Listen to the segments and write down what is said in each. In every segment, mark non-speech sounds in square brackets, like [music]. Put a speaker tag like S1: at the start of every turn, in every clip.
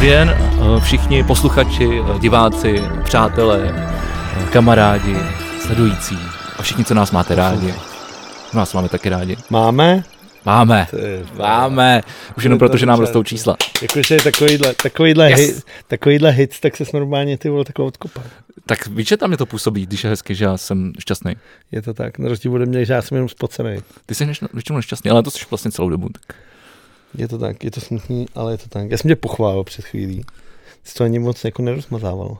S1: Vien, eh, všichni posluchači, eh, diváci, přátelé, eh, kamarádi, sledující a všichni, co nás máte rádi. Nás máme taky rádi.
S2: Máme?
S1: Máme,
S2: Ty vole.
S1: máme. Už jenom
S2: To je
S1: proto, že nám
S2: dobře.
S1: rostou čísla.
S2: Jakože takovýhle, takovýhle,
S1: Yes.
S2: yes. hit, takovýhle hit, tak ses normálně ty vole takhle odkopal.
S1: Tak víš, že tam je to působí, když je hezky, že já jsem šťastný.
S2: Je to tak, na rozdíl ode mě, že já jsem jenom spocený.
S1: Ty jsi než- většinou nešťastný, ale to jsi vlastně celou dobu. Tak.
S2: Je to tak, je to smutný, ale je to tak. Já jsem tě pochválil před chvílí. Jsi to ani moc jako nerozmazával.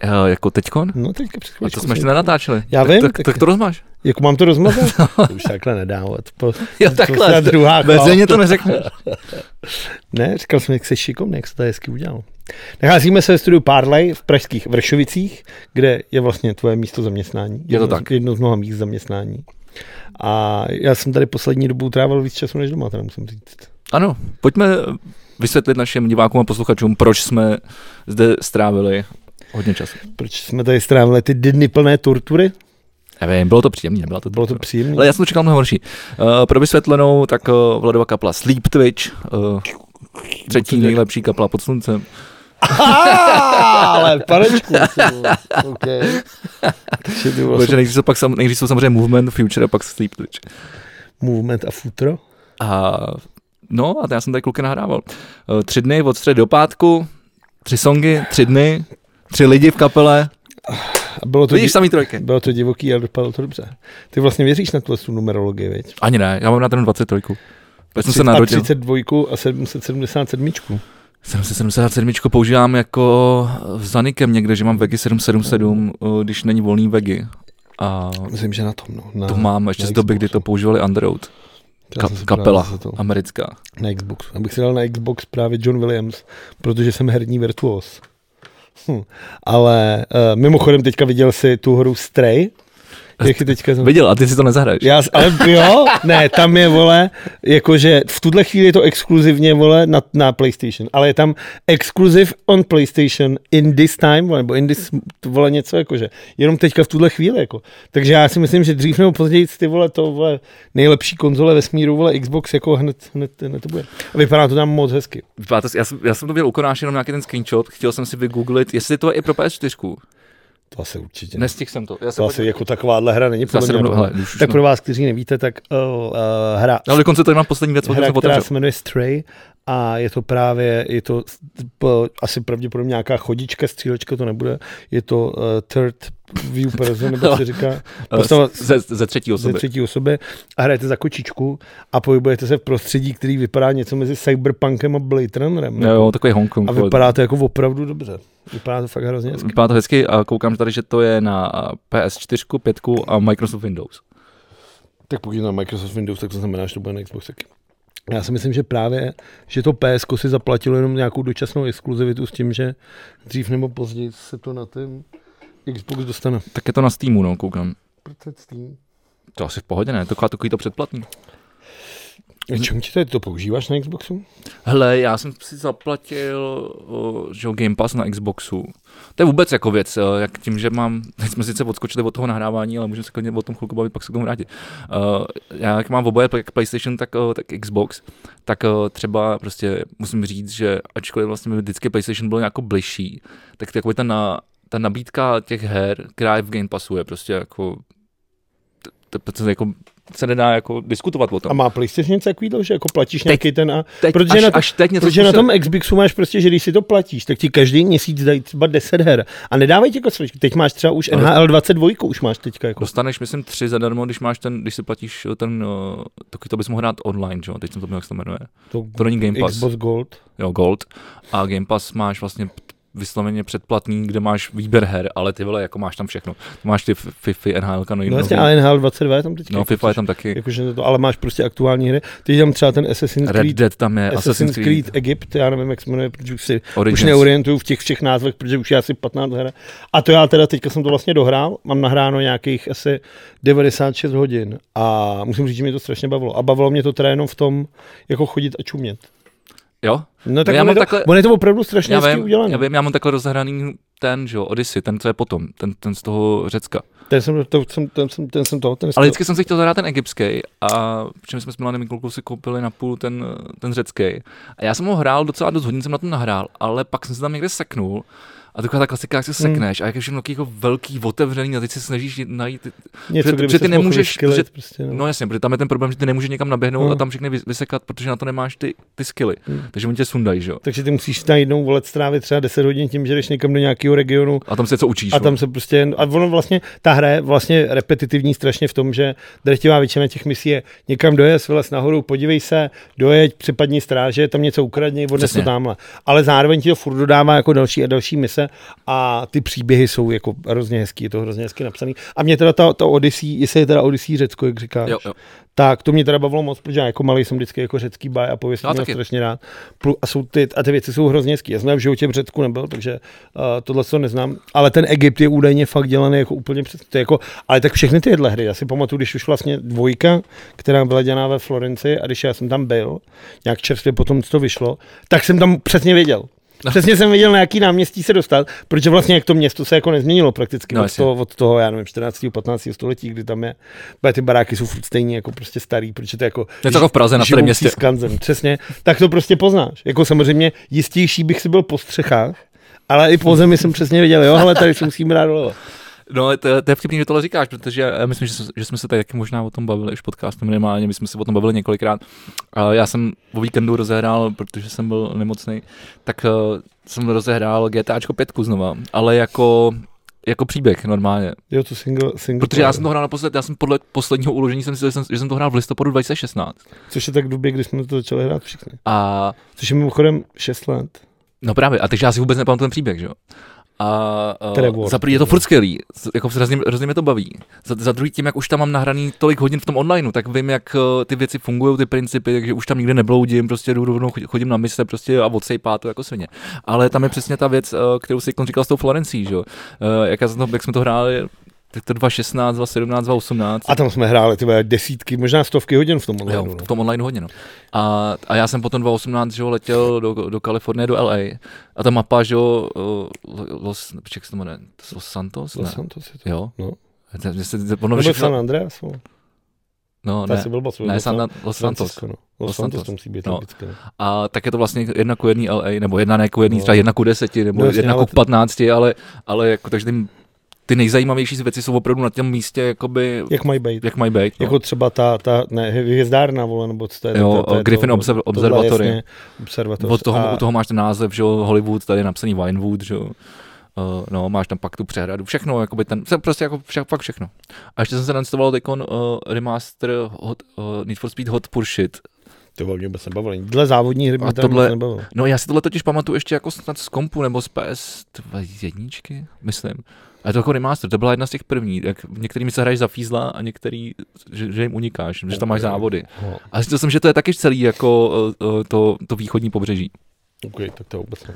S1: Eh, jako teďkon?
S2: No teďka před
S1: A
S2: chvílí.
S1: to jsme ještě nenatáčeli.
S2: Já
S1: tak,
S2: vím,
S1: Tak,
S2: tak-
S1: tak, to rozmáš.
S2: Jako mám
S1: [laughs]
S2: to rozmazat? to už takhle nedávat. Po,
S1: Jo,
S2: to
S1: takhle.
S2: byla druhá chvála.
S1: Veřejně to neřekneš.
S2: Ne, říkal jsem, jak se šikovný, jak se to hezky udělal. Nacházíme se ve studiu Parley v pražských Vršovicích, kde je vlastně tvoje místo zaměstnání.
S1: Je to
S2: Jedno z-
S1: tak.
S2: Jedno z mnoha míst zaměstnání. A já jsem tady poslední dobou trávil víc času než doma, teda musím říct.
S1: Ano, pojďme eh, vysvětlit našim divákům a posluchačům, proč jsme zde strávili hodně času.
S2: Proč jsme tady strávili ty dny plné tortury?
S1: Nevím, bylo to příjemné, nebylo to
S2: Bylo to příjemné.
S1: Ale já jsem to čekal mnohem horší. Uh, pro vysvětlenou, tak uh, Vladova kapla Sleep Twitch, uh, třetí nejlepší kapla pod sluncem.
S2: Ale panečku. ty vole.
S1: [laughs]
S2: okay. Takže ty vole,
S1: Protože nejdřív jsou, pak sam, nejdřív jsou samozřejmě Movement, Future a pak Sleep Twitch.
S2: Movement a futro.
S1: A, no a já jsem tady kluky nahrával. Uh, tři dny od středy do pátku, tři songy, tři dny, tři lidi v kapele.
S2: A bylo to,
S1: Vidíš
S2: di-
S1: samý trojky.
S2: bylo to divoký, ale dopadlo to dobře. Ty vlastně věříš na tuhle tu numerologii, viď?
S1: Ani ne, já mám na ten 23. Já jsem se
S2: a
S1: narodil.
S2: 32 a 777.
S1: 777 používám jako s Zanikem někde, že mám Vegi 777, uh, když není volný Vegi. A
S2: Myslím, že na tom, no. Na,
S1: to mám ještě
S2: na
S1: z doby, kdy to
S2: Xboxu.
S1: používali Underworld,
S2: Já jsem
S1: ka-
S2: si právě
S1: kapela
S2: zase To,
S1: americká.
S2: na Xboxu. Abych si dal na Xbox právě John Williams, protože jsem herní virtuos. Hm. Ale uh, mimochodem teďka viděl si tu hru Stray, jak ji teďka zna-
S1: Viděl, a ty si to nezahraješ.
S2: já, s- ale jo, ne, tam je, vole, jakože v tuhle chvíli je to exkluzivně, vole, na, na PlayStation, ale je tam exclusive on PlayStation in this time, vole, nebo in this, vole, něco, jakože, jenom teďka v tuhle chvíli, jako. Takže já si myslím, že dřív nebo později ty, vole, to, vole, nejlepší konzole vesmíru, vole, Xbox, jako hned, hned, hned to bude. A vypadá to tam moc hezky.
S1: Vypadá to- Já, jsem, já jsem to viděl u Konáše jenom nějaký ten screenshot, chtěl jsem si vygooglit, jestli to je i pro PS4.
S2: To asi určitě.
S1: Nestihl jsem to. Já se
S2: to asi jako takováhle hra není podle
S1: Zase
S2: mě.
S1: rovnou, hele, No,
S2: Hele,
S1: už- už
S2: tak
S1: ne.
S2: pro vás, kteří nevíte, tak uh, uh, hra
S1: ale dokonce tady mám poslední věc, o které
S2: hra,
S1: jsem
S2: která
S1: otevřel.
S2: se jmenuje Stray a je to právě, je to po, asi pravděpodobně nějaká chodička, střílečka to nebude, je to uh, third view person, nebo jak se říká, postava
S1: Eh, Ze, ze třetí
S2: ze
S1: osoby.
S2: třetí osoby a hrajete za kočičku a pohybujete se v prostředí, který vypadá něco mezi cyberpunkem a Blade Runnerem.
S1: Jo, jo, takový Hong Kong.
S2: A
S1: vole.
S2: vypadá to jako opravdu dobře. Vypadá to fakt hrozně hezky.
S1: Vypadá to hezky a koukám tady, že to je na PS4, 5 a Microsoft Windows.
S2: Tak pokud je na Microsoft Windows, tak to znamená, že to bude na Xbox taky. Já si myslím, že právě, že to PS si zaplatilo jenom nějakou dočasnou exkluzivitu s tím, že dřív nebo později se to na ten Xbox dostane.
S1: Tak je to na Steamu, no, koukám.
S2: Prcet s tím.
S1: To asi v pohodě, ne? Taková takový to předplatný.
S2: A Eh, čemu ti tady to používáš na Xboxu?
S1: Hele, já jsem si zaplatil o, že jo, Game Pass na Xboxu. To je vůbec jako věc, eh, jak tím, že mám, teď jsme sice odskočili od toho nahrávání, ale můžeme se klidně o tom chvilku bavit, pak se k tomu vrátit. Uh, já jak mám oboje, jak PlayStation, tak, eh, tak Xbox, tak eh, třeba prostě musím říct, že ačkoliv vlastně mi vždycky PlayStation byl jako bližší, tak takový ta, na, ta nabídka těch her, která je v Game Passu, je prostě jako, to, to, to, jako se nedá jako diskutovat o
S2: A
S1: tom.
S2: má PlayStation něco takovýho, že jako platíš nějaký ten a...
S1: Teď,
S2: protože
S1: až,
S2: na to-
S1: až teď něco
S2: Protože na
S1: zkusil.
S2: tom Xboxu máš prostě, že když si to platíš, tak ti každý měsíc dají třeba 10 her. A nedávají ti kosličky. Teď máš třeba už
S1: Ale-
S2: NHL 22, už máš teďka jako.
S1: Dostaneš, myslím, tři zadarmo, když máš ten, když si platíš ten, uh, taky to bys mohl hrát online, že jo? Teď jsem to měl, jak se to jmenuje. To není Game Pass,
S2: Xbox Gold.
S1: jo, Gold. A Game Pass máš vlastně p- vysloveně předplatný, kde máš výběr her, ale ty vole, jako máš tam všechno. Máš ty f- FIFA, NHL, no,
S2: No
S1: nový-
S2: jasně, ale NHL 22 je tam teďka.
S1: no
S2: jako,
S1: FIFA je
S2: což-
S1: tam taky.
S2: Jakože to, ale máš prostě aktuální hry. Teď je tam třeba ten Assassin's
S1: Red
S2: Creed,
S1: Dead tam je,
S2: Assassin's Creed Egypt, já nevím, jak se jmenuje, protože už si už
S1: Origins.
S2: neorientuju v těch všech názvech, protože už je asi 15 her. A to já teda teďka jsem to vlastně dohrál, mám nahráno nějakých asi 96 hodin a musím říct, že mě to strašně bavilo. A bavilo mě to teda jenom v tom, jako chodit a čumět.
S1: Jo?
S2: No tak
S1: já
S2: ono
S1: mám
S2: je to,
S1: takhle-
S2: ono je to opravdu strašně
S1: Já
S2: hezky
S1: vím,
S2: udělané.
S1: já vím, já mám takhle rozhraný ten, že jo, Odyssey, ten, co je potom, ten, ten z toho Řecka.
S2: Ten jsem, to, jsem, ten jsem, ten jsem toho, ten
S1: Ale vždycky jsem si chtěl zahrát ten egyptský a přičem jsme s Milanem Mikulkou si koupili na půl ten, ten řecký. A já jsem ho hrál docela dost hodin, jsem na tom nahrál, ale pak jsem se tam někde seknul a taková ta klasika, jak se
S2: Hmm.
S1: sekneš a jak je všechno takový jako velký, otevřený a teď se snažíš najít,
S2: něco,
S1: protože-
S2: kde by
S1: protože
S2: ses
S1: ty
S2: mohl
S1: nemůžeš-
S2: vyskylit
S1: protože-
S2: prostě, no.
S1: No jasně, protože tam je ten problém, že ty nemůžeš někam naběhnout
S2: No.
S1: a tam všechny vys- vysekat, protože na to nemáš ty, ty skilly.
S2: Hmm.
S1: Takže oni tě sundají, že jo.
S2: Takže ty musíš najednou volet strávit třeba 10 hodin tím, že jdeš někam do nějakého regionu
S1: A tam se co učíš.
S2: a
S1: vole.
S2: tam se prostě, a ono vlastně, ta hra je vlastně repetitivní strašně v tom, že drtivá většina těch misí je někam dojez, vylez nahoru, podívej se, dojeď, připadni stráže, tam něco ukradni, odnes to
S1: Přesně.
S2: tamhle. Ale zároveň ti to furt dodává jako další a další mise a ty příběhy jsou jako hrozně hezký, je to hrozně hezky napsaný. A mě teda ta, ta Odyssey, jestli je teda Odyssey Řecko, jak říkáš,
S1: Jo, jo.
S2: tak to mě teda bavilo moc, protože já jako malý jsem vždycky jako řecký baj a pověst
S1: Já
S2: měl
S1: taky.
S2: strašně rád. Plu- A, jsou ty, a ty věci jsou hrozně hezký. Já jsem v životě v Řecku nebyl, takže uh, tohle to neznám. Ale ten Egypt je údajně fakt dělaný jako úplně přes. To je jako, ale tak všechny tyhle hry, já si pamatuju, když už vlastně dvojka, která byla dělaná ve Florenci a když já jsem tam byl, nějak čerstvě potom, co to vyšlo, tak jsem tam přesně věděl.
S1: No.
S2: Přesně jsem věděl, na jaký náměstí se dostat, protože vlastně jak to město se jako nezměnilo prakticky
S1: No,
S2: od,
S1: jasně.
S2: toho, od toho, já nevím, 14. 15. století, kdy tam je Protože ty baráky jsou furt stejně jako prostě starý, protože to je jako
S1: Něco jako v Praze na starém
S2: živoucí
S1: městě.
S2: s kanzem, přesně. Tak to prostě poznáš. Jako samozřejmě jistější bych si byl po střechách, ale i po zemi jsem přesně věděl, jo, ale tady si musím dát dole.
S1: No, ale to, to je vtipný, že tohle říkáš, protože já myslím, že, jsme- že jsme se tady taky možná o tom bavili už v podcastu minimálně, my jsme se o tom bavili několikrát. A já jsem o víkendu rozehrál, protože jsem byl nemocný, tak eh, jsem rozehrál GTAčko 5 znova, ale jako jako příběh normálně.
S2: Jo, to single, single
S1: Protože já jsem to hrál naposled, já jsem podle posledního uložení jsem si, že jsem, že jsem to hrál v listopadu 2016.
S2: Což je tak v době, kdy jsme to začali hrát všichni.
S1: A
S2: Což je mimochodem 6 let.
S1: No právě, a takže já si vůbec nepamatuju ten příběh, že jo? A
S2: Trevor.
S1: uh, za prvý je to furt skvělý, z- jako hrozně, hrozně mě to baví. Za, za druhý tím, jak už tam mám nahraný tolik hodin v tom onlineu, tak vím, jak eh, ty věci fungují, ty principy, takže už tam nikde nebloudím, prostě jdu rovnou, chod- chodím na mise prostě a odsejpá to jako svině. Ale tam je přesně ta věc, eh, kterou si říkal s tou Florencí, že jo? Eh, Jak, já jsem to, jak jsme to hráli, teď to 2.16, 2.17, 2.18.
S2: A tam jsme hráli ty vole, desítky, možná stovky hodin v tom
S1: Jo,
S2: online.
S1: v tom online hodně, no. A, a já jsem potom 2018, že jo, letěl do, do Kalifornie, do LA. A ta mapa, že jo, eh, Los, počkej, jak se to jmenuje, Los Santos?
S2: To
S1: Ne.
S2: jsem to si to.
S1: Jo.
S2: No.
S1: To- Mně se ono
S2: Nebo San
S1: všechno...
S2: Andreas, no.
S1: No,
S2: Ta
S1: ne,
S2: si byl boss,
S1: ne
S2: Los San-
S1: San, Los Santos.
S2: Francisco, no.
S1: Los
S2: Los Santos
S1: Santos.
S2: to musí být
S1: No.
S2: logicky. no.
S1: A tak je to vlastně jedna ku jedný LA, nebo jedna ne ku jedný,
S2: No.
S1: třeba jedna ku deseti, nebo
S2: No,
S1: no,
S2: jasně,
S1: jedna
S2: ale
S1: ku
S2: t-
S1: patnácti, ale, ale jako, takže ty, ty nejzajímavější věci jsou opravdu na tom místě, jakoby, jak,
S2: Jak mají být?
S1: jak mají být. No.
S2: Jako třeba ta, ta ne, hvězdárna, vole, nebo co to je?
S1: Jo,
S2: to, to, je
S1: Griffin
S2: to-
S1: observ-
S2: tohle,
S1: observatory.
S2: jasně, Observatoř.
S1: Od toho,
S2: a,
S1: u toho máš ten název, že jo, Hollywood, tady je napsaný Vinewood, že jo. Uh, no, máš tam pak tu přehradu, všechno, jakoby ten, se- prostě jako vše, fakt všechno. A ještě jsem se nainstaloval teďkon uh, remaster hot, uh, Need for Speed Hot Pursuit.
S2: To bylo mě vůbec nebavilo. Dle závodní hry
S1: A
S2: mě tam tohle...
S1: tohle-
S2: nebavilo.
S1: No já si tohle totiž pamatuju ještě jako snad z kompu nebo z PS jedničky, myslím. A je to jako remaster, to byla jedna z těch prvních, jak některými se hraješ za fízla a některý, že, že jim unikáš, že tam máš závody.
S2: No,
S1: A zjistil jsem, že to je taky celý jako uh, uh, to, to východní pobřeží.
S2: okay, tak to vůbec ne.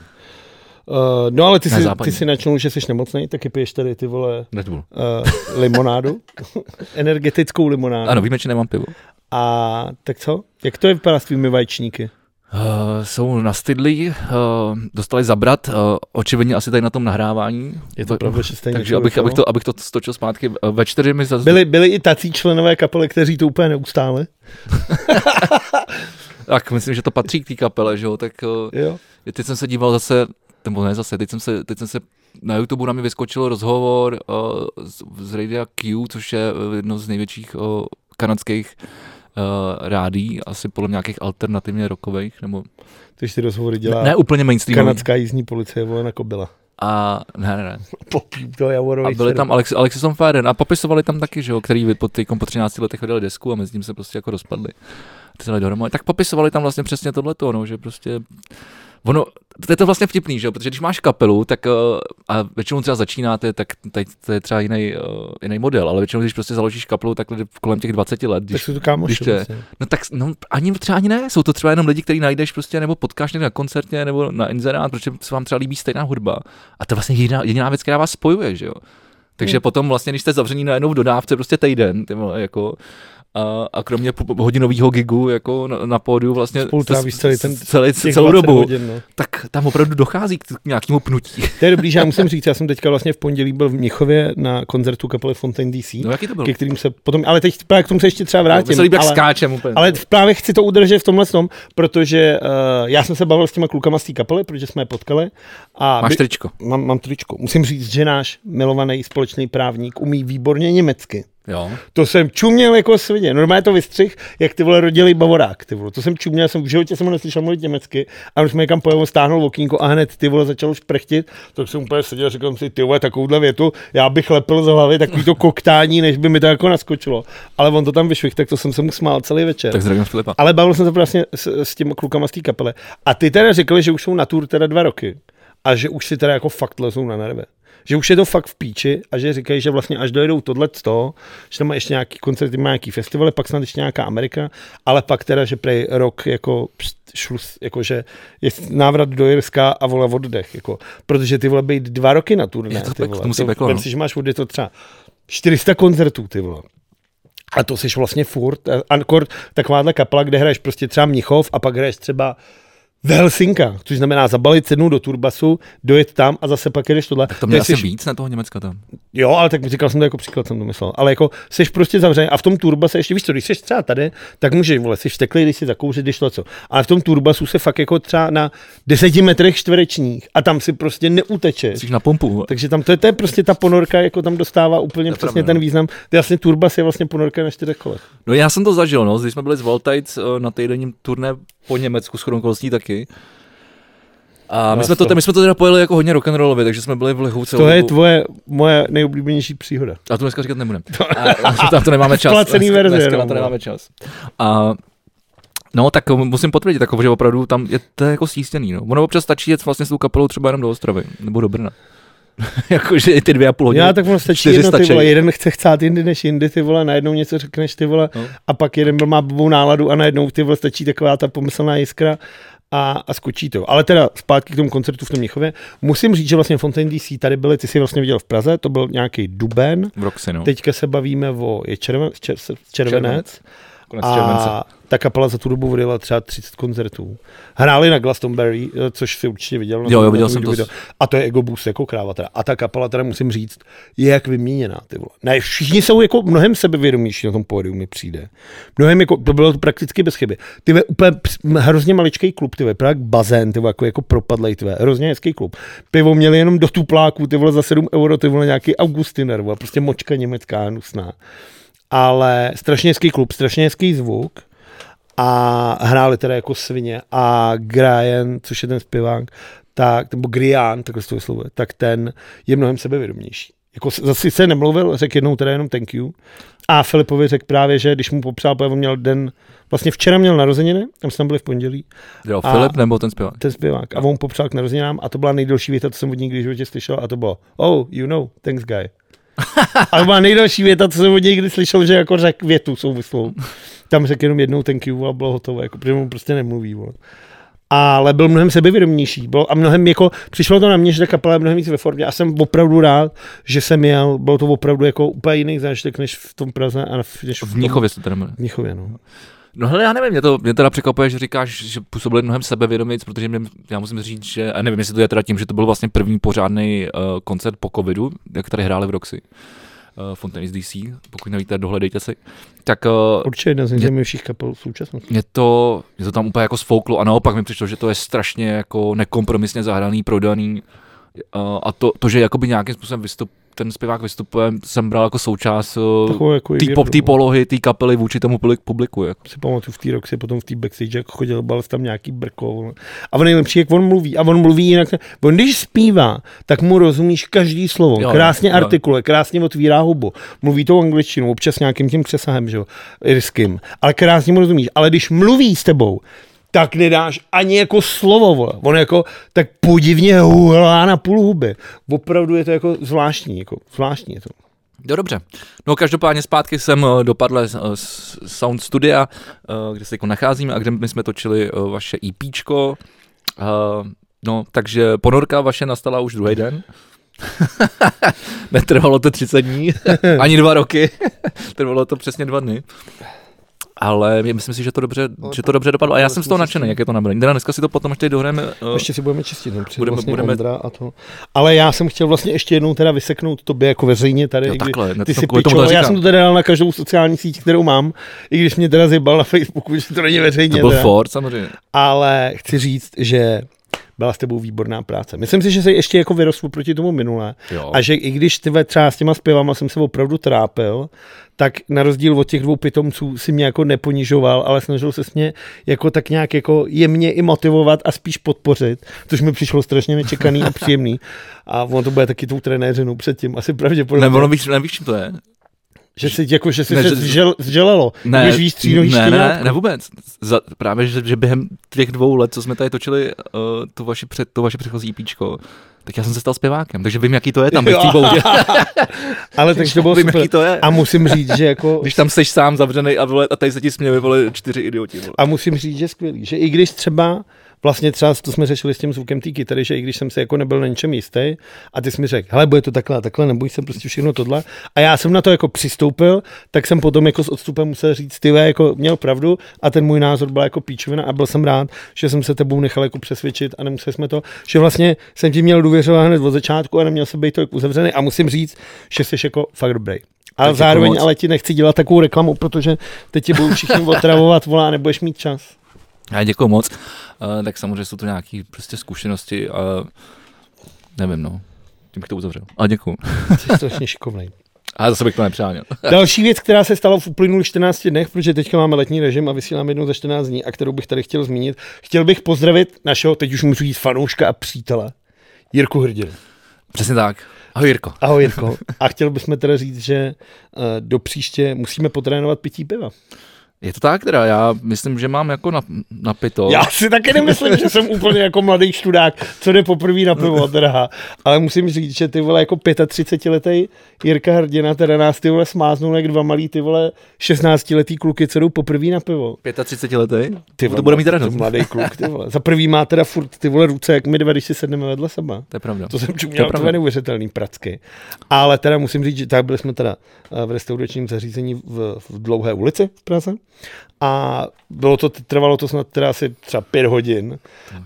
S2: Uh, no ale ty
S1: Ne,
S2: si, ty
S1: západní.
S2: si načnul, že jsi nemocný, taky piješ tady ty vole
S1: Red Bull.
S2: uh, limonádu, [laughs] energetickou limonádu.
S1: Ano, víme, že nemám pivo.
S2: A tak co? Jak to je vypadá s tvými vaječníky?
S1: Uh, jsou nastydlí, uh, dostali zabrat, uh, očividně asi tady na tom nahrávání.
S2: Je to
S1: Ve-
S2: pravda, že stejně
S1: Takže abych, abych, to, abych to stočil zpátky, eh, ve čtyři mi zase...
S2: Byli, byli i tací členové kapely, kteří to úplně neustále.
S1: Tak myslím, že to patří k té kapele, že jo, tak eh,
S2: Jo.
S1: teď jsem se díval zase, nebo ne zase, teď jsem se, teď jsem se na YouTube na mě vyskočil rozhovor uh, z, z Radia Q, což je eh, jedno z největších uh, kanadských uh, rádí, asi podle mě nějakých alternativně rokových, nebo
S2: Takže ty rozhovory dělá
S1: ne, ne úplně mainstreamových.
S2: kanadská jízdní policie, vole, na kobila.
S1: A ne, ne, ne.
S2: Popí do
S1: A
S2: Javorových
S1: byli
S2: sedm.
S1: tam Alex, Alexison Feren a popisovali tam taky, že jo, který po, teďkom po 13 letech vydali desku a mezi tím se prostě jako rozpadli. Ty se dali dohromady. Tak popisovali tam vlastně přesně tohleto, no, že prostě Ono, to je to vlastně vtipný, že jo, protože když máš kapelu, tak eh, a většinou třeba začínáte, tak teď to je třeba jiný, eh, jiný model, ale většinou, když prostě založíš kapelu, tak lidi kolem těch 20 let,
S2: Tak
S1: když
S2: jsou to kámoši.
S1: když tě-
S2: vlastně.
S1: No tak no, ani třeba ani ne, jsou to třeba jenom lidi, který najdeš prostě, nebo potkáš někde na koncertě, nebo na inzerát, protože se vám třeba líbí stejná hudba. A to je vlastně jediná, jediná věc, která vás spojuje, že jo. Takže
S2: Hmm.
S1: potom vlastně, když jste zavření najednou v dodávce prostě týden, ty vole, jako, A, a kromě p- hodinového gigu jako na, na pódiu vlastně
S2: Spolu trávíš
S1: s-
S2: celý ten-
S1: celý,
S2: Těch
S1: celou
S2: 20
S1: dobu,
S2: Hodin, no.
S1: tak tam opravdu dochází k k nějakému pnutí.
S2: [laughs] To je dobrý, [laughs] že já musím říct, já jsem teďka vlastně v pondělí byl v Mnichově na koncertu kapely Fontaine DC,
S1: No jaký to byl?
S2: ke kterým se potom, ale teď právě k tomu No, se ještě třeba
S1: Mně
S2: vrátím.
S1: se líbí, jak
S2: ale,
S1: skáčem úplně.
S2: ale právě chci to udržet v tomhle tom, protože uh, já jsem se bavil s těma klukama z té kapely, protože jsme je potkali. A
S1: Máš
S2: by-
S1: tričko.
S2: Mám, mám tričko. Musím říct, že náš milovaný společný právník umí výborně německy.
S1: Jo.
S2: To jsem čuměl jako svině. Normálně to vystřih, jak ty vole rodilý bavorák. Ty vole. To jsem čuměl, jsem v životě jsem ho neslyšel mluvit německy. A když mi někam pojel, stáhnul okýnko a hned ty vole začal šprchtit, tak jsem úplně seděl a říkal jsem si, ty vole, takovouhle větu, já bych lepil z hlavy takový to koktání, než by mi to jako naskočilo. Ale on to tam vyšvih, tak to jsem se mu smál celý večer.
S1: Tak zdravím Filipa.
S2: Ale bavil jsem se vlastně s, s těmi klukama z té kapele. A ty teda řekli, že už jsou na tour teda dva roky. A že už si teda jako fakt lezou na nerve. Že už je to fakt v píči a že říkají, že vlastně až dojedou tohle z toho, že tam má ještě nějaký koncerty, má nějaký festivaly, pak snad ještě nějaká Amerika, ale pak teda, že prej rok jako pst, šlus, jako že je návrat do Jirska a vole oddech, jako, protože ty vole být dva roky na turné,
S1: Je to
S2: ty
S1: peklo,
S2: vole,
S1: to musí peklo,
S2: vem
S1: no.
S2: si, že máš od je to třeba 400 koncertů, ty vole. A to jsi vlastně furt. A- Ankor, takováhle kapela, kde hraješ prostě třeba Mnichov a pak hraješ třeba v Helsinkách, což znamená zabalit sednout do turbasu, dojet tam a zase pak jedeš tohle.
S1: To mě
S2: Tak
S1: asi
S2: jsi-
S1: víc na toho Německa tam.
S2: Jo, ale tak říkal jsem to jako příklad, jsem to myslel. Ale jako jsi prostě zavřený a v tom turbasu ještě, víš co, když jsi třeba tady, tak můžeš, vole, jsi vsteklý, když si zakouřit, když to co. Ale v tom turbasu se fakt jako třeba na 10 metrech čtverečních a tam si prostě neutečeš.
S1: Jsi na pumpu.
S2: Takže tam to je, to je prostě ta ponorka, jako tam dostává úplně
S1: To je
S2: přesně
S1: pravda,
S2: ten
S1: no.
S2: význam. To je vlastně turbas je vlastně ponorka na čtyřech kolech.
S1: No já jsem to zažil, no, když jsme byli s Voltajc eh, na týdenním turné po Německu s Chronkolostí taky. A my
S2: Já
S1: jsme, to,
S2: to-
S1: my jsme to teda pojeli jako hodně rock'n'rollově, takže jsme byli v Lehu celou
S2: To je
S1: dobu.
S2: tvoje, moje nejoblíbenější příhoda.
S1: A to dneska říkat
S2: [laughs]
S1: nebudeme. A, tam to nemáme čas.
S2: Placený
S1: Dneska-
S2: verze,
S1: Dneska
S2: no,
S1: na to
S2: vole.
S1: nemáme čas. A, no, tak musím potvrdit, jako, že opravdu tam je to jako stísněný. No. Ono občas stačí jet vlastně s tou kapelou třeba jenom do Ostravy nebo do Brna. [laughs] Jakože i ty dvě a půl hodiny.
S2: Já tak ono stačí
S1: čtyři
S2: jedno, ty
S1: stačí.
S2: vole, jeden chce chcát jindy než jindy, ty vole, najednou něco řekneš, ty vole,
S1: No.
S2: a pak jeden byl má blbou náladu a najednou ty vole stačí taková ta pomyslná jiskra a, a skočí to. Ale teda zpátky k tomu koncertu v tom Měchově. Musím říct, že vlastně Fontaine DC tady byly, ty si vlastně viděl v Praze, to byl nějaký duben,
S1: V Roxy, no.
S2: teďka se bavíme o, je červen, čer, červenec,
S1: Konec července.
S2: A ta kapela za tu dobu odjela třeba 30 koncertů. Hráli na Glastonbury, eh, což si určitě viděl. na
S1: Jo, jo,
S2: tom-
S1: viděl
S2: na tom
S1: jsem to.
S2: videu. A to je Ego Boost jako kráva teda. A ta kapela teda musím říct, je jak vyměněná. Ty vole. Ne, všichni jsou jako mnohem sebevědomější na tom pódiu mi přijde. Mnohem jako, to bylo prakticky bez chyby. Ty vole, úplně ps- m- hrozně maličký klub, ty vole, právě jak bazén, ty vole, jako, jako propadlej, ty vole, hrozně hezký klub. Pivo měli jenom do tupláku, ty vole, za 7 euro, ty vole, nějaký Augustiner, vole, prostě močka německá, hnusná ale strašně hezký klub, strašně hezký zvuk a hráli teda jako svině a Grajen, což je ten zpěvák, tak, nebo Grian, takhle se to vyslovuje, tak ten je mnohem sebevědomější. Jako s- zase se nemluvil, řekl jednou teda jenom thank you. A Filipovi řekl právě, že když mu popřál, protože on měl den, vlastně včera měl narozeniny, tam jsme tam byli v pondělí,
S1: Jo,
S2: a-
S1: Filip nebo ten zpěvák?
S2: ten zpěvák, a on mu popřál k narozeninám a to byla nejdelší věta, co jsem od ní kdy v životě slyšel a to bylo, oh, you know, thanks guy. A to byla nejdelší věta, co jsem od něj kdy slyšel, že jako řekl větu souvislou. Tam řekl jenom jednou thank you a bylo hotovo, jako, protože mu prostě nemluví. Vole. Ale byl mnohem sebevědomější. Bylo, a mnohem jako, přišlo to na mě, že ta kapela je mnohem víc ve formě. A jsem opravdu rád, že jsem jel. Bylo to opravdu jako úplně jiný zážitek, než v tom Praze a v- než v,
S1: V
S2: tom-
S1: Mnichově se to teda jmenuje.
S2: V Mnichově, no.
S1: No hele, já nevím, mě, to, mě teda překvapuje, že říkáš, že působili mnohem sebevědomějíc, protože mě, já musím říct, že, a nevím, jestli to je teda tím, že to byl vlastně první pořádný uh, koncert po covidu, jak tady hráli v Roxy, uh, Fontaine z DC, pokud nevíte, dohledejte si, tak uh,
S2: Určitě jedna z nejzajímavějších kapel v současnosti.
S1: mě to, mě to tam úplně jako sfouklo a naopak mi přišlo, že to je strašně jako nekompromisně zahraný, prodaný uh, a to, to že jakoby nějakým způsobem vystup, ten zpěvák vystupuje, jsem bral jako součást uh,
S2: Takovou jako
S1: té
S2: výrobu.
S1: po, té polohy, té kapely vůči tomu publik- publiku. Jako.
S2: si pamatuju v té roce, potom v té backstage, jak chodil, bal tam nějaký brko. vole. A on nejlepší, jak on mluví, a on mluví jinak. On když zpívá, tak mu rozumíš každý slovo.
S1: Jo,
S2: Jo, krásně
S1: jo.
S2: jo. artikule, krásně otvírá hubu. Mluví tou angličtinou, občas nějakým tím přesahem, že jo, irským. Ale krásně mu rozumíš. Ale když mluví s tebou, tak nedáš ani jako slovo, vole. On jako tak podivně huhlá na půl huby. Opravdu je to jako zvláštní, jako zvláštní je to.
S1: Jo, dobře. No každopádně zpátky jsem eh, dopadl z, eh, z Sound Studia, eh, kde se jako nacházíme a kde my jsme točili eh, vaše EPčko. Eh, No, takže ponorka vaše nastala už druhý den. [laughs] [laughs] Netrvalo to 30 dní, ani dva roky. Trvalo to přesně dva dny. ale myslím si, že to dobře, že to dobře dopadlo. A já jsem z toho nadšený, jak je to nabraný. Teda dneska si to potom, až tady dohrajeme, eh,
S2: Ještě si budeme čistit, no, budeme,
S1: budeme-
S2: vlastně budeme...
S1: budeme-
S2: Ondra a to. Ale já jsem chtěl vlastně ještě jednou teda vyseknout tobě jako veřejně tady.
S1: Jo,
S2: i kdy-
S1: takhle, ne,
S2: ty
S1: to
S2: si
S1: kvůli tomu
S2: pičo,
S1: to
S2: já
S1: říkám.
S2: jsem to teda dal na každou sociální síť, kterou mám, i když mě teda zjebal na Facebooku, že to není
S1: to
S2: veřejně.
S1: byl
S2: teda.
S1: Ford samozřejmě.
S2: Ale chci říct, že byla s tebou výborná práce. Myslím si, že se ještě jako vyrostl proti tomu minulé.
S1: Jo.
S2: A že i když ty ve- třeba s těma zpěvama jsem se opravdu trápil, tak na rozdíl od těch dvou pitomců si mě jako neponižoval, ale snažil se mě jako tak nějak jako jemně i motivovat a spíš podpořit, což mi přišlo strašně nečekaný a příjemný. A ono to bude taky tou trenéřinou předtím, asi pravděpodobně.
S1: Nebo víš, nevíš, čím to je?
S2: že si jako, že si
S1: Ne,
S2: se
S1: že-
S2: zžel, zželelo. Ne, když víš třínový
S1: ne,
S2: štěňátko.
S1: ne, ne, vůbec. Za, právě, že, že, během těch dvou let, co jsme tady točili uh, to, vaši před, to vaše předchozí píčko, tak já jsem se stal zpěvákem, takže vím, jaký to je tam
S2: Jo.
S1: v té [laughs] boudě.
S2: Ale takže to bylo
S1: vím,
S2: super.
S1: jaký to je.
S2: A musím říct, že jako...
S1: Když tam seš sám zavřený a, vole, a tady se ti směli vole, čtyři idioti. Vole.
S2: A musím říct, že skvělý, že i když třeba vlastně třeba to jsme řešili s tím zvukem té kytary, že i když jsem si jako nebyl na ničem jistý a ty jsi mi řekl, hele, bude to takhle a takhle, neboj se prostě všechno tohle. A já jsem na to jako přistoupil, tak jsem potom jako s odstupem musel říct, ty vole, jako měl pravdu a ten můj názor byl jako píčovina a byl jsem rád, že jsem se tebou nechal jako přesvědčit a nemuseli jsme to, že vlastně jsem ti měl důvěřovat hned od začátku a neměl se být to jako uzavřený a musím říct, že jsi jako fakt dobrý. Ale
S1: děkuju
S2: zároveň
S1: moc.
S2: ale ti nechci dělat takovou reklamu, protože teď tě budou všichni otravovat, volá, nebudeš mít čas.
S1: Já děkuji moc. Uh, tak samozřejmě jsou to nějaké prostě zkušenosti. Uh, nevím, no. Tím bych to uzavřel. A děkuji.
S2: Jsi strašně šikovnej.
S1: A zase bych to nepřáněl.
S2: Další věc, která se stala v uplynulých 14 dnech, protože teďka máme letní režim a vysíláme jednou za 14 dní, a kterou bych tady chtěl zmínit. Chtěl bych pozdravit našeho, teď už můžu říct, fanouška a přítele, Jirku Hrdinu.
S1: [laughs] Přesně tak. Ahoj Jirko.
S2: Ahoj Jirko. A chtěl bychom teda říct, že eh, do příště musíme potrénovat pití piva.
S1: Je to tak teda, já myslím, že mám jako na, napito.
S2: Já si taky nemyslím, že jsem úplně jako mladý študák, co jde poprvé na pivo, drahá. Ale musím říct, že ty vole jako 35-letý Jirka Hrdina teda nás ty vole smáznul jak dva malí ty vole 16-letý kluky, co jdou poprvé na pivo.
S1: 35 letý?
S2: Ty
S1: No to bude mít
S2: to
S1: radost.
S2: mladý kluk, ty vole. Za prvý má teda furt ty vole ruce, jak my dva, když si sedneme vedle sebe.
S1: To je pravda.
S2: To jsem
S1: To
S2: čuměl,
S1: je
S2: to
S1: pravda.
S2: je neuvěřitelný pracky. Ale teda musím říct, že tak byli jsme teda eh, v restauračním zařízení v, v dlouhé ulici v Praze a bylo to, trvalo to snad teda asi třeba pět hodin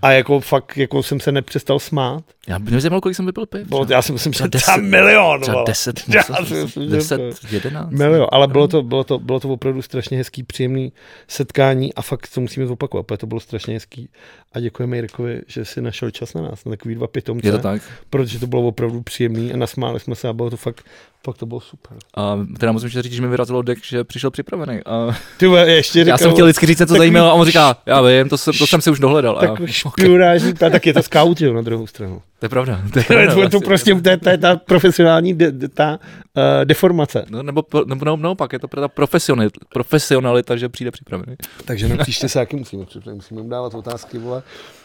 S2: a jako fakt jako jsem se nepřestal smát.
S1: Já by mě zajímalo, kolik jsem vypil piv.
S2: Bylo, já si myslím, že
S1: třeba
S2: třeba
S1: deset- no.
S2: milion.
S1: Třeba
S2: vole.
S1: 10,
S2: Já si myslím,
S1: 10,
S2: že
S1: 10,
S2: to-
S1: 11.
S2: Milio, ale bylo to, bylo, to, bylo to opravdu strašně hezký, příjemný setkání a fakt to musíme zopakovat, protože to bylo strašně hezký a děkujeme Jirkovi, že si našel čas na nás, na takový dva pitomce,
S1: Je to tak.
S2: protože to bylo opravdu příjemný a nasmáli jsme se a bylo to fakt, fakt to bylo super.
S1: A teda musím ještě říct, že mi vyrazilo dek, že přišel připravený. A
S2: Ty vole, ještě říkal,
S1: já jsem chtěl vždycky říct, co
S2: takový
S1: zajímalo a on říká, já vím, to jsem, to jsem si už dohledal. A já,
S2: takový špionážní, okay. tak je to scout, jo, na druhou stranu.
S1: to je pravda. To je
S2: To je
S1: pravda
S2: to, to
S1: vlastně.
S2: prostě, to je, to je ta profesionální de, de, ta, uh, deformace.
S1: No, nebo, nebo, nebo naopak, je to pro ta profesionalita, profesionalita, že přijde připravený.
S2: Takže na příště se taky musíme připravit, musíme jim dávat otázky, vole.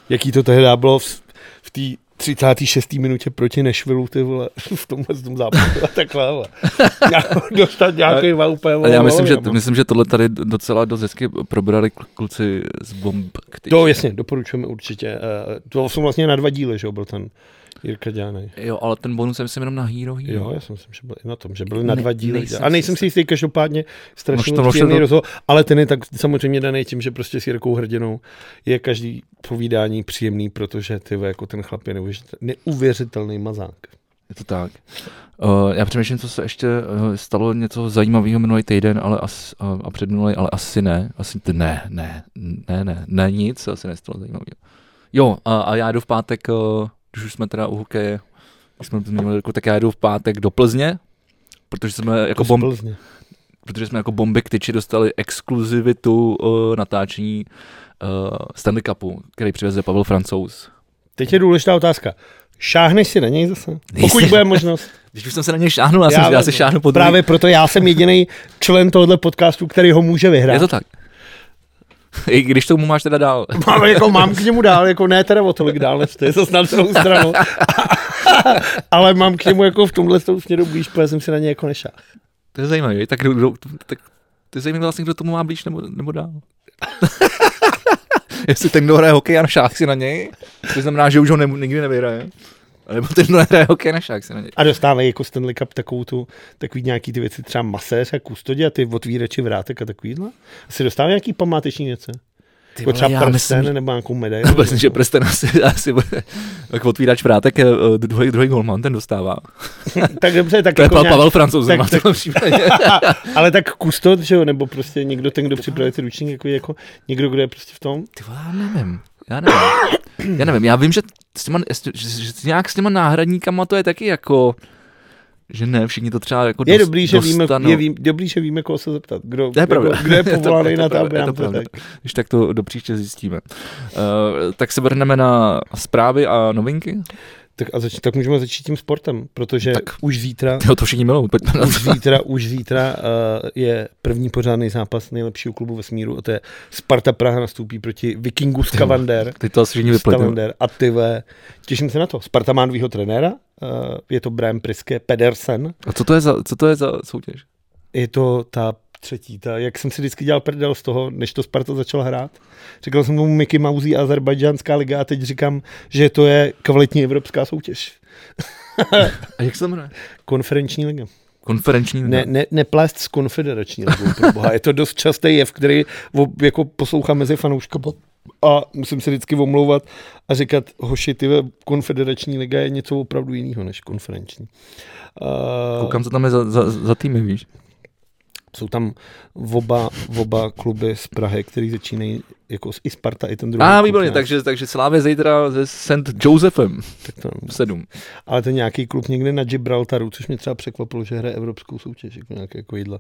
S2: Jaký to tehdy bylo v, v té 36. minutě proti Nešvilu, ty vole, [laughs] v tomhle tom zápasu a [laughs] takhle, vole. Já, dostat nějaký vaupé,
S1: A
S2: vole.
S1: já myslím že,
S2: vole,
S1: myslím, že tohle tady docela dost hezky probrali kl- kluci z bomb. Který...
S2: To jasně, doporučujeme určitě. Eh, To jsou vlastně na dva díly, že jo, byl ten Jirka Dělanej.
S1: Jo, ale ten bonus jsem si jenom na Hero Hero.
S2: Jo, já si myslím, že byl i na tom, že byl na
S1: Ne-
S2: dva díly.
S1: nejsem
S2: a
S1: si
S2: nejsem si
S1: jistý.
S2: jistý, každopádně strašně
S1: Možná to- možná
S2: příjemný
S1: to-
S2: rozhovor, ale ten je tak samozřejmě daný tím, že prostě s Jirkou Hrdinou je každý povídání příjemný, protože ty vole, jako ten chlap je neuvěřitel- neuvěřitelný mazák.
S1: Je to tak. Uh, já přemýšlím, co se ještě uh, stalo něco zajímavého minulý týden, ale as, uh, a předminulý, ale asi ne. Asi t- ne, ne, ne, ne, ne, nic se asi nestalo zajímavého. Jo, a, a já jdu v pátek, uh, když už jsme teda u hokeje, když jsme to zmínili, Jirku, tak já jdu v pátek do Plzně, protože jsme jako,
S2: z
S1: bomb,
S2: Plzně.
S1: protože jsme jako bomby k tyči dostali exkluzivitu uh, natáčení uh, Stanley Cupu, který přiveze Pavel Francouz.
S2: Teď je důležitá otázka. Šáhneš si na něj zase? Pokud
S1: Nejsem. [laughs]
S2: bude možnost.
S1: Když už jsem se na něj šáhnul, já, já, jsem, já se šáhnu po druhý.
S2: Právě proto já jsem jediný člen tohohle podcastu, který ho může vyhrát.
S1: Je to tak. I když tomu máš teda dál.
S2: Mám, jako, mám k němu dál, jako ne teda o tolik dál, než ty, zase na druhou stranu. [laughs] Ale mám k němu jako v tomhle tom směru blíž, protože jsem si na něj jako nešel.
S1: To je zajímavé. Tak, kdo, kdo, tak to je zajímavé vlastně, kdo tomu má blíž nebo, nebo [laughs] dál. Jestli ten, kdo hraje hokej a šách si na něj, to znamená, že už ho ne, nikdy nevyhraje. Nebo ten kdo nehraje hokej na šák se na něj.
S2: A dostávají jako Stanley Cup takovou tu, takový nějaký ty věci, třeba maséř a kustodě a ty otvírači vrátek a takovýhle. Asi dostávají nějaký památeční něco.
S1: Ty
S2: Jako
S1: vole,
S2: třeba
S1: já
S2: prsten
S1: myslím, že-
S2: myslím, nebo
S1: [laughs]
S2: nějakou medaili.
S1: Myslím, že prsten asi, asi bude, jak otvírač vrátek, eh, druhý, druhý golman, ten dostává.
S2: tak dobře, tak
S1: To je
S2: jako
S1: pa-
S2: nějak,
S1: Pavel Francouz,
S2: tak-
S1: má v tomhle případě.
S2: [laughs] ale tak kustod, že jo, nebo prostě někdo ten, kdo připravuje ty ručník, jako, jako někdo, kdo je prostě v tom.
S1: Ty vole, já nevím. Já nevím. Já nevím. Já vím, že, s těma, s- že, že nějak s těma náhradníkama to je taky jako, že ne, všichni to třeba jako
S2: Je
S1: dost-
S2: dobrý, že víme,
S1: dostanou.
S2: je vím, dobrý, že víme, koho se zeptat. Kdo, jako,
S1: To je pravda.
S2: Kdo, kdo je
S1: Je [laughs] to-
S2: povolaný
S1: je to
S2: na to,
S1: pravda,
S2: aby
S1: je
S2: nám
S1: to
S2: to
S1: pravda.
S2: tak.
S1: Když tak to do příště zjistíme. Uh, tak se vrhneme na zprávy a novinky.
S2: Tak, a zač- tak můžeme začít tím sportem, protože
S1: Tak. [laughs]
S2: už zítra
S1: Jo, to všichni milou. Pojďme na
S2: už
S1: to.
S2: zítra, už zítra uh, je první pořádný zápas nejlepšího klubu ve smíru a to je Sparta Praha nastoupí proti Vikingu Skavander.
S1: Ty to asi všichni vypletnou.
S2: Skavander a ty ve, těším se na to. Sparta má novýho trenéra, uh, je to Brian Priske Pedersen,
S1: A co to je za, co to je za soutěž?
S2: je to ta třetí, ta, jak jsem si vždycky dělal prdel z toho, než to Sparta začal hrát. Říkal jsem tomu Mickey Mousey Azerbajdžánská liga a teď říkám, že to je kvalitní evropská soutěž.
S1: A jak se to jmenuje?
S2: Konferenční liga. No.
S1: Konferenční.
S2: Ne, ne, neplést s konfederační ligou, pro boha. Je to dost častý jev, který o- jako poslouchám mezi fanouškama a musím se vždycky omlouvat a říkat, hoši, ty ve, konfederační liga je něco opravdu jiného než konferenční. Uh,
S1: Koukám, co tam je za, za, za týmy, víš?
S2: Jsou tam oba, oba kluby z Prahy, který začínají jako s- i Sparta, i ten druhý.
S1: A
S2: klub,
S1: výborně,
S2: ne?
S1: takže, takže Slávě zítra se St. Josephem
S2: Tak to,
S1: 7.
S2: ale to je nějaký klub někde na Gibraltaru, což mě třeba překvapilo, že hraje evropskou soutěž, jako nějaké jako jídla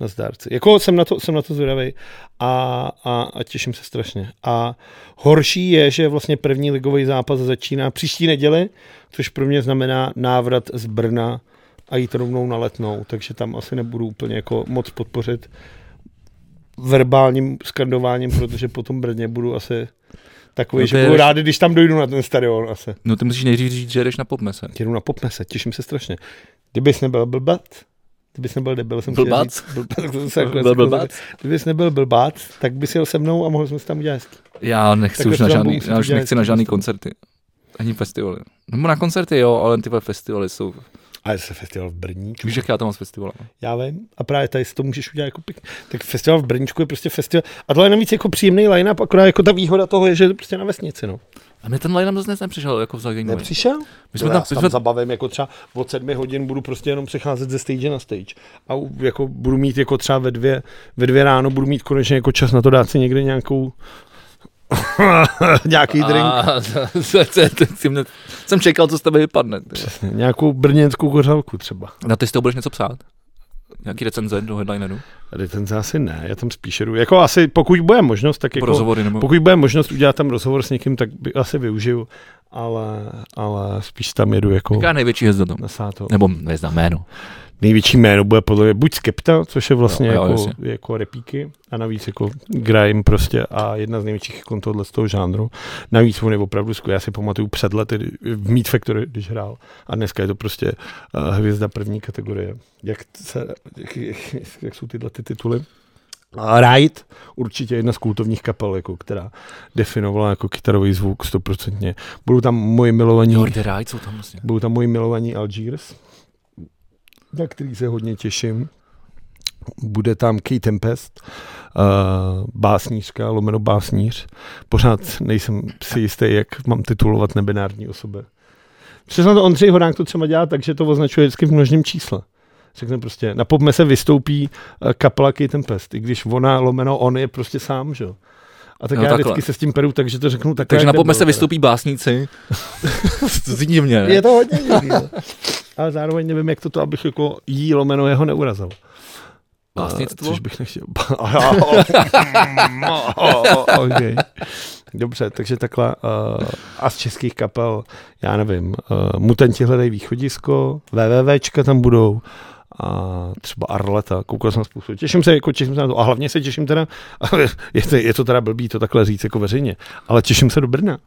S2: na zdárci. Jako jsem na to, jsem na to zvědavý a, a, a, těším se strašně. A horší je, že vlastně první ligový zápas začíná příští neděli, což pro mě znamená návrat z Brna a jít rovnou na letnou, takže tam asi nebudu úplně jako moc podpořit verbálním skandováním, protože po tom Brně budu asi takový,
S1: No to
S2: že
S1: je-
S2: budu rád, když tam dojdu na ten stadion asi.
S1: No ty musíš nejdřív říct, že jdeš na popmese.
S2: Jdu na popmese, těším se strašně. Kdybys nebyl blbat, kdybys nebyl debil, jsem chtěl
S1: Blbac?
S2: říct- blbat, tak jsem se nakonec
S1: Byl
S2: jako-
S1: blbác?
S2: Kdybys nebyl blbat, tak bys jel se mnou a mohl jsme se tam udělat. hezký.
S1: Já nechci
S2: Takhle
S1: už na
S2: třeba
S1: žádný,
S2: musíte
S1: já už
S2: dělat
S1: nechci na
S2: něco
S1: žádný
S2: prostě.
S1: koncerty. Ani festivaly. Nebo na koncerty jo, ale ty vole festivaly jsou.
S2: Ale se festival v Brníčku.
S1: Víš, jak já tam mám s festivalem.
S2: Já vím. A právě tady si to můžeš udělat jako pěkně. Tak festival v Brníčku je prostě festival. A tohle je navíc jako příjemný line-up, akorát jako ta výhoda toho je, že je to prostě na vesnici. No.
S1: A mě ten line-up zase nepřišel jako v zajímavý.
S2: Nepřišel?
S1: My
S2: No,
S1: jsme
S2: já
S1: tam,
S2: se
S1: my
S2: tam
S1: jsme,
S2: zabavím, jako třeba od sedmi hodin budu prostě jenom přecházet ze stage na stage. A u- jako budu mít jako třeba ve dvě, ve dvě ráno, budu mít konečně jako čas na to dát si někde nějakou [laughs] nějaký drink,
S1: A- [laughs] jsem- jsem čekal, co z tebe vypadne. ty vole.
S2: nějakou brněnskou kořalku třeba.
S1: Na ty z toho budeš něco psát? Nějaký recenze do headlineru?
S2: Recenze asi ne, já tam spíš jdu. Jako asi, pokud bude možnost, tak
S1: Jako,
S2: jako...
S1: rozhovory nebo...
S2: Pokud bude možnost udělat tam rozhovor s někým, tak by asi využiju, ale, ale spíš tam jedu jako
S1: Jaká je největší hvězda tam?
S2: na sátou.
S1: Nebo neznám jméno.
S2: Největší jméno bude podle mě buď Skepta, což je vlastně
S1: Jo,
S2: jo,
S1: jo,
S2: jako,
S1: jasně.
S2: jako repíky a navíc jako grime prostě a jedna z největších ikon tohle z toho žánru. Navíc on je opravdu skvělý. Já si pamatuju před lety kdy- v Meat Factory, když hrál a dneska je to prostě uh, hvězda první kategorie. Jak, se, jak, jak, jak jsou tyhle ty tituly? A Right, určitě jedna z kultovních kapel, jako, která definovala jako kytarový zvuk stoprocentně. Budou tam moji milovaní
S1: Jo, The Ride jsou tam vlastně.
S2: budou tam moji milovaní Algiers, na který se hodně těším. Bude tam Kate Tempest, uh, básnířka, lomeno básníř. Pořád nejsem si jistý, jak mám titulovat nebinární osoby. Přesně to Ondřej Horák to třeba dělá tak, že to označuje vždycky v množném čísle. Řekne prostě, na popme se vystoupí eh, kapela Kate Tempest, i když ona, lomeno on je prostě sám, že jo. A tak
S1: No
S2: no, já
S1: takhle.
S2: takhle. vždycky se s tím peru, takže to řeknu takhle.
S1: Takže
S2: jak
S1: na popme
S2: debil,
S1: se
S2: teda.
S1: vystoupí
S2: [laughs]
S1: básníci. to zní divně, ne?
S2: Je to [laughs] hodně divný, no. Ale zároveň nevím, jak to to, abych jako jí lomeno jeho neurazil. A,
S1: Básnictvo?
S2: Což bych nechtěl. [laughs] okay. Dobře, takže takhle. Uh, a z českých kapel, já nevím, uh, Mutanti hledají východisko, VVVčka tam budou, a třeba Arleta, koukal jsem na spoustu. Těším se, jako těším se na to. A hlavně se těším teda, [laughs] je to, je to teda blbý to takhle říct jako veřejně, ale těším se do Brna.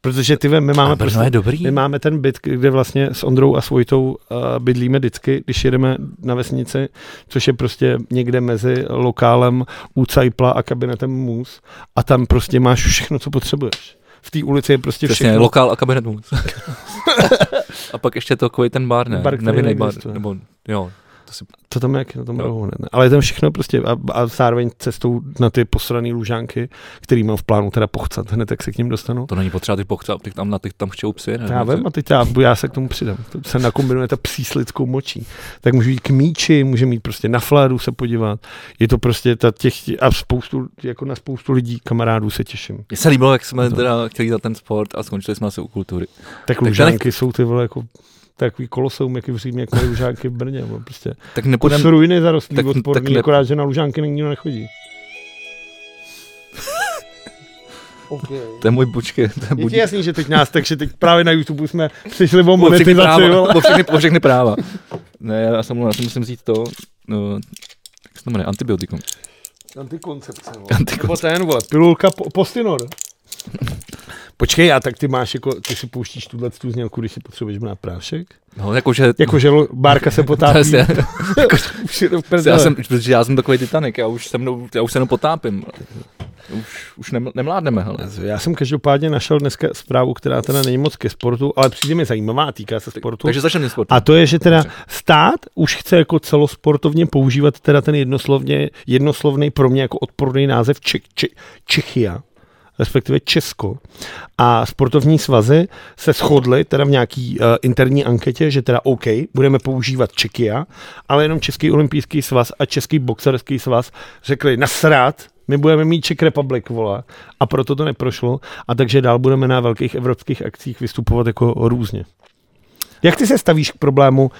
S2: Protože ty ve- my máme prostě
S1: A Brno je dobrý.
S2: my máme ten byt, kde vlastně s Ondrou a s Vojtou eh, bydlíme vždycky, když jedeme na vesnici, což je prostě někde mezi lokálem u Cajpla a kabinetem Můz. A tam prostě máš všechno, co potřebuješ. v té ulici je prostě
S1: Přesně,
S2: všechno.
S1: lokál a kabinet
S2: [laughs]
S1: mus. a pak ještě takový ten bar, ne?
S2: Bar,
S1: Bar,
S2: který
S1: Nevinný bar.
S2: neexistuje.
S1: Nebo, jo,
S2: To tam jak na tom
S1: Jo.
S2: rohu, ne? ne. Ale je tam všechno prostě a, a zároveň cestou na ty posrané lužánky, který mám v plánu teda pochcat hned, jak se k ním dostanu.
S1: to není potřeba ty pochcát, ty tam na těch tam chčou psy, ne?
S2: To já vím a teď já, já se k tomu přidám. To se nakombinuje ta psíslickou močí. Tak může jít k míči, může mít prostě na fléru se podívat. Je to prostě ta těch, a spoustu, jako na spoustu lidí, kamarádů se těším.
S1: Mně se líbilo, jak jsme
S2: To.
S1: teda chtěli za ten sport a skončili jsme asi u kultury.
S2: Tak
S1: to
S2: lužánky jsou ty vole jako takový koloseum, jak je v Římě, jak mají lužánky v Brně. bo Prostě.
S1: Tak
S2: Kus
S1: nepůjdem,
S2: ruiny zarostlý,
S1: tak-
S2: tak,
S1: tak
S2: odporný, tak
S1: ne-
S2: akorát, že na lužánky nikdo [laughs] nechodí. Okay.
S1: to je můj bučky, to je
S2: Je ti
S1: budík.
S2: jasný, že teď nás, takže teď právě na YouTube jsme přišli o
S1: O všechny
S2: monetizaci,
S1: práva,
S2: vole.
S1: o všechny, o všechny práva. Ne, já jsem mluvil, já si musím vzít to, no, jak se to jmenuje, antibiotikum.
S2: Antikoncepce, vole.
S1: Antikoncepce.
S2: Nebo ten, vole, pilulka po, postinor. [laughs] Počkej, a tak ty máš jako, ty si pouštíš tuhle tu znělku, když si potřebuješ brát prášek?
S1: No, jakože... [laughs]
S2: Jakože lo- bárka se potápí. [laughs] Jako,
S1: Jasně.
S2: Už je to v prdele.
S1: já jsem, protože já jsem takový Titanic, já už se mnou, já už se jenom potápím. Už, už nem, nemládneme, hele.
S2: já jsem každopádně našel dneska zprávu, která teda není moc ke sportu, ale přijde mi zajímavá, a týká se sportu.
S1: Takže začneme sport.
S2: A to je, že teda stát už chce jako celosportovně používat teda ten jednoslovně, jednoslovný pro mě jako odporný název Čech, Čech, Čechia, respektive Česko. A sportovní svazy se shodly teda v nějaký uh, interní anketě, že teda OK, budeme používat Čechia, ale jenom Český olympijský svaz a Český boxerský svaz řekli nasrát, my budeme mít Czech Republic, vole. A proto to neprošlo. A takže dál budeme na velkých evropských akcích vystupovat jako různě. Jak ty se stavíš k problému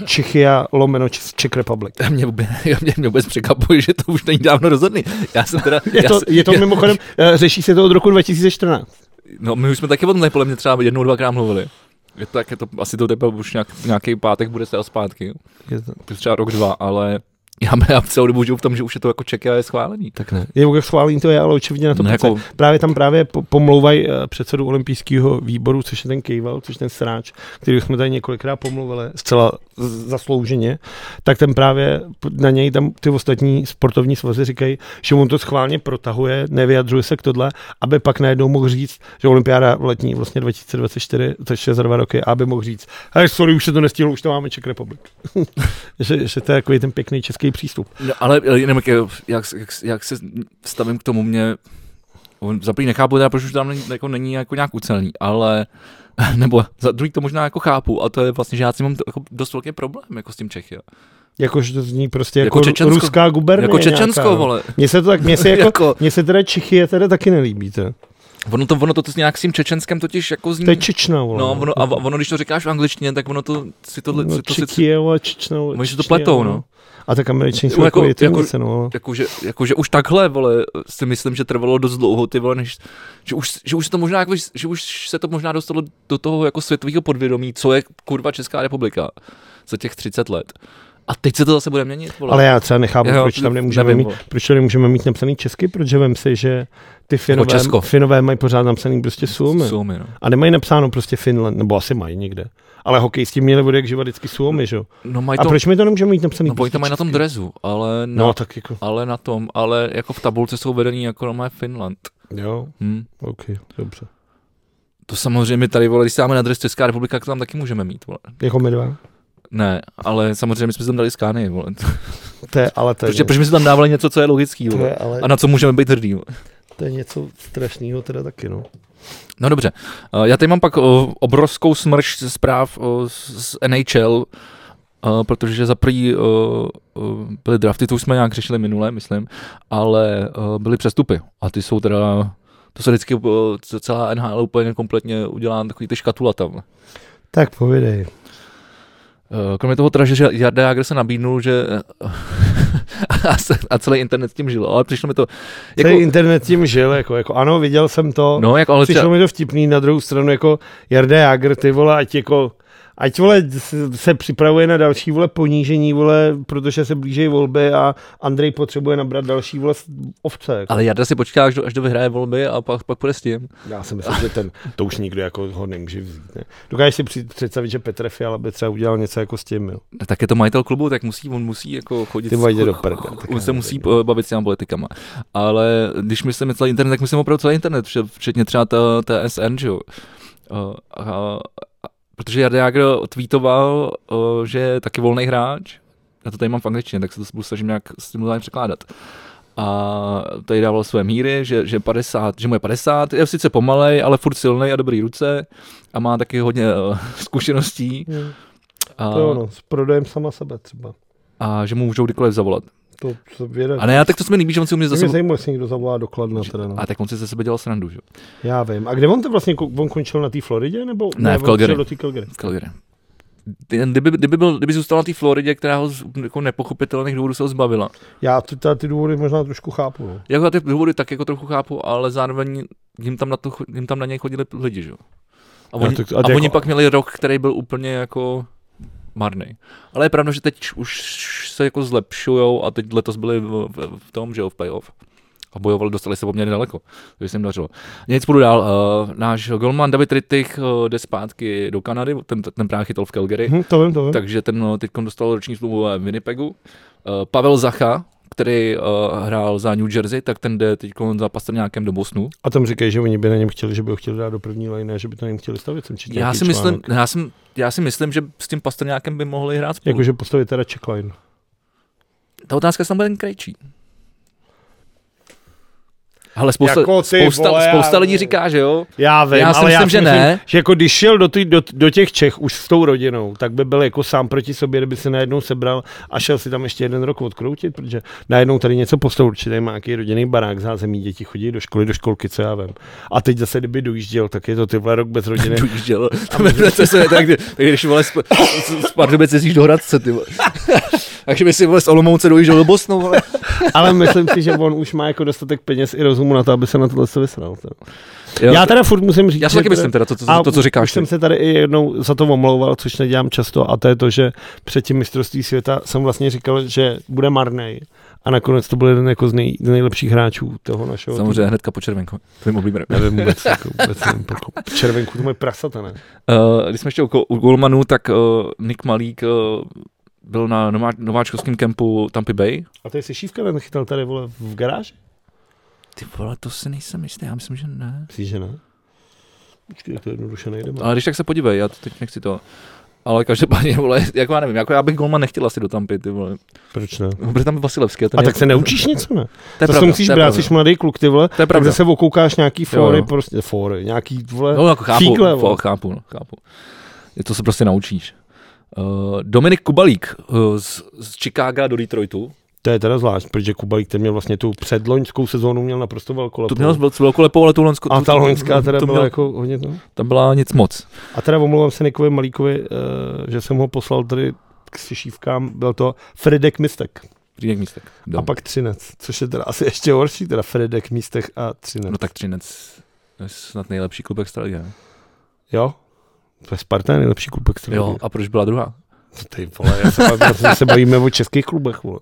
S2: uh, Čechia lomeno Čes- Czech Republic?
S1: To mě, vůbec, [laughs] mě, mě vůbec překvapuje, že to už není dávno rozhodný. Já jsem teda...
S2: Je to,
S1: já, jsem-
S2: je to mimochodem, uh, řeší se to od roku 2014.
S1: No, my už jsme taky o tomhle podle mě třeba jednou, dvakrát mluvili. Je to, tak, je to asi to teprve už nějak, nějaký pátek bude se zpátky.
S2: Je to,
S1: To je třeba rok, dva, ale já, já celou dobu žiju v tom, že už je to jako čeky a je schválený. Tak ne.
S2: je jako schválení to je, ale očividně na to
S1: No,
S2: no,
S1: jako-
S2: jako... Právě tam právě po- pomlouvají eh, předsedu olympijského výboru, což je ten Kejval, což je ten sráč, který už jsme tady několikrát pomluvili, zcela z- zaslouženě, tak ten právě p- na něj tam ty ostatní sportovní svazy říkají, že on to schválně protahuje, nevyjadřuje se k tohle, aby pak najednou mohl říct, že olympiáda v letní vlastně 2024, což je za dva roky, aby mohl říct, hej, sorry, už se to nestihlo, už to máme Czech Republic. [laughs] že, že to je takový ten pěkný český přístup.
S1: No, ale ale jenom jak, jak, jak, jak, se stavím k tomu, mě on za prvý nechápu, teda, proč už tam není, jako, není jako nějak ucelný, ale [laughs] nebo za druhý to možná jako chápu, a to je vlastně, že já si mám to, jako dost velký problém jako s tím Čechy.
S2: Jakože to zní prostě
S1: Jako
S2: jako, jako
S1: Čečensko.
S2: ruská gubernie.
S1: Jako Čečensko,
S2: nějaká, no.
S1: vole.
S2: Mně se to tak, mně
S1: [laughs]
S2: se jako,
S1: Jako-
S2: jako... mně se teda Čechy teda taky nelíbí, to.
S1: Ono to, ono to, to s nějak s tím Čečenskem totiž jako zní...
S2: To je Čečna, vole.
S1: No, ono, a v- ono, když to říkáš v angličtině, tak ono to si to,
S2: no,
S1: no, to si,
S2: Čechy, vole, Čečna, vole,
S1: Oni si to
S2: Čečně,
S1: pletou,
S2: vole.
S1: no.
S2: A tak američané jsou
S1: Jako-
S2: jako, jako,
S1: jako-
S2: jako, no, vole.
S1: jakože, jakože, už takhle, vole, si myslím, že trvalo dost dlouho, ty vole, než, že už, že už, se to možná, jako, že už se to možná dostalo do toho jako světového podvědomí, co je kurva Česká republika za těch 30 let. A teď se to zase bude měnit, vole.
S2: Ale já třeba nechápu,
S1: Jo,
S2: proč tam nemůžeme
S1: nevím,
S2: mít,
S1: vole.
S2: proč to nemůžeme mít napsaný česky, protože vem si, že ty finové,
S1: Jako Česko.
S2: finové mají pořád napsaný prostě Suomi.
S1: Suomi, no.
S2: A nemají napsáno prostě Finland, nebo asi mají někde. Ale hokejisti měli bude jak živa vždycky Suomi, že jo?
S1: no mají
S2: A
S1: to,
S2: proč my to nemůžeme mít napsaný
S1: no, oni
S2: prostě
S1: to mají na tom
S2: česky?
S1: drezu, ale na,
S2: No, tak jako,
S1: ale na tom, ale jako v tabulce jsou vedený jako na Finland.
S2: jo,
S1: Hm.
S2: ok, dobře.
S1: To samozřejmě tady, vole, když se dáme na dres Česká republika, tak to tam taky můžeme mít, vole.
S2: Jako my dva.
S1: Ne, ale samozřejmě my jsme si tam dali skány, vole.
S2: To je, ale to je,
S1: Protože, protože my jsme tam dávali něco, co je logický,
S2: to
S1: vole.
S2: je, ale,
S1: A na co můžeme být hrdí. vole.
S2: to je něco strašného teda taky, no.
S1: No dobře, Eh, já tady mám pak eh, obrovskou smrš ze zpráv eh, z z NHL, eh, protože za prvý eh, eh, byly drafty, to už jsme nějak řešili minule, myslím, ale eh, byly přestupy a ty jsou teda, to se vždycky eh, celá NHL úplně kompletně udělá takový ty škatula tam.
S2: Tak povědej.
S1: Jako- Eh, Kromě toho teda, že že Jarda Jágr se nabídnul, že [laughs] a, se, a celý internet s tím žil, ale přišlo mi to,
S2: Jako...
S1: jako,
S2: Celý internet tím žil, jako, jako ano, viděl jsem to, no,
S1: no jak ale
S2: přišlo
S1: třeba,
S2: mi to vtipný, na druhou stranu jako Jarda Jágr, ty vole, ať jako Ať vole se- se připravuje na další vole ponížení, vole, protože se blížejí volby a Andrej potřebuje nabrat další vole s- ovce. Jako.
S1: Ale Jarda si počká, až, do, až do vyhraje volby a pak, pak půjde s tím.
S2: Já si myslím, že ten, to už nikdo jako ho nemůže vzít. Ne? Dokážeš si při- představit, že Petr Fiala by třeba udělal něco jako s tím, jo?
S1: No, Tak je to majitel klubu, tak musí, on musí jako chodit.
S2: Ty vole, jde do
S1: cho-
S2: prdele,
S1: cho-
S2: tak já
S1: On se
S2: nevím.
S1: musí eh, bavit s těma politikama. Ale když myslím celý internet, tak myslím opravdu celý internet, vše- včetně třeba ta- TSN, že jo. Eh, A, a, protože Jarda Jágr tweetoval, eh, že je taky volný hráč. Já to tady mám v angličtině, tak se to budu snažím nějak s tím zájem překládat. A tady dával své míry, že, že, 50, že mu je 50, je sice pomalej, ale furt silný a dobrý ruce a má taky hodně eh, [laughs] zkušeností. A,
S2: To jo, no, s prodejem sama sebe třeba.
S1: a že mu můžou kdykoliv zavolat.
S2: To, to věde.
S1: A ne, já tak to se mi líbí, že on si umí
S2: Mě
S1: zase...
S2: zajímalo, jestli někdo zavolá dokladna teda, no.
S1: A tak on si ze sebe dělal srandu, že? jo,
S2: Já vím. A kde on to vlastně, ko- on končil na té Floridě, nebo?
S1: Ne, v
S2: on
S1: Calgary.
S2: přišel do té Calgary.
S1: v Calgary. Ty- Kdyby, kdyby, byl, kdyby zůstal na té Floridě, která ho z jako nepochopitelných důvodů se ho zbavila.
S2: Já ty, ta, ty důvody možná trošku chápu, no.
S1: Jako já ty důvody tak jako trochu chápu, ale zároveň jim tam na, to, cho- jim tam na něj chodili lidi, že? jo. A
S2: Já
S1: oni,
S2: to- a
S1: a
S2: to jako-
S1: oni pak měli rok, který byl úplně jako marný. Ale je pravda, že teď už se jako zlepšujou a teď letos byli v, v, v tom, že jo, v playoff. A bojovali, dostali se poměrně daleko, takže se jim dařilo. Nic půjdu dál. Uh, náš golman David Rittich uh, jde zpátky do Kanady, ten, ten právě chytal v Calgary.
S2: Hm, to vím, to vím.
S1: Takže ten teď dostal roční smlouvu v Winnipegu. Eh, Pavel Zacha, který eh, hrál za New Jersey, tak ten jde teď za Pastrňákem do Bosnu.
S2: A tam říkají, že oni by na něm chtěli, že by ho chtěli dát do první line, že by to na něm chtěli stavit. Jsem četl
S1: Já
S2: nějaký
S1: si, myslím,
S2: článek.
S1: já, jsem, já si myslím, že s tím Pastrňákem by mohli hrát spolu.
S2: Jakože postavit teda check line.
S1: Ta otázka je, jestli tam bude ten krejčí. Ale spousta,
S2: Jako ty
S1: spousta,
S2: vole,
S1: spousta
S2: ale-
S1: lidí říká, že jo.
S2: Já vím,
S1: Já si
S2: ale já
S1: myslím,
S2: si
S1: že
S2: myslím,
S1: ne.
S2: Že jako když šel do, ty, do, do, těch Čech už s tou rodinou, tak by byl jako sám proti sobě, kdyby se najednou sebral a šel si tam ještě jeden rok odkroutit, protože najednou tady něco postavil, určitě tady má nějaký rodinný barák zázemí, děti chodí do školy, do školky, co já vím. A teď zase, kdyby dojížděl, tak je to ty vole rok
S1: [laughs]
S2: bez rodiny.
S1: Dojížděl.
S2: [laughs]
S1: To je- to je tak, kdy- tak když vole z, z, z Pardubic jezdíš do Hradce, ty vole. [laughs] Takže by si vole z Olomouce dojížděl do Bosnu, vole.
S2: ale myslím si, že on už má jako dostatek peněz i rozumu na to, aby se na tohle se vysral. teda.
S1: Jo,
S2: Já teda furt musím říct,
S1: já si
S2: že
S1: taky myslím teda to, co, to, co říkáš.
S2: Už jsem
S1: ty.
S2: se tady i jednou za to omlouval, což nedělám často, a to je to, že před tím mistrovství světa jsem vlastně říkal, že bude marný. A nakonec to byl jeden jako z, nej, z nejlepších hráčů toho našeho. týmu.
S1: Samozřejmě hnedka po červenku, tvým oblíbeným.
S2: Nevím vůbec, jako, vůbec nevím, jako, červenku to moje prasata, ne?
S1: Uh, když jsme ještě u, ko- u Golmanů, tak uh, Nick Malík uh, byl na nová- nováčkovském kempu Tampa Bay.
S2: A to je si šívka nechytal tady, vole, v garáži?
S1: Ty vole, to si nejsem jistý, já myslím, že ne.
S2: Myslíš, že ne? Počkej, to jednoduše nejde. Ale...
S1: Ale když tak se podívej, já to teď nechci to. Ale každopádně, vole, jako já nevím, jako já bych Golman nechtěl asi do Tampy, ty vole.
S2: Proč ne?
S1: Bude tam Vasilevský. ten
S2: A
S1: je- jako-
S2: tak se neučíš něco, ne?
S1: To je
S2: To se
S1: pravda,
S2: musíš
S1: to je
S2: brát,
S1: pravda.
S2: jsi mladý kluk, ty vole,
S1: To je pravda.
S2: tak se okoukáš nějaký fóry,
S1: jo.
S2: prostě, fóry, nějaký, vole,
S1: No, jako chápu,
S2: fígle,
S1: Fígle,
S2: vole.
S1: chápu, no, chápu. Je To se prostě naučíš. Uh, Dominik Kubalík uh, z, z Chicaga do Detroitu.
S2: To je teda zvlášť, protože Kubalík ten měl vlastně tu předloňskou sezónu měl naprosto
S1: To
S2: velkolepou.
S1: měl velkolepou, ale tu lonskou.
S2: a
S1: tu-
S2: ta loňská
S1: tu-
S2: teda
S1: tu
S2: byla
S1: měl-
S2: jako hodně no.
S1: Tam byla nic moc.
S2: A teda omlouvám se Nikovi Malíkovi, eh, že jsem ho poslal tady k sešívkám, byl to Fredek Mistek
S1: Přídek místek.
S2: no. a pak Třinec, což je teda asi ještě horší, teda Fredek Místek a Třinec.
S1: No
S2: No.
S1: tak Třinec je snad nejlepší klub extraligy. ne?
S2: Jo? To je Sparta je nejlepší klub extraligy.
S1: Jo, a proč byla druhá?
S2: To Ty vole, já se, bavím, já se bavíme o českých
S1: [laughs]
S2: klubech, vole.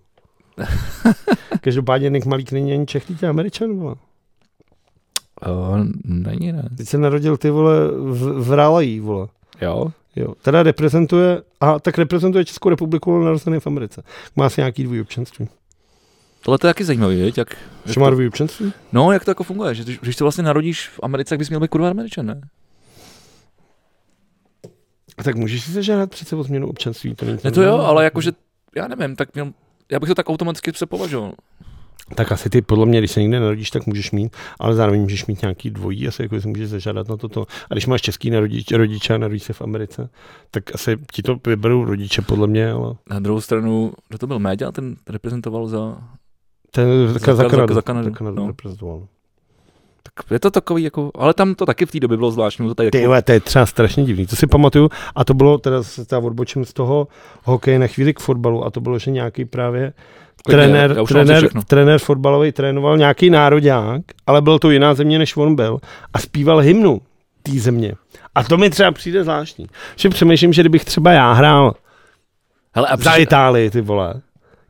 S2: Každopádně Nik Malík není ani Čech, teď je Američan, vole. Eh,
S1: Uh, není, ne.
S2: Teď se narodil ty vole v, v Rálají, vole.
S1: Jo.
S2: Jo, teda reprezentuje, a tak reprezentuje Českou republiku, ale narozený v Americe. Má si nějaký dvě občanství.
S1: Tohle to je taky zajímavý, věď? Jak, jak
S2: Že má
S1: to,
S2: dvě občanství?
S1: no, jak to jako funguje? Že, když- když se vlastně narodíš v Americe, tak bys měl být kurva Američan, ne?
S2: A tak můžeš si zažádat přece o změnu občanství. To, není
S1: Ne to jo, ale jakože, já nevím, tak měl, já bych to tak automaticky se považoval.
S2: Tak asi ty, podle mě, když se nikde narodíš, tak můžeš mít, ale zároveň můžeš mít nějaký dvojí, asi jako si můžeš zažádat na toto. A když máš český narodič, rodiče a narodíš se v Americe, tak asi ti to vyberou rodiče, podle mě, ale
S1: Na druhou stranu, kdo to byl Média, ten reprezentoval za,
S2: ten za, za, Kanadu,
S1: za Kanadu,
S2: za Kanadu
S1: no.
S2: reprezentoval.
S1: tak je to takový jako, ale tam to taky v té době bylo zvláštní, bylo to tady
S2: Ty
S1: jako,
S2: vole, to je třeba strašně divný, to si pamatuju. A to bylo, teda se teda odbočím z toho hokeje na chvíli k fotbalu, a to bylo, že nějaký právě
S1: Klidně,
S2: trenér,
S1: já už mám
S2: trenér,
S1: všechno.
S2: trenér fotbalový trénoval nějaký nároďák, ale byl to jiná země, než on byl. A zpíval hymnu té země. A to mi třeba přijde zvláštní. Že přemýšlím, že kdybych třeba já hrál
S1: Hele, a
S2: za
S1: přišel,
S2: Itálii, ty vole,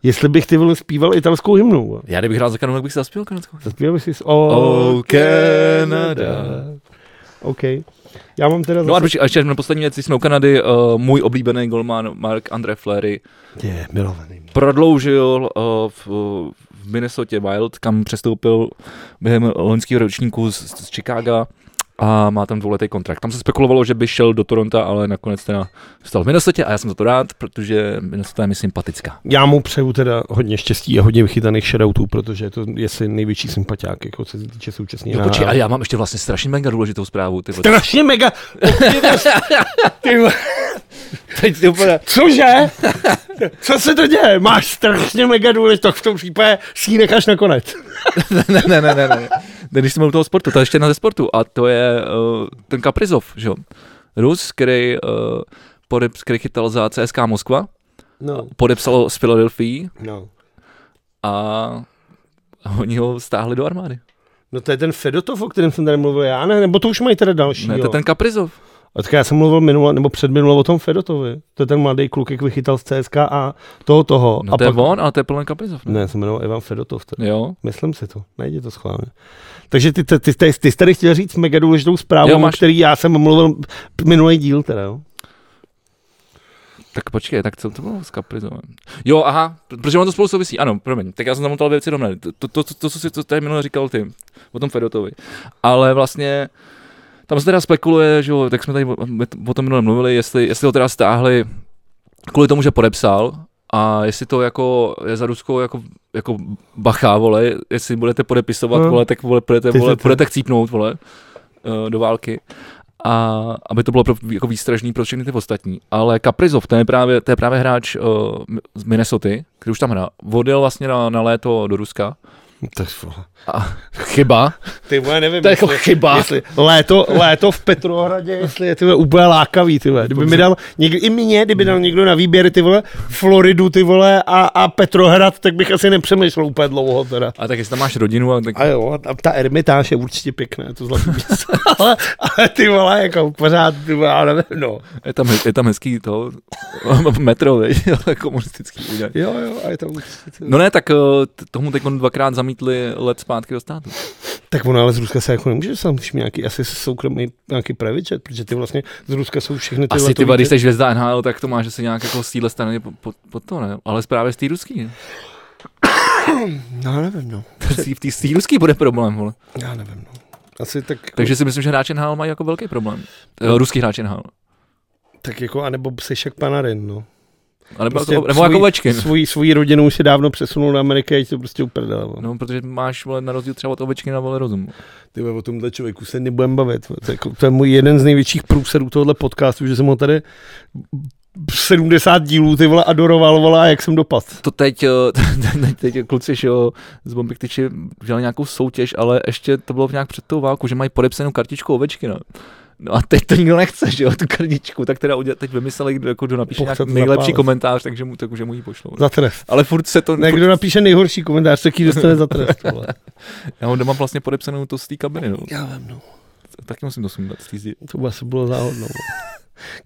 S2: jestli bych ty vole zpíval italskou hymnu. vole.
S1: já kdybych hrál za Kanadu, tak bych se zaspěl kanadskou.
S2: Zaspíval bych si s Oh,
S1: Oh, Canada.
S2: OK. Já mám teda
S1: No a,
S2: zase...
S1: doč- a ještě na poslední věc, když jsme u Kanady, uh, můj oblíbený golman Mark André Fleury
S2: Je, milovaný.
S1: prodloužil uh, v, v Minnesota Wild, kam přestoupil během loňského ročníku z, z Chicaga a má tam dvouletý kontrakt. Tam se spekulovalo, že by šel do Toronto, ale nakonec teda stal v Minnesota a já jsem za to rád, protože Minnesota je mi sympatická.
S2: Já mu přeju teda hodně štěstí a hodně vychytaných shoutoutů, protože je to jestli největší sympatiák, jako se týče současně.
S1: Jo, počkej, ale já mám ještě vlastně strašně mega důležitou zprávu. Ty, vole.
S2: Strašně mega. Ty vole,
S1: teď ty úplně...
S2: [laughs] Cože? Co se to děje? Máš strašně mega důležitou, v tom případě si ji necháš nakonec.
S1: ne, ne, ne, ne, ne. Ne, Když jsme u toho sportu, to je ještě jedna ze sportu a to je uh, ten Kaprizov, že jo. Rus, který, uh, podep, který chytal za CSK Moskva,
S2: No,
S1: podepsal s Filadelfií
S2: no.
S1: a oni ho stáhli do armády.
S2: No to je ten Fedotov, o kterém jsem tady mluvil já, ne, nebo to už mají teda další,
S1: Ne, to
S2: jo.
S1: je ten Kaprizov.
S2: A tak já jsem mluvil minule, nebo předminule o tom Fedotovi. To je ten mladý kluk, jak vychytal z CSK a toho toho.
S1: No
S2: a
S1: to je on, ale to je plný Kaprizov. Ne?
S2: Ne, se jmenoval Ivan Fedotov. Teda.
S1: Jo,
S2: Myslím si to, nejde to schválně. Takže ty, ty, ty, ty, ty jsi tady chtěl říct mega důležitou zprávu,
S1: Jo,
S2: jo,
S1: máš-
S2: o který já jsem mluvil minulý díl teda, jo.
S1: tak počkej, tak co to bylo s Kaprizovem? Jo, aha, protože on to spolu souvisí, ano, promiň, tak já jsem tam motal věci dohromady. To, to, to, to, to, co si to tady minule říkal ty, o tom Fedotovi. Ale vlastně tam se teda spekuluje, že jo, tak jsme tady o, o tom minule mluvili, jestli, jestli ho teda stáhli kvůli tomu, že podepsal, a jestli to jako je za Rusko jako, jako bacha, vole, jestli budete podepisovat,
S2: No.
S1: vole, tak vole, budete,
S2: Ty
S1: vole,
S2: zete.
S1: budete chcípnout, vole, eh, do války. A aby to bylo pro, jako výstražný pro všechny ty ostatní. Ale Kaprizov, ten je právě, ten je právě hráč eh, z Minnesota, který už tam hrá, odjel vlastně na, na léto do Ruska.
S2: Tak vole.
S1: [laughs] Chyba.
S2: Ty vole, nevím,
S1: To je jako chyba.
S2: jestli léto, léto v [laughs] Petrohradě, jestli je ty vole, úplně lákavý, ty vole. Kdyby mi dal, někdo, i mě, kdyby dal někdo na výběr, ty vole, Floridu, ty vole, a, a Petrohrad, tak bych asi nepřemýšlel úplně dlouho teda.
S1: A tak jestli tam máš rodinu, a tak
S2: A jo, a ta ermitáž je určitě pěkná, to zlatý [laughs] město, ale, ale ty vole, jako pořád, ty vole, já nevím, no.
S1: je tam, je tam hezký to [laughs] metro, viď, [laughs] komunistický údaj.
S2: Jo, jo, a je tam určitě. ty vole.
S1: No ne, tak eh, t- tomu teď dvakrát zamítli let zpátky do státu.
S2: Tak ono ale z Ruska se jako nemůže sám všim nějaký, asi soukromý nějaký private jet, protože ty vlastně z Ruska jsou všechny ty
S1: Asi ty,
S2: letový
S1: vole, když
S2: jety.
S1: jsi hvězda NHL, tak to máš asi nějak jako z téhle strany pod po, po to, ne? Ale právě z té ruský. ne?
S2: No, já nevím, no.
S1: V té- Z té ruský bude problém, vole.
S2: Já nevím, no. Asi tak,
S1: Takže si myslím, že hráči NHL mají jako velký problém. Eh, Ruský hráč NHL.
S2: tak jako, anebo sešak panarin, no.
S1: A nebo, prostě jako, nebo jako Ovečkin.
S2: Svoji, svoji rodinu už si dávno přesunul do Ameriky a je to prostě uprdele. No.
S1: No, protože máš vole, na rozdíl třeba od Ovečkina vole rozum.
S2: Ty vole, o tomhle člověku se nebudem bavit. vole. To je, jako, to je můj jeden z největších průsedů tohohle podcastu, že jsem ho tady 70 dílů ty vole adoroval, vole, a jak jsem dopad.
S1: To teď, eh, [laughs] teď, teď kluci že jo, z Bombiktyči dělali nějakou soutěž, ale ještě to bylo nějak před tou válkou, že mají podepsanou kartičku Ovečkina. No a teď to nikdo nechce, že jo, tu kartičku, tak teda udělat, teď vymysleli, kdo, jako, kdo napíše
S2: Pochce
S1: nějak
S2: to
S1: nejlepší
S2: zapálit. No.
S1: komentář, takže mu, takže mu ji pošlou.
S2: Za trest.
S1: Ale furt se No, to...
S2: Ne,
S1: furt-
S2: kdo napíše nejhorší komentář, tak ji dostane za trest.
S1: [laughs]
S2: Vole.
S1: Já mám doma vlastně podepsanou to z té kabiny, no.
S2: Já vím, no.
S1: Taky musím to sundat z té zdi.
S2: To by asi bylo záhodno. vole.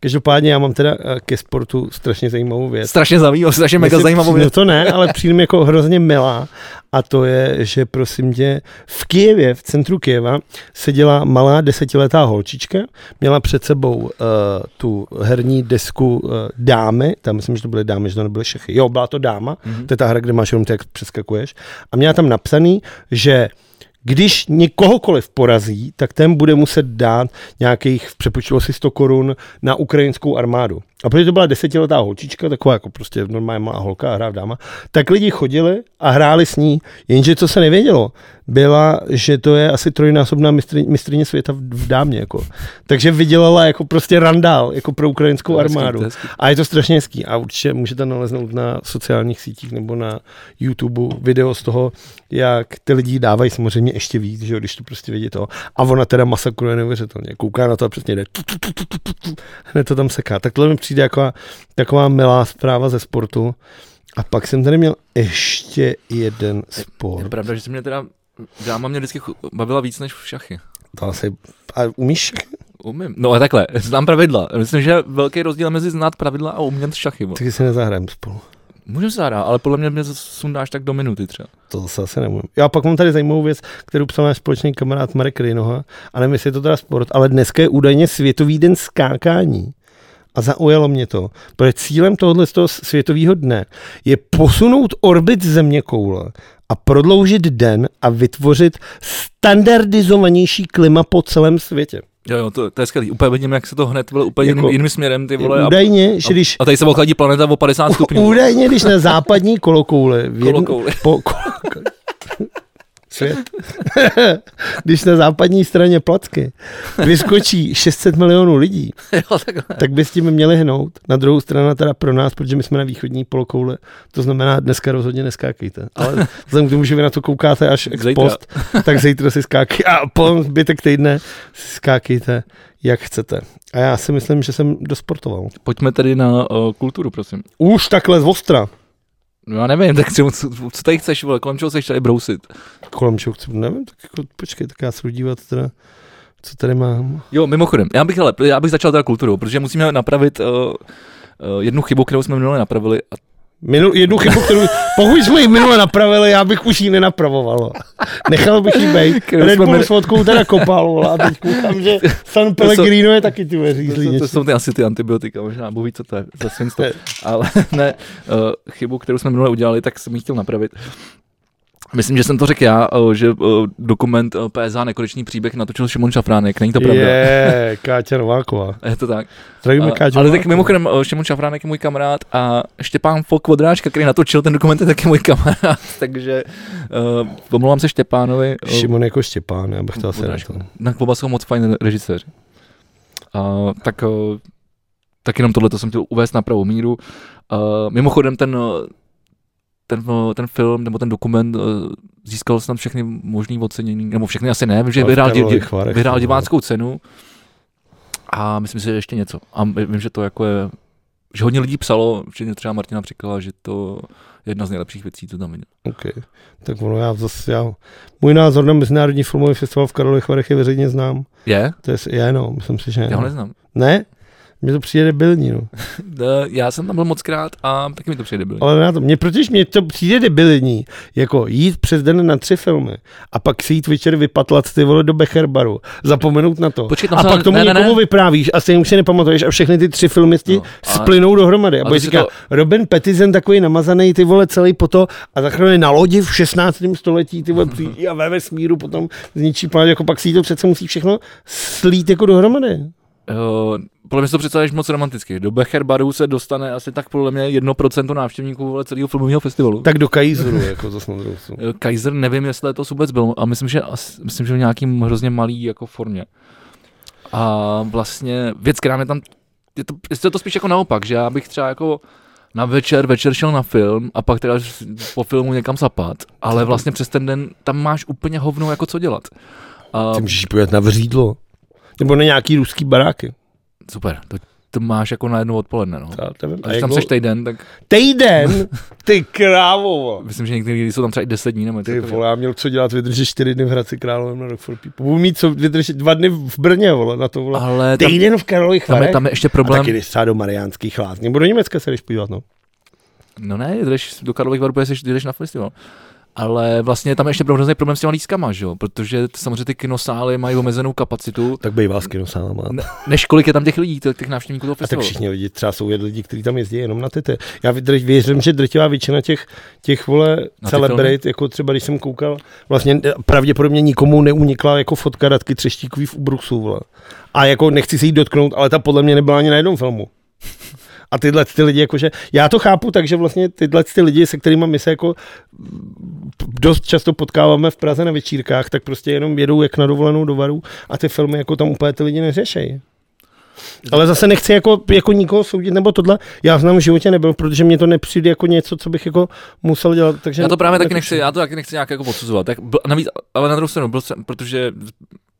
S2: Každopádně já mám teda eh, ke sportu strašně zajímavou věc.
S1: Strašně zajímavý, [laughs] strašně mega
S2: Myslím,
S1: zajímavou
S2: No to ne, ale přijde mi jako hrozně milá. A to je, že prosím tě, v Kijevě, v centru Kijeva, seděla malá desetiletá holčička, měla před sebou uh, tu herní desku uh, dámy, tam myslím, že to byly dámy, že to nebyly šachy. Jo, byla to dáma,
S1: Mhm.
S2: to je ta hra, kde máš jenom ty, jak přeskakuješ. A měla tam napsaný, že když někohokoliv porazí, tak ten bude muset dát nějakých, přepočilo si 100 korun na ukrajinskou armádu. A protože to byla desetiletá holčička, taková jako prostě normální malá holka a hra v dáma, tak lidi chodili a hráli s ní, jenže co se nevědělo, byla, že to je asi trojnásobná mistry, mistrně světa v, v dámě. Jako. Takže vydělala jako prostě randál jako pro ukrajinskou
S1: To je hezký,
S2: armádu.
S1: to je hezký.
S2: A je to strašně hezký a určitě můžete naleznout na sociálních sítích nebo na YouTube video z toho, jak ty lidi dávají samozřejmě ještě víc, že jo, když to prostě vidí to. A ona teda masakruje neuvěřitelně, kouká na to a přesně jde. tu, tu, tu, tu, tu, tu, tu, Hned to tam seká. Tak tohle mi přijde jako taková milá zpráva ze sportu. A pak jsem tady měl ještě jeden
S1: Je
S2: sport.
S1: pravda, že se mě teda dáma mě vždycky chu- bavila víc než v šachy.
S2: To asi, a umíš?
S1: Umím. No a takhle, [laughs] znám pravidla. Myslím, že je velký rozdíl mezi znát pravidla a umět šachy. vole.
S2: Taky se nezahrajeme spolu.
S1: Můžeme se zahrát, ale podle mě mě sundáš tak do minuty třeba.
S2: To zase asi nemůžu. Já pak mám tady zajímavou věc, kterou psal náš společný kamarád Marek Rinoha. A nevím, jestli je to teda sport, ale dneska je údajně Světový den skákání. A zaujalo mě to, protože cílem tohohle z toho světového dne je posunout orbit země koule a prodloužit den a vytvořit standardizovanější klima po celém světě.
S1: Jo, jo, to, to je skvělý. Úplně vidím, jak se to hned vole, úplně
S2: Jako-
S1: jiným, jiným směrem ty vole. A,
S2: Údajně, že když
S1: a tady se ochladí planeta o 50 stupňů.
S2: Údajně, když na západní kolokouli... v jedn-
S1: Kolokouli.
S2: Po, [laughs] ko, svět. [laughs] když na západní straně placky vyskočí 600 milionů lidí,
S1: [laughs] jo, takhle.
S2: tak by s tím měli hnout. Na druhou stranu teda pro nás, protože my jsme na východní polokoule, to znamená dneska rozhodně neskákejte. Ale vzhledem k tomu, že vy na to koukáte až ex
S1: Zítra.
S2: post, tak zítra si skákej a po zbytek týdne si skákejte, jak chcete. A já si myslím, že jsem dosportoval.
S1: Pojďme tedy na uh, kulturu, prosím.
S2: Už takhle z ostra.
S1: No já nevím, tak co, co- co tady chceš, vole, kolem čeho chceš tady brousit?
S2: kolem čeho chci, nevím, tak jako, počkej, tak já se budu dívat teda, co tady mám.
S1: Jo, mimochodem, já bych, hele, já bych začal teda kulturou, protože musíme napravit uh, uh, jednu chybu, kterou jsme minule napravili. A
S2: Minul, jednu chybu, kterou, pokud jsme ji minule napravili, já bych už ji nenapravovalo. Nechal bych ji být.
S1: Kterou
S2: Red
S1: jsme
S2: Bull
S1: min-
S2: s vodkou teda kopal, vole, a teď koukám, že San Pellegrino je taky ty ve
S1: to,
S2: řízlí
S1: jsou- to
S2: něco.
S1: jsou ty asi ty antibiotika, možná, Bůh ví, co to je, za
S2: [laughs]
S1: svinstvo. Ale ne, uh, chybu, kterou jsme minule udělali, tak jsem ji chtěl napravit. Myslím, že jsem to řekl já, uh, že uh, dokument uh, PSA Nekonečný příběh natočil Šimon Šafránek, není to pravda.
S2: Je, Káťa Nováková.
S1: Je to tak.
S2: Zdravíme
S1: A,
S2: Káťu
S1: ale tak
S2: Novákovou.
S1: mimochodem, eh, Šimon Šafránek je můj kamarád a Štěpán Fok Vodráčka, který natočil ten dokument, je taky můj kamarád, [laughs] takže uh, pomluvám se Štěpánovi. eh,
S2: Šimon jako Štěpán, já bych to asi
S1: Vondráčku.
S2: řekl.
S1: Na oba jsou moc fajn režiséři. A, tak, eh, tak jenom tohle to jsem chtěl uvést na pravou míru. A, mimochodem ten, eh, ten, eh, ten film nebo ten dokument eh, získal snad všechny možný ocenění, nebo všechny asi ne, vím, že
S2: Ale v
S1: vyhrál, dě,
S2: Karlových
S1: dě,
S2: Varech to
S1: vyhrál
S2: bylo.
S1: diváckou cenu a myslím si, že ještě něco. A my- vím, že to jako je, že hodně lidí psalo, včetně třeba Martina Přikala, že to je jedna z nejlepších věcí, co tam viděl.
S2: Okay. Tak ono, já zase, já, můj názor na Mezinárodní filmový festival v Karlových Varech je veřejně znám.
S1: Je?
S2: To je, je no, myslím si, že je,
S1: Já ho
S2: no.
S1: neznám. [laughs]
S2: Ne? Mně to přijde debilní, no.
S1: Eh, Já jsem tam byl moc krát a taky mi to přijde bylo.
S2: Ale na to, mně protože mě to přijde debilní, jako jít přes den na tři filmy a pak si jít večer vypatlat ty vole do Becherbaru, zapomenout na to.
S1: Počkej, tam
S2: Jako- a
S1: se-
S2: pak tomu
S1: ne, ne, ne.
S2: někomu vyprávíš a stejně už si nepamatuješ a všechny ty tři filmy ti
S1: No,
S2: no,
S1: ale-
S2: splynou dohromady. A
S1: ale
S2: budeš
S1: to si
S2: říkat, Robin Pattinson takový namazaný ty vole celý poto a zachrání na lodi v 16. století ty vole přijde a ve vesmíru potom zničí plán, jako pak si jí to přece musí všechno slít jako dohromady.
S1: Uh, podle mě si to představuješ moc romanticky. Do Becherbaru se dostane asi tak podle mě 1% návštěvníků vole celého filmového festivalu. Tak.
S2: Tak do Kajzuru, jako zase na druhou
S1: No.
S2: stranu.
S1: Kaiser nevím, jestli to vůbec byl, a myslím, že, as- myslím, že v nějakým hrozně malý jako formě. A vlastně věc, která mě tam, je to, je to spíš jako naopak, že já bych třeba jako na večer, večer šel na film a pak teda po filmu někam zapad, ale vlastně přes ten den tam máš úplně hovno jako co dělat. A,
S2: Ty můžeš pojet na vřídlo. Nebo na nějaký ruský baráky.
S1: super, to, to máš jako na jednu odpoledne, no.
S2: Já nevím.
S1: A když tam seš týden, tak
S2: Týden? [laughs] Ty krávo.
S1: Myslím, že někdy jsou tam třeba i 10 dní nebo něco
S2: Ty
S1: takového.
S2: vole, já měl co dělat, vydržet čtyři dny v Hradci Králové na Rock for People. Budu mít co vydržet dva dny v Brně, vole, na to, vole.
S1: Ale tam,
S2: no. Týden v Karlových
S1: tam, je,
S2: Varech.
S1: tam je ještě
S2: A
S1: problém.
S2: taky jdeš třeba do Mariánských lázní. Nebo do Německa se jdeš podívat, no.
S1: No ne, jdeš do Karlových varů, protože jsi- jdeš na festival. Ale vlastně tam je ještě hrozný problém s těma lístkama, že jo? Protože t- samozřejmě ty kinosály mají omezenou kapacitu.
S2: Tak bývá s kinosálama.
S1: Ne, než kolik je tam těch lidí, těch těch návštěvníků toho
S2: A tak
S1: festivalu.
S2: všichni lidi, třeba jsou jen lidi, kteří tam jezdí jenom na tete. Já vydrž- věřím, že drtivá většina těch, těch
S1: Na
S2: vole
S1: ty filmy?
S2: celebrit, jako třeba když jsem koukal, vlastně eh, pravděpodobně nikomu neunikla jako fotka Radky Třeštíkový v Ubruxu, vole. A jako nechci se jí dotknout, ale ta podle mě nebyla ani na jednom filmu. A tyhle ty lidi, jakože, já to chápu tak, že vlastně tyhle ty lidi, se kterými my se jako mm, p- dost často potkáváme v Praze na večírkách, tak prostě jenom jedou jak na dovolenou do varu a ty filmy jako tam úplně ty lidi neřešejí. Ale zase nechci jako, jako nikoho soudit nebo tohle. Já znám v životě nebyl, protože mě to nepřijde jako něco, co bych jako musel dělat. Takže
S1: Já to právě taky
S2: netuším.
S1: nechci, já to taky nechci nějak jako odsuzovat. Tak, byl- navíc, ale na druhou stranu, byl jsem, protože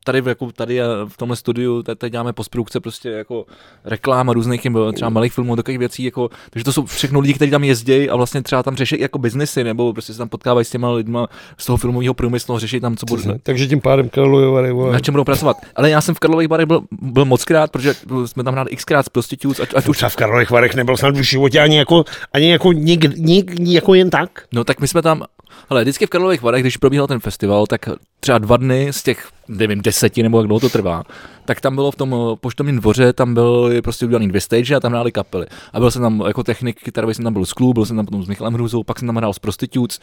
S1: tady, v- jako tady eh, v tomhle studiu, tady, tady děláme postprodukce prostě jako reklama různých jim, třeba malých filmů, takových věcí, jako, takže to jsou všechno lidi, kteří tam jezdí a vlastně třeba tam řeší jako biznesy, nebo prostě se tam potkávají s těma lidma z toho filmového průmyslu, řeší tam, co bude,
S2: Přesně. Takže tím pádem Karlovy vole.
S1: na čem budou pracovat. Ale já jsem v Karlových barech byl, byl moc krát, protože jsme tam hráli xkrát z Prostitutes, ať, ať už
S2: Třeba v Karlových Varech nebyl snad v životě ani jako, ani jako, nik, nik, jako jen tak.
S1: No tak my jsme tam, hele, vždycky v Karlových Varech, když probíhal ten festival, tak třeba dva dny z těch, nevím, deseti nebo jak dlouho to trvá, tak tam bylo v tom eh, poštovním dvoře, tam byly prostě udělaný dvě stage a tam hráli kapely. A byl jsem tam jako technik, kytarový jsem tam byl z Clue, byl jsem tam potom s Michalem Hrůzou, pak jsem tam hrál s Prostitutes,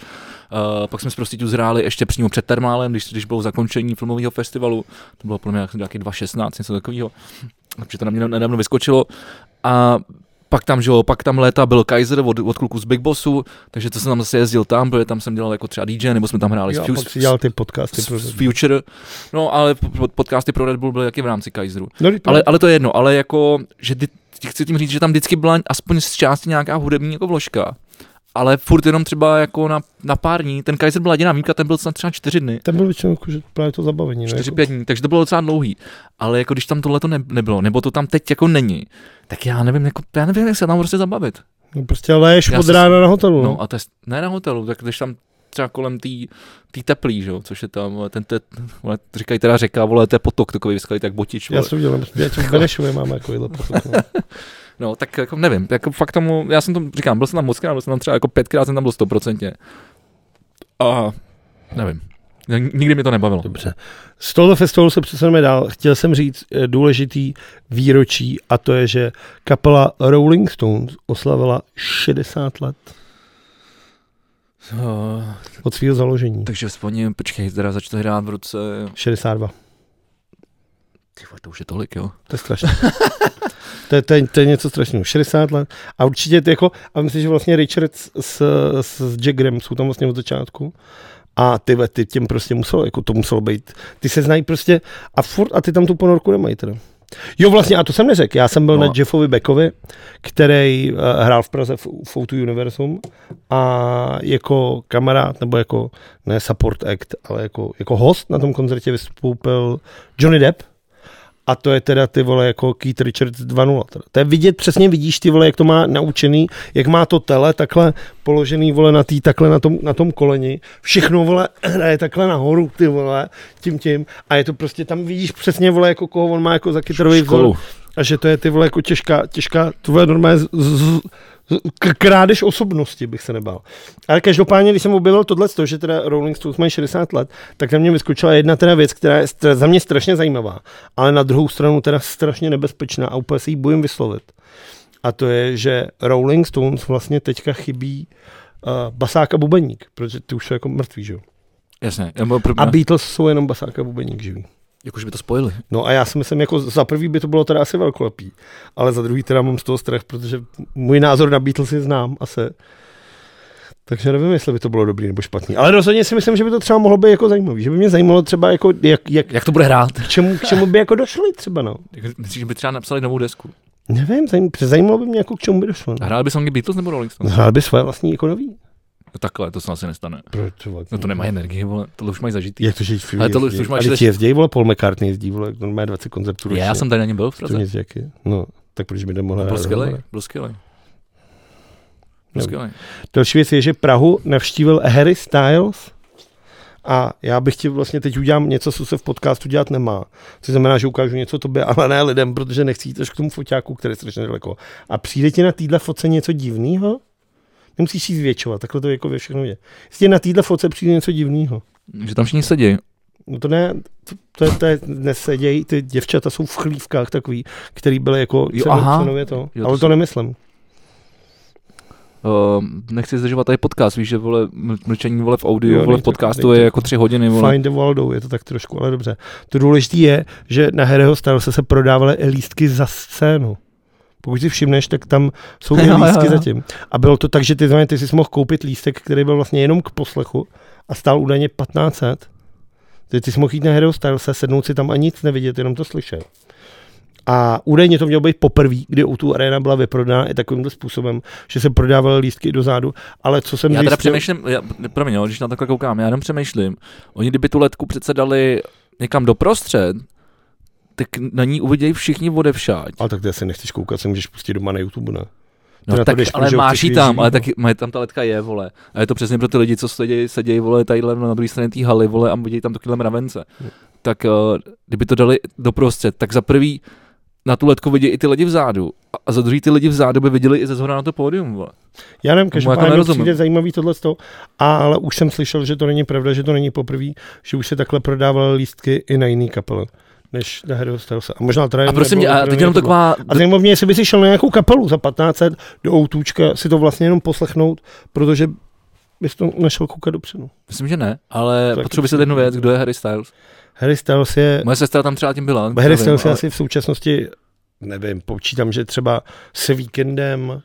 S1: uh, pak jsme s Prostitutes hráli ještě přímo před Termálem, když, když bylo zakončení filmového festivalu, to bylo podle mě jak- nějaký 2.16, něco takového, takže to na mě nedávno vyskočilo. A pak tam, že jo, pak tam léta byl Kaiser od, od kluků z Big Bossu, takže to jsem tam zase jezdil tam, protože tam jsem dělal jako třeba DJ, nebo jsme tam hráli
S2: Jo,
S1: s,
S2: a
S1: Fuse,
S2: pak si dělal ty podcasty.
S1: s,
S2: pro-
S1: s Future, no ale pod- podcasty pro Red Bull byly taky v rámci Kaiseru.
S2: No, vždyť to-
S1: Ale, ale to je jedno, ale jako, že ty, chci tím říct, že tam vždycky byla aspoň z části nějaká hudební jako vložka, ale furt jenom třeba jako na, na pár dní, ten Kaiser byla jediná výjimka, ten byl snad třeba čtyři dny,
S2: Tam bylo většinou jako, že právě to zabavení. ne?
S1: 4-5 dní, takže to bylo docela dlouhý. Ale jako když tam tohle to ne, nebylo, nebo to tam teď jako není, tak já nevím, jako, já nevím, jak se tam prostě zabavit.
S2: No prostě léž
S1: Já
S2: od
S1: se-
S2: rána na
S1: No
S2: hotelu. No,
S1: a to je, ne na hotelu, tak když tam třeba kolem tý, tý teplý, že jo, což je tam, vole, ten, ten, vole, to říkají teda řeka, vole, to je potok takový, vyskali tak botič,
S2: já
S1: vole.
S2: jsem udělal, já v Benešově máme jako jídlo potok, no.
S1: no tak jako nevím, jako fakt tomu, já jsem to, říkám, byl jsem tam moc krát, byl jsem tam třeba jako pětkrát, jsem tam byl stoprocentně. A nevím, N- nikdy mě to nebavilo.
S2: Dobře. Z tohoto festivalu se přesuneme dál. Chtěl jsem říct eh, důležitý výročí a to je, že kapela Rolling Stones oslavila 60 let
S1: Uh,
S2: od svého založení.
S1: takže vzpomínám, počkej, teda začali hrát v roce,
S2: 62.
S1: ty vole, to už je tolik, jo.
S2: To je strašné. [laughs] to, je, to, je, to je něco strašného. 60 let. A určitě to jako, a myslím, že vlastně Richard s, s, s Jaggerem jsou tam vlastně od začátku. A ty, ve- ty těm prostě muselo, jako to muselo být. Ty se znají prostě a furt, a ty tam tu ponorku nemají teda. Jo vlastně, a to jsem neřekl, já jsem byl
S1: No.
S2: no. na Jeffovi Beckovi, který uh, hrál v Praze v Foutu Universum a jako kamarád, nebo jako, ne support act, ale jako, jako host na tom koncertě vystoupil Johnny Depp, a to je teda ty vole jako Keith Richards 2.0. Teda. To je vidět, přesně vidíš ty vole, jak to má naučený, jak má to tele takhle položený vole na tý, takhle na tom, na tom koleni. Všechno vole [clears throat] hraje takhle nahoru ty vole, tím tím. A je to prostě tam vidíš přesně vole, jako koho on má jako za kytarový vzor.
S1: Školu.
S2: A že to je ty vole jako těžká, těžká, tvoje normálně z, z, z, k- krádež osobnosti, bych se nebál. Ale každopádně, když jsem objevil tohle, to, že teda Rolling Stones mají 60 let, tak na mě vyskočila jedna teda věc, která je stra- za mě strašně zajímavá, ale na druhou stranu teda strašně nebezpečná a úplně se jí bojím vyslovit. A to je, že Rolling Stones vlastně teďka chybí uh, basák a bubeník, protože ty už jsou jako mrtví, že jo?
S1: Jasně, nebo pro,
S2: A Beatles jsou jenom basák a bubeník živý.
S1: jakože Jako, by to spojili.
S2: No a já si myslím, jako za prvý by to bylo teda asi velkolepý, ale za druhý teda mám z toho strach, protože můj názor na Beatles je znám asi. Takže nevím, jestli by to bylo dobrý nebo špatný. Ale rozhodně si myslím, že by to třeba mohlo být jako zajímavý, že by mě zajímalo třeba jako, jak, jak
S1: Jak to bude [laughs] hrát?
S2: k, čemu, k čemu by jako došli třeba, no.
S1: Jako, Myslíš, že by třeba napsali novou desku?
S2: Nevím, zajím- zajímalo by mě jako k čemu by došlo.
S1: A
S2: No.
S1: Hráli by songy Beatles nebo Rolling Stones?
S2: Hrál by svoje vlastní jako nový.
S1: No takhle, to se asi nestane.
S2: Proč, to vole?
S1: No to nemá energii, vole, tohle už mají zažitý.
S2: Jak to, že
S1: Ale
S2: Ale
S1: tohle
S2: to
S1: už
S2: už
S1: máš
S2: máš... Ale
S1: ještě-
S2: jezdí, vole, Paul McCartney jezdí, vole, normálně 20 koncertů ročně.
S1: Já jsem tady na něm byl v
S2: to
S1: Praze.
S2: nic jaký. No, tak proč by nemohla
S1: Byl
S2: hrát
S1: skvělej,
S2: dohromady?
S1: byl skvělej. Byl
S2: Nevím.
S1: skvělej.
S2: Další věc je, že Prahu navštívil Harry Styles a já bych ti vlastně teď udělám něco, co se v podcastu dělat nemá. To znamená, že ukážu něco tobě, ale ne lidem, protože nechci jít až k tomu foťáku, který je strašně daleko. A přijde ti na téhle fotce něco divného? Nemusíš si zvětšovat, takhle to jako ve všechno je. Jestli na téhle fotce přijde něco divného.
S1: Že tam všichni sedí.
S2: No to ne, to, to, je, to je, neseděj, ty děvčata jsou v chlívkách takový, který byly jako
S1: Jo,
S2: jo, členové,
S1: aha.
S2: členové to,
S1: Jo,
S2: jo,
S1: to
S2: ale to,
S1: jsou-
S2: to nemyslím.
S1: Uh, nechci zdržovat tady podcast, víš, že vole, ml- mlčení vole v audio,
S2: Jo,
S1: vole v
S2: dej to-
S1: podcastu
S2: dej
S1: je
S2: to.
S1: jako tři hodiny, vole.
S2: Find the Waldo, je to tak trošku, ale dobře. To důležité je, že na Harryho Stylese se prodávaly i lístky za scénu. Pokud si všimneš, tak tam
S1: [laughs]
S2: jsou i
S1: Jo, jo,
S2: lístky
S1: jo.
S2: zatím. A bylo to tak, že ty, znamená, ty jsi mohl koupit lístek, který byl vlastně jenom k poslechu a stál údajně 1500. Ty, ty jsi mohl jít na Harryho Stylese, sednout si tam a nic nevidět, jenom to slyšet. A údajně to mělo být poprvé, kdy u tu arena byla vyprodána i takovýmhle způsobem, že se prodávaly lístky dozadu, ale co jsem
S1: Já teda
S2: zjistil-
S1: přemýšlím, já, promiň, jo, když na takhle koukám, já jenom přemýšlím, oni kdyby tu letku přece dali někam doprostřed, tak na ní uvidějí všichni odevšať.
S2: Ale tak ty asi nechceš koukat, se můžeš pustit doma na YouTube, ne?
S1: No,
S2: na to
S1: tak,
S2: jdeš,
S1: ale
S2: protože ho
S1: máš
S2: chceš
S1: ji tam,
S2: využít,
S1: ale
S2: no.
S1: taky, mají tam ta letka je, vole. A je to přesně pro ty lidi, co sedějí, sedějí vole, tadyhle na druhé straně té haly, vole, a vidějí tam takovýhle mravence.
S2: Hmm.
S1: Tak eh, kdyby to dali doprostřed, tak za prvý na tu letku vidí i ty lidi vzadu. a- A za druhý ty lidi vzadu by viděli i ze zhora na to pódium, vole.
S2: Já nevím, každopádně mi
S1: jako nerozumím.
S2: přijde zajímavý tohle z toho, ale už jsem slyšel, že to není pravda, že to není poprvé, že už se takhle prodávaly lístky i na jiný kapele, než na Hero Starsa. A možná teda
S1: A prosím tě,
S2: nebylo
S1: a
S2: úplně
S1: teď jenom
S2: tohle.
S1: taková...
S2: A zajímavé mě, jestli by si šel na nějakou kapelu za 1500 do Outůčka si to vlastně jenom poslechnout, protože bys to nešel koukat dopředu.
S1: Myslím, že ne, ale
S2: Tak
S1: potřebuji
S2: určitě.
S1: se jednu věc, kdo je Harry Styles.
S2: Harry Styles je,
S1: Moje sestra tam třeba tím byla.
S2: Eh, Harry
S1: nevím,
S2: Styles je
S1: ale-
S2: asi v současnosti, nevím, počítám, že třeba se víkendem,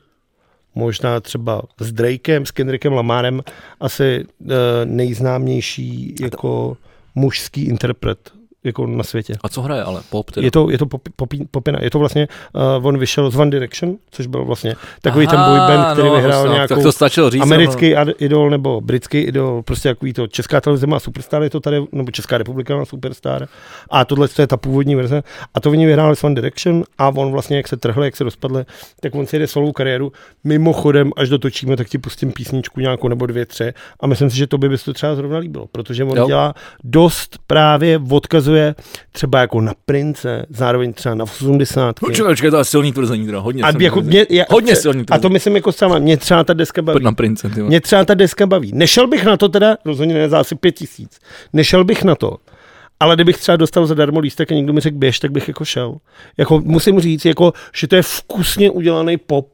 S2: možná třeba s Drakem, s Kendrickem Lamarem, asi eh, nejznámější jako mužský interpret jako na světě.
S1: A co hraje ale? Pop teda.
S2: Je to, je to pop, pop, popina. Je to vlastně, uh, on vyšel z One Direction, což byl vlastně takový ten boy band, který
S1: no,
S2: vyhrál
S1: to-
S2: nějakou
S1: Tak to stačilo říct.
S2: americký ad- idol nebo britský idol, prostě takový to česká televize má superstar, je to tady, nebo Česká republika má superstar. A tohle to je ta původní verze. A to oni vyhráli s One Direction a on vlastně, jak se trhli, jak se rozpadli, tak on si jde solovou kariéru. Mimochodem, až dotočíme, tak ti pustím písničku nějakou nebo dvě, tři. A myslím si, že to by by se to třeba zrovna líbilo, protože on
S1: Jo.
S2: jo. dělá dost právě, odkazuje třeba jako na Prince, zároveň třeba na 80.
S1: No, čekaj, čekaj, to je silný tvrzení, teda, hodně
S2: A
S1: silný
S2: jako
S1: tvrzení.
S2: mě, já,
S1: Hodně silný
S2: a to
S1: tvrzení.
S2: myslím jako sama, mě třeba ta deska baví.
S1: Pojď na prince, ty vole.
S2: Mě třeba ta deska baví. Nešel bych na to teda, rozhodně ne za asi pět tisíc. Nešel bych na to. Ale kdybych třeba dostal zadarmo lístek a někdo mi řekl běž, tak bych jako šel. Jako musím říct, jako, že to je vkusně udělaný pop.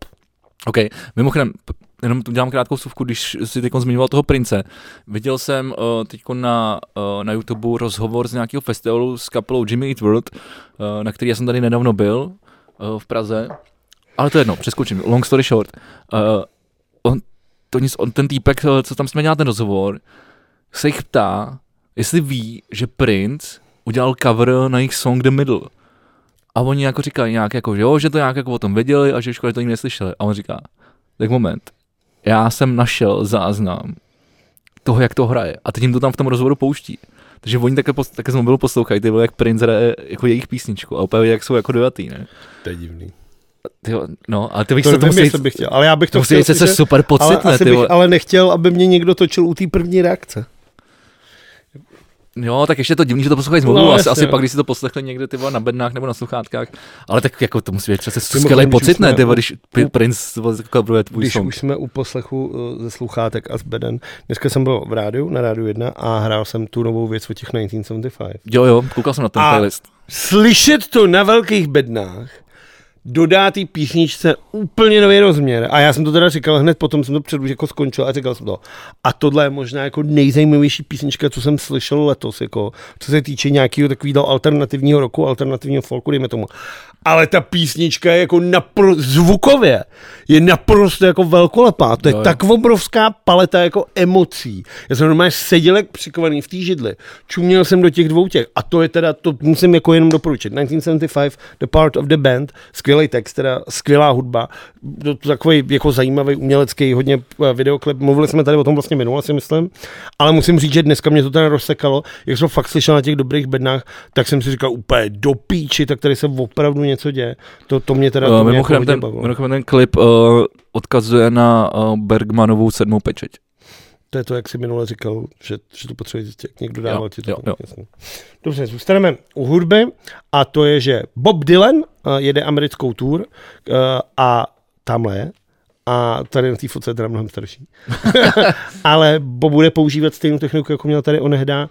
S1: OK, mimochodem, p- jenom tu dělám krátkou vsuvku, když si teď zmiňoval toho prince. Viděl jsem uh, teď na, uh, na YouTube rozhovor z nějakého festivalu s kapelou Jimmy Eat World, uh, na který já jsem tady nedávno byl uh, v Praze. Ale to je jedno, přeskočím. Long story short. Uh, on, to nic, on, ten týpek, eh, co tam jsme dělal ten rozhovor, se jich ptá, jestli ví, že Prince udělal cover na jejich song The Middle. A oni jako říkají nějak, jako, že jo, že to nějak jako o tom věděli a že škoda, že to nikdy neslyšeli. A on říká, tak moment, já jsem našel záznam toho, jak to hraje. A teď jim to tam v tom rozhovoru pouští. Takže oni také, pos- také z mobilu poslouchají, ty vole, jak Prince hraje jako jejich písničku a úplně jak jsou jako dojatý, ne?
S2: To je divný.
S1: Ty, jo, no, a ty bych
S2: To,
S1: se
S2: nevím,
S1: to musí,
S2: jestli bych chtěl, ale já bych
S1: to
S2: to,
S1: musí být se
S2: slyšet,
S1: super
S2: ale,
S1: pocit, ne,
S2: asi
S1: ty
S2: bych,
S1: vole.
S2: ale nechtěl, aby mě někdo točil u té první reakce.
S1: Jo, tak ještě je to divný, že to poslouchají z mobilu,
S2: No,
S1: asi,
S2: jasně,
S1: asi
S2: no.
S1: pak, když si to poslechli někde ty vole, na bednách nebo na sluchátkách, ale tak jako to musí být přece skvělý
S2: Mimochodem, když
S1: pocit,
S2: už
S1: ne,
S2: jsme
S1: ty vole,
S2: u-
S1: když P- Prince ty vole, coveruje tvůj
S2: no. Když
S1: song.
S2: už jsme u poslechu uh, ze sluchátek a z beden. Dneska jsem byl v rádiu, na rádiu 1 a hrál jsem tu novou věc o těch 1975.
S1: Jo, jo, koukal jsem na ten
S2: A-
S1: playlist.
S2: slyšet to na velkých bednách dodá té písničce úplně nový rozměr. A já jsem to teda říkal hned potom, jsem to před už jako skončil a říkal jsem to. A tohle je možná jako nejzajímavější písnička, co jsem slyšel letos, jako, co se týče nějakého takového alternativního roku, alternativního folku, dejme tomu. Ale ta písnička je jako napr- zvukově je naprosto jako velkolepá. To je
S1: Jo, jo.
S2: tak tak obrovská paleta jako emocí. Já jsem normálně seděl jak přikovaný v té židli. Čuměl jsem do těch dvou těch. A to je teda, to musím jako jenom doporučit. 1975, The Part of the Band, skvělý text, teda skvělá hudba. To, to takový jako zajímavý umělecký hodně eh, videoklip. Mluvili jsme tady o tom vlastně minule, si myslím. Ale musím říct, že dneska mě to teda rozsekalo. Jak jsem fakt slyšel na těch dobrých bednách, tak jsem si říkal úplně do píči, tak tady se opravdu něco děje. To, to mě teda
S1: Uh,
S2: to mě jako
S1: mimochodem,
S2: hodně
S1: ten,
S2: bavilo.
S1: mimochodem ten klip uh, odkazuje na uh, Bergmanovou sedmou pečeť.
S2: To je to, jak jsi minule říkal, že, že to potřebuje zjistit, jak někdo dával
S1: Jo,
S2: ti to.
S1: jo, jo.
S2: Jasně. Dobře, zůstaneme u hudby a to je, že Bob Dylan eh, jede americkou tour eh, a tamhle je a tady na té fotce je teda mnohem starší. [laughs] Ale Bob bude používat stejnou techniku, jako měl tady onehdá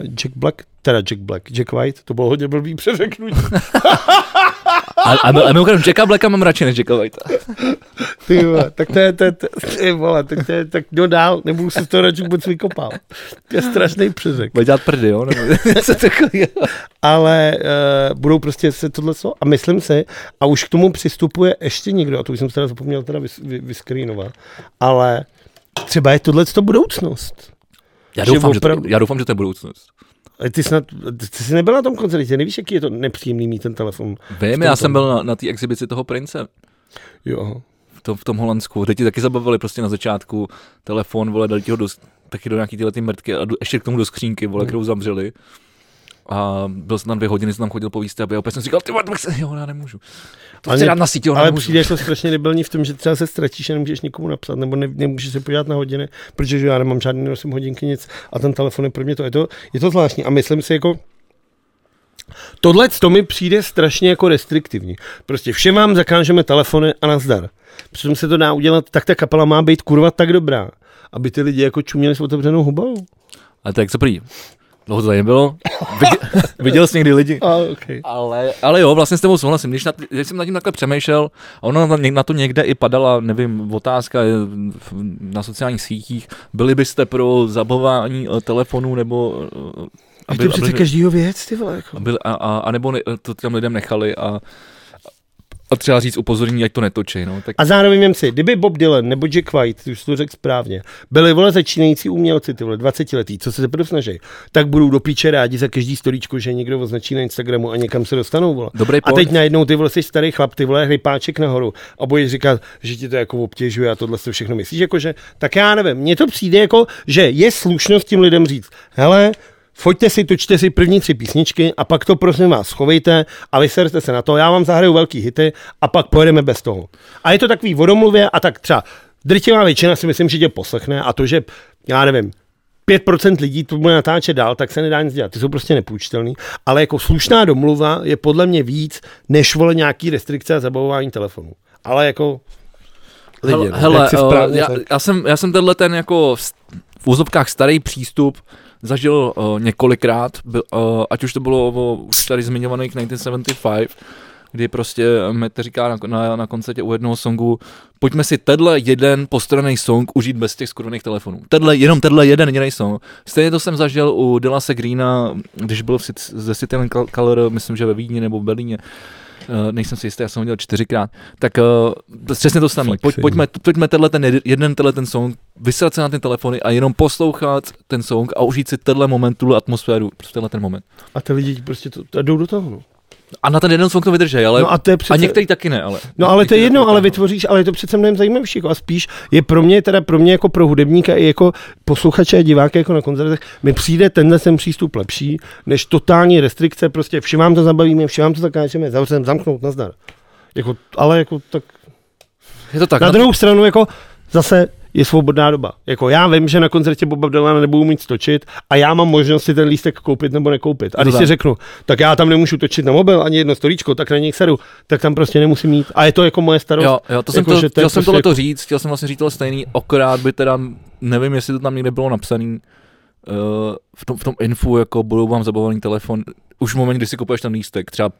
S2: uh, Jack Black, teda Jack Black, Jack White, to bylo hodně
S1: [laughs]
S2: blbý přeřeknutí.
S1: A, a, a mimochodem Jacka Blacka mám radši než Jacka Whitea.
S2: Ty vole, tak to je, to je, to je, ty vole, tak to je, tak no dál, nebudu se z toho radši vůbec vykopal. To je strašný přeřek.
S1: Bude dělat prdy, jo? Nebo něco takového.
S2: ale uh, budou prostě se tohle co a myslím si, a už k tomu přistupuje ještě někdo, a to už jsem se teda zapomněl teda vys, vy, vyskrýnovat, ale třeba je tohle to budoucnost.
S1: [laughs] já,
S2: Že
S1: doufám, že to,
S2: opravdu-
S1: já doufám, že to je budoucnost.
S2: Ale Ty, snad, ty jsi nebyl na tom koncertě, nevíš, jaký je to nepříjemný mít ten telefon.
S1: Vím, já jsem byl na, na té exibici toho prince
S2: Jo.
S1: v tom, v tom Holandsku. Teď ti taky zabavili prostě na začátku telefon, vole, dali ti ho do, taky do nějaký tyhle ty mrtky a do, ještě k tomu do skřínky, vole, kterou zamřeli. A byl jsem tam dvě hodiny, jsem tam chodil po výstavě a opět jsem říkal, ty vole, to bych se, jo, já nemůžu. To
S2: Ale
S1: chci
S2: mě-
S1: dát na síti, jo,
S2: Ale
S1: nemůžu.
S2: přijde to strašně debilní v tom, že třeba se ztratíš a nemůžeš nikomu napsat, nebo ne, nemůžeš se podívat na hodiny, protože že já nemám žádný, nosím hodinky nic a ten telefon je pro mě to. Je to, je to zvláštní a myslím si jako, Tohle to mi přijde strašně jako restriktivní. Prostě všem vám zakážeme telefony a nazdar. Přitom se to dá udělat, tak ta kapela má být kurva tak dobrá, aby ty lidi jako čuměli s otevřenou hubou.
S1: Ale tak co prý, dlouho to tady nebylo, [laughs] viděl, viděl jsi někdy lidi.
S2: A, okay.
S1: Ale, ale jo, vlastně s tebou souhlasím. Když, na, když jsem nad tím takhle přemýšlel, a ono na, na to někde i padala, nevím, otázka eh, v- na sociálních sítích, byli byste pro zabavání eh, telefonů nebo... eh,
S2: A to je přece každýho věc, ty vole. Jako.
S1: a, byl, a, a, a nebo ne, to tam lidem nechali a, a třeba říct upozornění, ať to netočí. No, tak
S2: A zároveň vím si, kdyby Bob Dylan nebo Jack White, ty už jsi to řekl správně, byli vole začínající umělci, ty vole 20 letý, co se teprve snaží, tak budou do píče rádi za každý storíčko, že někdo označí na Instagramu a někam se dostanou, vole.
S1: Dobrý
S2: a
S1: point.
S2: teď najednou ty vole jsi starý chlap, ty vole hrypáček nahoru a budeš říkat, že ti to jako obtěžuje a tohle si všechno myslíš, jakože, tak já nevím, mně to přijde jako, že je slušnost tím lidem říct, hele, Foďte si, točte si první tři písničky a pak to prosím vás schovejte a vyserte se na to. Já vám zahraju velký hity a pak pojedeme bez toho. A je to takový vodomluvě a tak třeba drtivá většina si myslím, že tě poslechne a to, že já nevím, 5% lidí to bude natáčet dál, tak se nedá nic dělat. Ty jsou prostě nepůjčitelný. Ale jako slušná domluva je podle mě víc, než vole nějaký restrikce a zabavování telefonů. Ale jako lidi,
S1: Hele,
S2: no,
S1: hele
S2: jak si
S1: eh,
S2: správně
S1: já,
S2: řekl.
S1: já, jsem, já jsem tenhle ten jako v s- v úzovkách starý přístup zažil uh, několikrát, byl, uh, ať už to bylo o, už tady zmiňovaných 1975, kdy prostě Mete říká na, na, na koncertě u jednoho songu, pojďme si tenhle jeden postranný song užít bez těch skurvených telefonů. Tenhle, jenom tenhle jeden jediný song. Stejně to jsem zažil u Dillase Greena, když byl v, Sit- ze City and Col- Color, myslím, že ve Vídni nebo v Berlíně. Eh, nejsem si jistý, já jsem ho dělal čtyřikrát, tak uh, přesně to samé.
S2: Fakt
S1: Pojď,
S2: si.
S1: pojďme, pojďme tenhle ten jed- jeden tenhle ten song, vysrat se na ty telefony a jenom poslouchat ten song a užít si tenhle moment, tuhle atmosféru, prostě tenhle ten moment.
S2: A ty lidi ti prostě to, to jdou do toho. No.
S1: A na ten jeden song to vydrží, ale
S2: no a to je přece...
S1: a některý taky ne, ale.
S2: No ale to je
S1: některý
S2: jedno,
S1: taky
S2: ale
S1: ne.
S2: vytvoříš, ale je to přece mnohem zajímavější. Jako a spíš je pro mě, teda pro mě jako pro hudebníka i jako posluchače a diváka jako na koncertech, mi přijde tenhle sem přístup lepší, než totální restrikce, prostě všem vám to zabavíme, všem vám to zakážeme, zavřeme, zamknout, nazdar. Jako, ale jako tak
S1: Je to tak.
S2: na
S1: no.
S2: druhou stranu jako zase je svobodná doba. Jako já vím, že na koncertě Boba Dylana nebudu mít točit a já mám možnost si ten lístek koupit nebo nekoupit. A
S1: Je to
S2: když si
S1: tak.
S2: řeknu, tak já tam nemůžu točit na mobil ani jedno stolíčko, tak na něj sedu, tak tam prostě nemusím mít. A je to jako moje starost.
S1: Jo, jo, to jsem
S2: Jako,
S1: to,
S2: že to je
S1: chtěl jsem
S2: prostě
S1: tohle
S2: jako-
S1: to říct, chtěl jsem vlastně říct tohle stejný, akorát by teda, nevím, jestli to tam někde bylo napsaný, eh, v tom, v tom infu, jako budou vám zabavovaný telefon, už v momentě, kdy si kupuješ ten lístek, třeba př-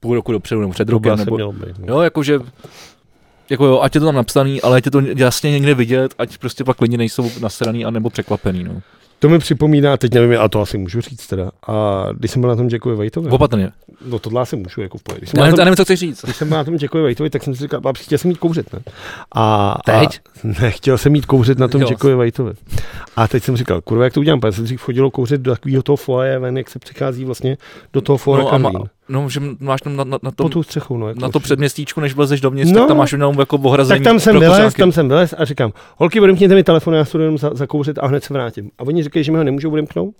S1: půl roku dopředu nebo před
S2: Rokem
S1: rokem, nebo,
S2: měl být. no.
S1: jo, jakože, jako jo, ať je to tam napsaný, ale ať je to jasně někde vidět, ať prostě pak lidi nejsou nasraný a nebo překvapený, no.
S2: To mi připomíná, teď nevím, a to asi můžu říct teda. A když jsem byl na tom Jackovi Whiteovi,
S1: Opatrně.
S2: no tohle asi můžu jako v pohodě. Když jsem
S1: Já
S2: byl na
S1: nevím,
S2: tom-
S1: já nevím, co chceš říct.
S2: Když jsem byl na tom Jackovi Whiteovi, tak jsem si říkal, a chtěl jsem jít kouřit, ne? A,
S1: Teď?
S2: A, ne, chtěl jsem jít kouřit na tom
S1: Jo.
S2: Jackovi Whiteovi. A teď jsem říkal, kurva, jak to udělám? Protože se dřív chodilo kouřit do takového toho foaje ven, jak se přichází vlastně do toho foa
S1: No,
S2: no,
S1: a ma, no, že máš tam na, na, na
S2: pod
S1: tom,
S2: tou střechou. No, jako
S1: na to předměstíčku, než vlezeš dovnitř,
S2: No.
S1: tak tam máš jenom jako
S2: tak
S1: ohrazení.
S2: tam jsem
S1: pro
S2: vylez,
S1: kuřáky.
S2: tam jsem vylez a říkám, holky, odemkněte mi telefon, já se jdu jenom za, zakouřit a hned se vrátím. A oni říkají, že mi ho nemůžou odemknout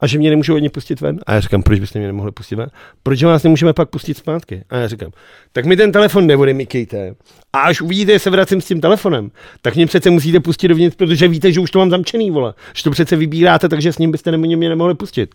S2: a že mě nemůžou ani pustit ven. A já říkám, proč byste mě nemohli pustit ven? Proč vás nemůžeme pak pustit zpátky? A já říkám, tak mi ten telefon neodemykejte. A až uvidíte, že se vracím s tím telefonem, tak mě přece musíte pustit dovnitř, protože víte, že už to mám zamčený, vole. Že to přece vybíráte, takže s ním byste nemo- mě nemohli pustit.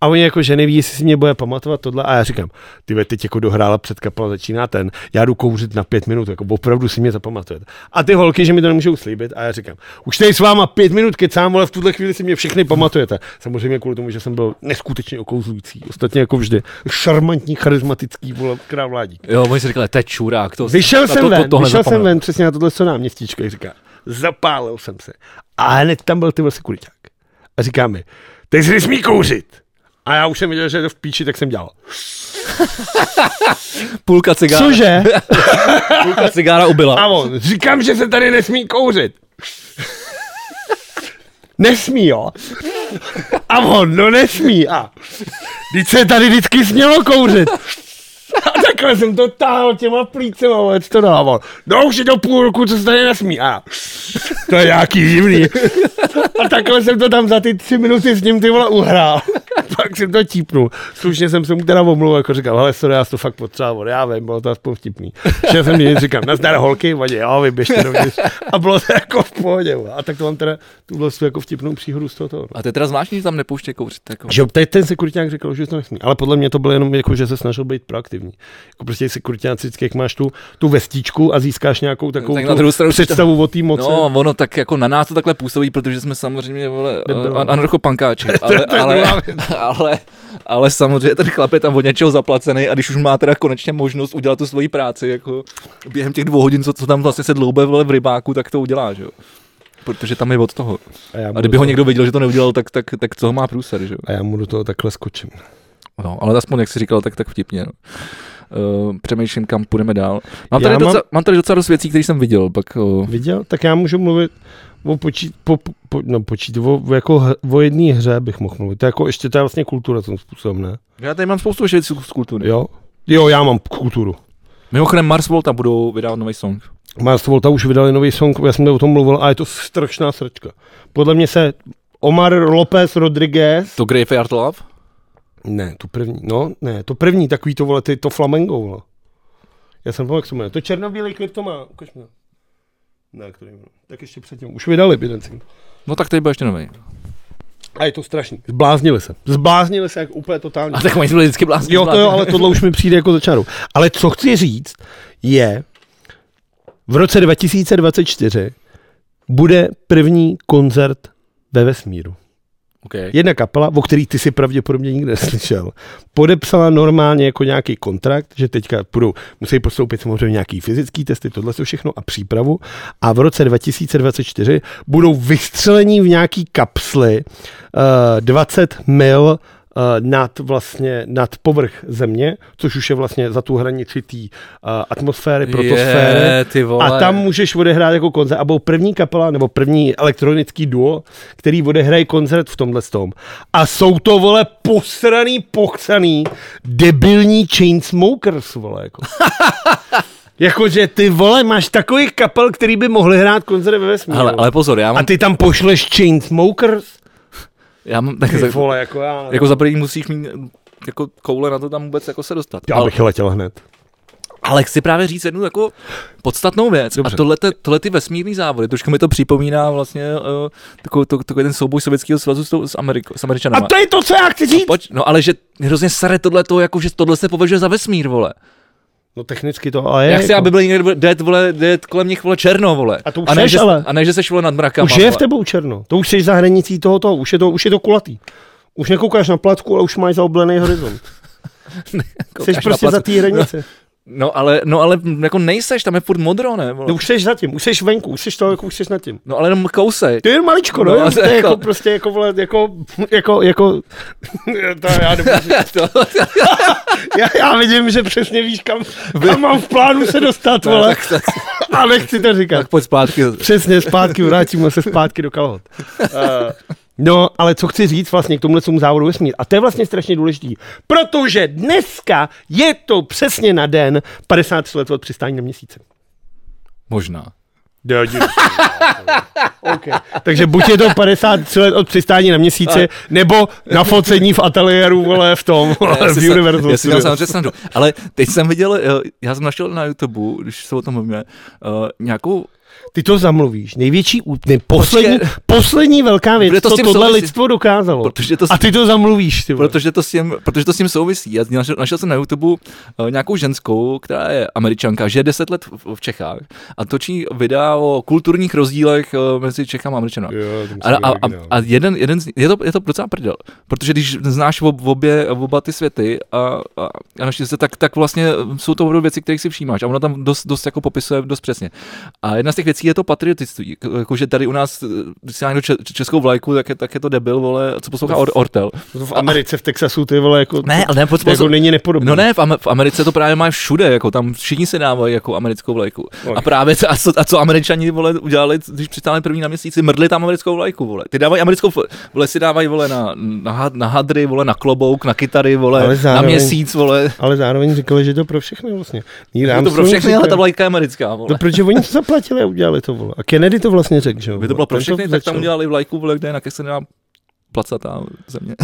S2: A oni jako, že neví, jestli si mě bude pamatovat tohle. A já říkám, ty ve, teď jako dohrála před kapela, začíná ten, já jdu kouřit na pět minut, jako opravdu si mě zapamatujete. A ty holky, že mi to nemůžou slíbit. A já říkám, už tady s váma pět minut kecám, ale v tuhle chvíli si mě všechny pamatujete. Samozřejmě kvůli tomu, že jsem byl neskutečně okouzlující. Ostatně jako vždy, šarmantní, charismatický, vole, krávládík.
S1: Jo, oni si říkali, to je čurák, to
S2: Vyšel
S1: na
S2: jsem
S1: to,
S2: ven,
S1: to, tohle
S2: vyšel jsem
S1: zapomenu.
S2: ven přesně na tohle co náměstíčko, jak říká. Zapálil jsem se. A hned tam byl ty vlastně kuriťák. A říká mi, teď si nesmí kouřit. A já už jsem věděl, že je to v píči, tak jsem dělal.
S1: Půlka cigára,
S2: Cože?
S1: [laughs] půlka cigára ubyla.
S2: A on, říkám, že se tady nesmí kouřit. Nesmí, jo? A on, no nesmí. A teď se tady vždycky smělo kouřit. A takhle jsem to táhl těma plícema, vole, co to dá, on. No už je to půl roku, co se tady nesmí. A já,
S1: [laughs]
S2: to je nějaký divný. A takhle jsem to tam za ty tři minuty s ním ty vole uhrál. fakt jsem to típnul. Slušně jsem se mu teda omluvil, jako říkal, hele, sorry, já jsem to fakt potřeboval, já vím, bylo to aspoň vtipný. Šel jsem jim, říkám, nazdar holky, vadě, jo, vy běžte dovnitř. A bylo to jako v pohodě. vole. A tak to mám teda tuhle tu jako vtipnou příhodu z toho. toho.
S1: A to je teda zvláštní, že tam nepouště kouřit. Jako.
S2: Že tady ten sekuriták říkal, že to nesmí. Ale podle mě to bylo jenom jako, že se snažil být proaktivní. Jako prostě sekuriták vždycky, jak máš tu, tu vestičku a získáš nějakou takovou
S1: tak
S2: tak
S1: na druhou stranu
S2: představu o té moci.
S1: No, ono tak jako na nás to takhle působí, protože jsme samozřejmě vole, eh,
S2: Debilové.
S1: an- anarchopankáči, ale,
S2: [laughs] to je
S1: ale, [laughs]
S2: druhá
S1: ale, ale samozřejmě ten chlap je tam od něčeho zaplacený a když už má teda konečně možnost udělat tu svoji práci, jako během těch dvou hodin, co, co tam vlastně se dloube vole, v rybáku, tak to udělá, že jo. Protože tam je od toho.
S2: já mu
S1: A
S2: do
S1: kdyby ho
S2: toho-
S1: někdo viděl, že to neudělal, tak, tak, tak co ho má průser, že jo.
S2: a já mu do toho takhle skočím.
S1: No, ale aspoň, jak jsi říkal, tak, tak vtipně. No. Uh, přemýšlím, kam půjdeme dál. Mám tady,
S2: Já
S1: docela, mám... tady docela dost věcí, které jsem viděl. Pak, uh,
S2: Viděl? Tak já můžu mluvit o počít, po, po, no počít, o, o jako h- o jedné hře bych mohl mluvit. To je jako ještě to je vlastně kultura tím způsobem, ne?
S1: já tady mám spoustu věcí z kultury.
S2: Jo? Jo, já mám kulturu.
S1: Mimochodem Mars Volta budou vydávat nový song.
S2: Mars Volta už vydali nový song, já jsem o tom mluvil, a je to strašná srčka. Podle mě se Omar López Rodriguez,
S1: To Graveyard Love?
S2: ne, tu první, no, ne, to první, takový to, vole, ty, to Flamengo, vole. Já jsem pomal, jak se jmenuje. To černobílý klip to má, ukaž mi. ho. Ne, který jmenuje. Tak ještě předtím, už vydali jeden single.
S1: No tak tady bude ještě nový.
S2: A je to strašný. Zbláznili se. Zbláznili se jak úplně totálně.
S1: A tak mají byli vždycky blázni.
S2: Jo, to jo, ale tohle už mi přijde jako za čarou. Ale co chci říct, je, v roce 2024 bude první koncert ve vesmíru.
S1: Okay.
S2: Jedna kapela, o který ty si pravděpodobně nikdy neslyšel, podepsala normálně jako nějaký kontrakt, že teďka budou, musí podstoupit samozřejmě nějaký fyzický testy, tohle to všechno a přípravu a v roce 2024 budou vystřelení v nějaký kapsly uh, 20 mil eh, nad vlastně, nad povrch země, což už je vlastně za tu hranici té eh, atmosféry, protosféry.
S1: Je, ty vole.
S2: A tam můžeš odehrát jako koncert, a budou první kapela, nebo první elektronický duo, který odehraje koncert v tomhle tom. A jsou to, vole, posraný, pochcaný, debilní chainsmokers,
S1: [laughs]
S2: vole, jako. Jakože ty vole, máš takových kapel, který by mohli hrát koncert ve vesmíru.
S1: Hele, ale pozor, já
S2: A
S1: mám,
S2: ty tam pošleš Chainsmokers?
S1: já mám tak,
S2: Ty
S1: za,
S2: vole, jako já.
S1: jako za první musíš mít jako koule na to tam vůbec jako se dostat.
S2: já
S1: ale,
S2: bych letěl hned.
S1: ale, chci právě říct jednu jako podstatnou věc. Dobře. A
S2: Dobře.
S1: tohle, tohle ty vesmírný závody, trošku mi to připomíná vlastně uh, takový, to, takový ten souboj Sovětského svazu s, tou- s, Ameriko, s
S2: A
S1: Američanama.
S2: to je to, co já chci říct.
S1: Pojď, no ale že hrozně sere tohle to, jako že tohle se považuje za vesmír, vole.
S2: No technicky to, ale je.
S1: Já chci,
S2: jako.
S1: aby byl někde dead, vole, dead kolem nich, vole, černo, vole.
S2: A to už
S1: a ne,
S2: seš,
S1: že,
S2: ale.
S1: a ne, že seš, vole, nad mrakama,
S2: Už je v
S1: vole.
S2: tebou černo. To už jsi za hranicí toho, toho. Už, je to, už je to kulatý. Už nekoukáš na placku, ale už máš zaoblený [laughs] horizont. jsi
S1: Koukáš Jako na
S2: prostě za
S1: placu.
S2: té [laughs] hranice.
S1: No ale, no ale jako nejseš, tam je furt modro, ne, vole.
S2: No, už jsi za tím, už jsi venku, už jsi to, jako už jsi nad tím.
S1: No ale jenom kousej.
S2: To je jen maličko, no,
S1: No,
S2: no
S1: to
S2: to je
S1: jako-
S2: jako prostě jako, vole, jako, jako, jako, [laughs] to já, nemůžu.
S1: [laughs] To-
S2: [laughs] já, já, vidím, že přesně víš, kam, kam mám v plánu se [laughs] dostat, vole,
S1: tak, tak,
S2: a nechci to říkat.
S1: tak pojď zpátky.
S2: Přesně, zpátky, vrátíme se zpátky do kalhot. Eh, No, ale co chci říct vlastně k tomuhle tomu závodu vesmír. A to je vlastně strašně důležitý, protože dneska je to přesně na den 53 let od přistání na měsíce.
S1: Možná.
S2: Okay. Takže buď je to 53 let od přistání na měsíci, nebo na focení v ateliéru, vole, v tom,
S1: Já si
S2: v
S1: sa-
S2: Universal
S1: Já si dělám
S2: Studios.
S1: samozřejmě srandu. Ale teď jsem viděl, eh, já jsem našel na YouTube, když se o tom mluvíme, eh, nějakou,
S2: Ty to zamluvíš. Největší, ú- ne, poslední,
S1: Počkej.
S2: poslední velká
S1: Bude
S2: věc,
S1: to
S2: to
S1: s
S2: co
S1: tím
S2: tohle
S1: souvisí.
S2: lidstvo dokázalo.
S1: protože to s
S2: A ty to zamluvíš, ty vole.
S1: Protože to, s tím, protože to s tím souvisí. Já našel, našel jsem na YouTube eh, nějakou ženskou, která je američanka, že je 10 let v, v Čechách a točí videa o kulturních rozdílech eh, mezi Čechama a Američanem. A, a, a, a jeden, jeden z, je, to, je to docela prdel, protože když znáš ob, obě, oba ty světy a, a, a naši se, tak, tak vlastně jsou to opravdu věci, kterých si všímáš a ona tam dost, dost jako popisuje dost přesně. A jedna z těch věcí je to patriotictví, K- jakože tady u nás, eh, když si má někdo če- českou vlajku, tak je, tak je to debil, vole, co poslouchá Or, Ortel.
S2: To No v Americe, v Texasu, ty vole, jako...
S1: Ne, ale ne,
S2: to, jako
S1: podspůsob...
S2: není nepodobné.
S1: No ne, v, Am- v Americe to právě má všude, jako tam všichni se dávají jako americkou vlajku. A právě, co- a co, a co američani, vole, udělali, když přistáli první na měsíci, mrdli tam americkou vlajku, vole. Ty dávají americkou, fl- vole, si dávají, vole, na, na, had- na hadry, vole, na klobouk, na kytary, vole,
S2: Ale
S1: na
S2: zároveň-
S1: měsíc, vole.
S2: Ale zároveň říkali, že to pro všechny vlastně. Neil
S1: Je to pro
S2: Armstrong
S1: všechny,
S2: říkal-
S1: ale ta vlajka je americká, vole.
S2: No protože oni to zaplatili a udělali to, vole. A Kennedy to vlastně řekl, že jo.
S1: Kdyby to
S2: vole.
S1: bylo pro
S2: Ten
S1: všechny, tak
S2: začal.
S1: tam udělali vlajku, vole, kde je na se dá placatá země.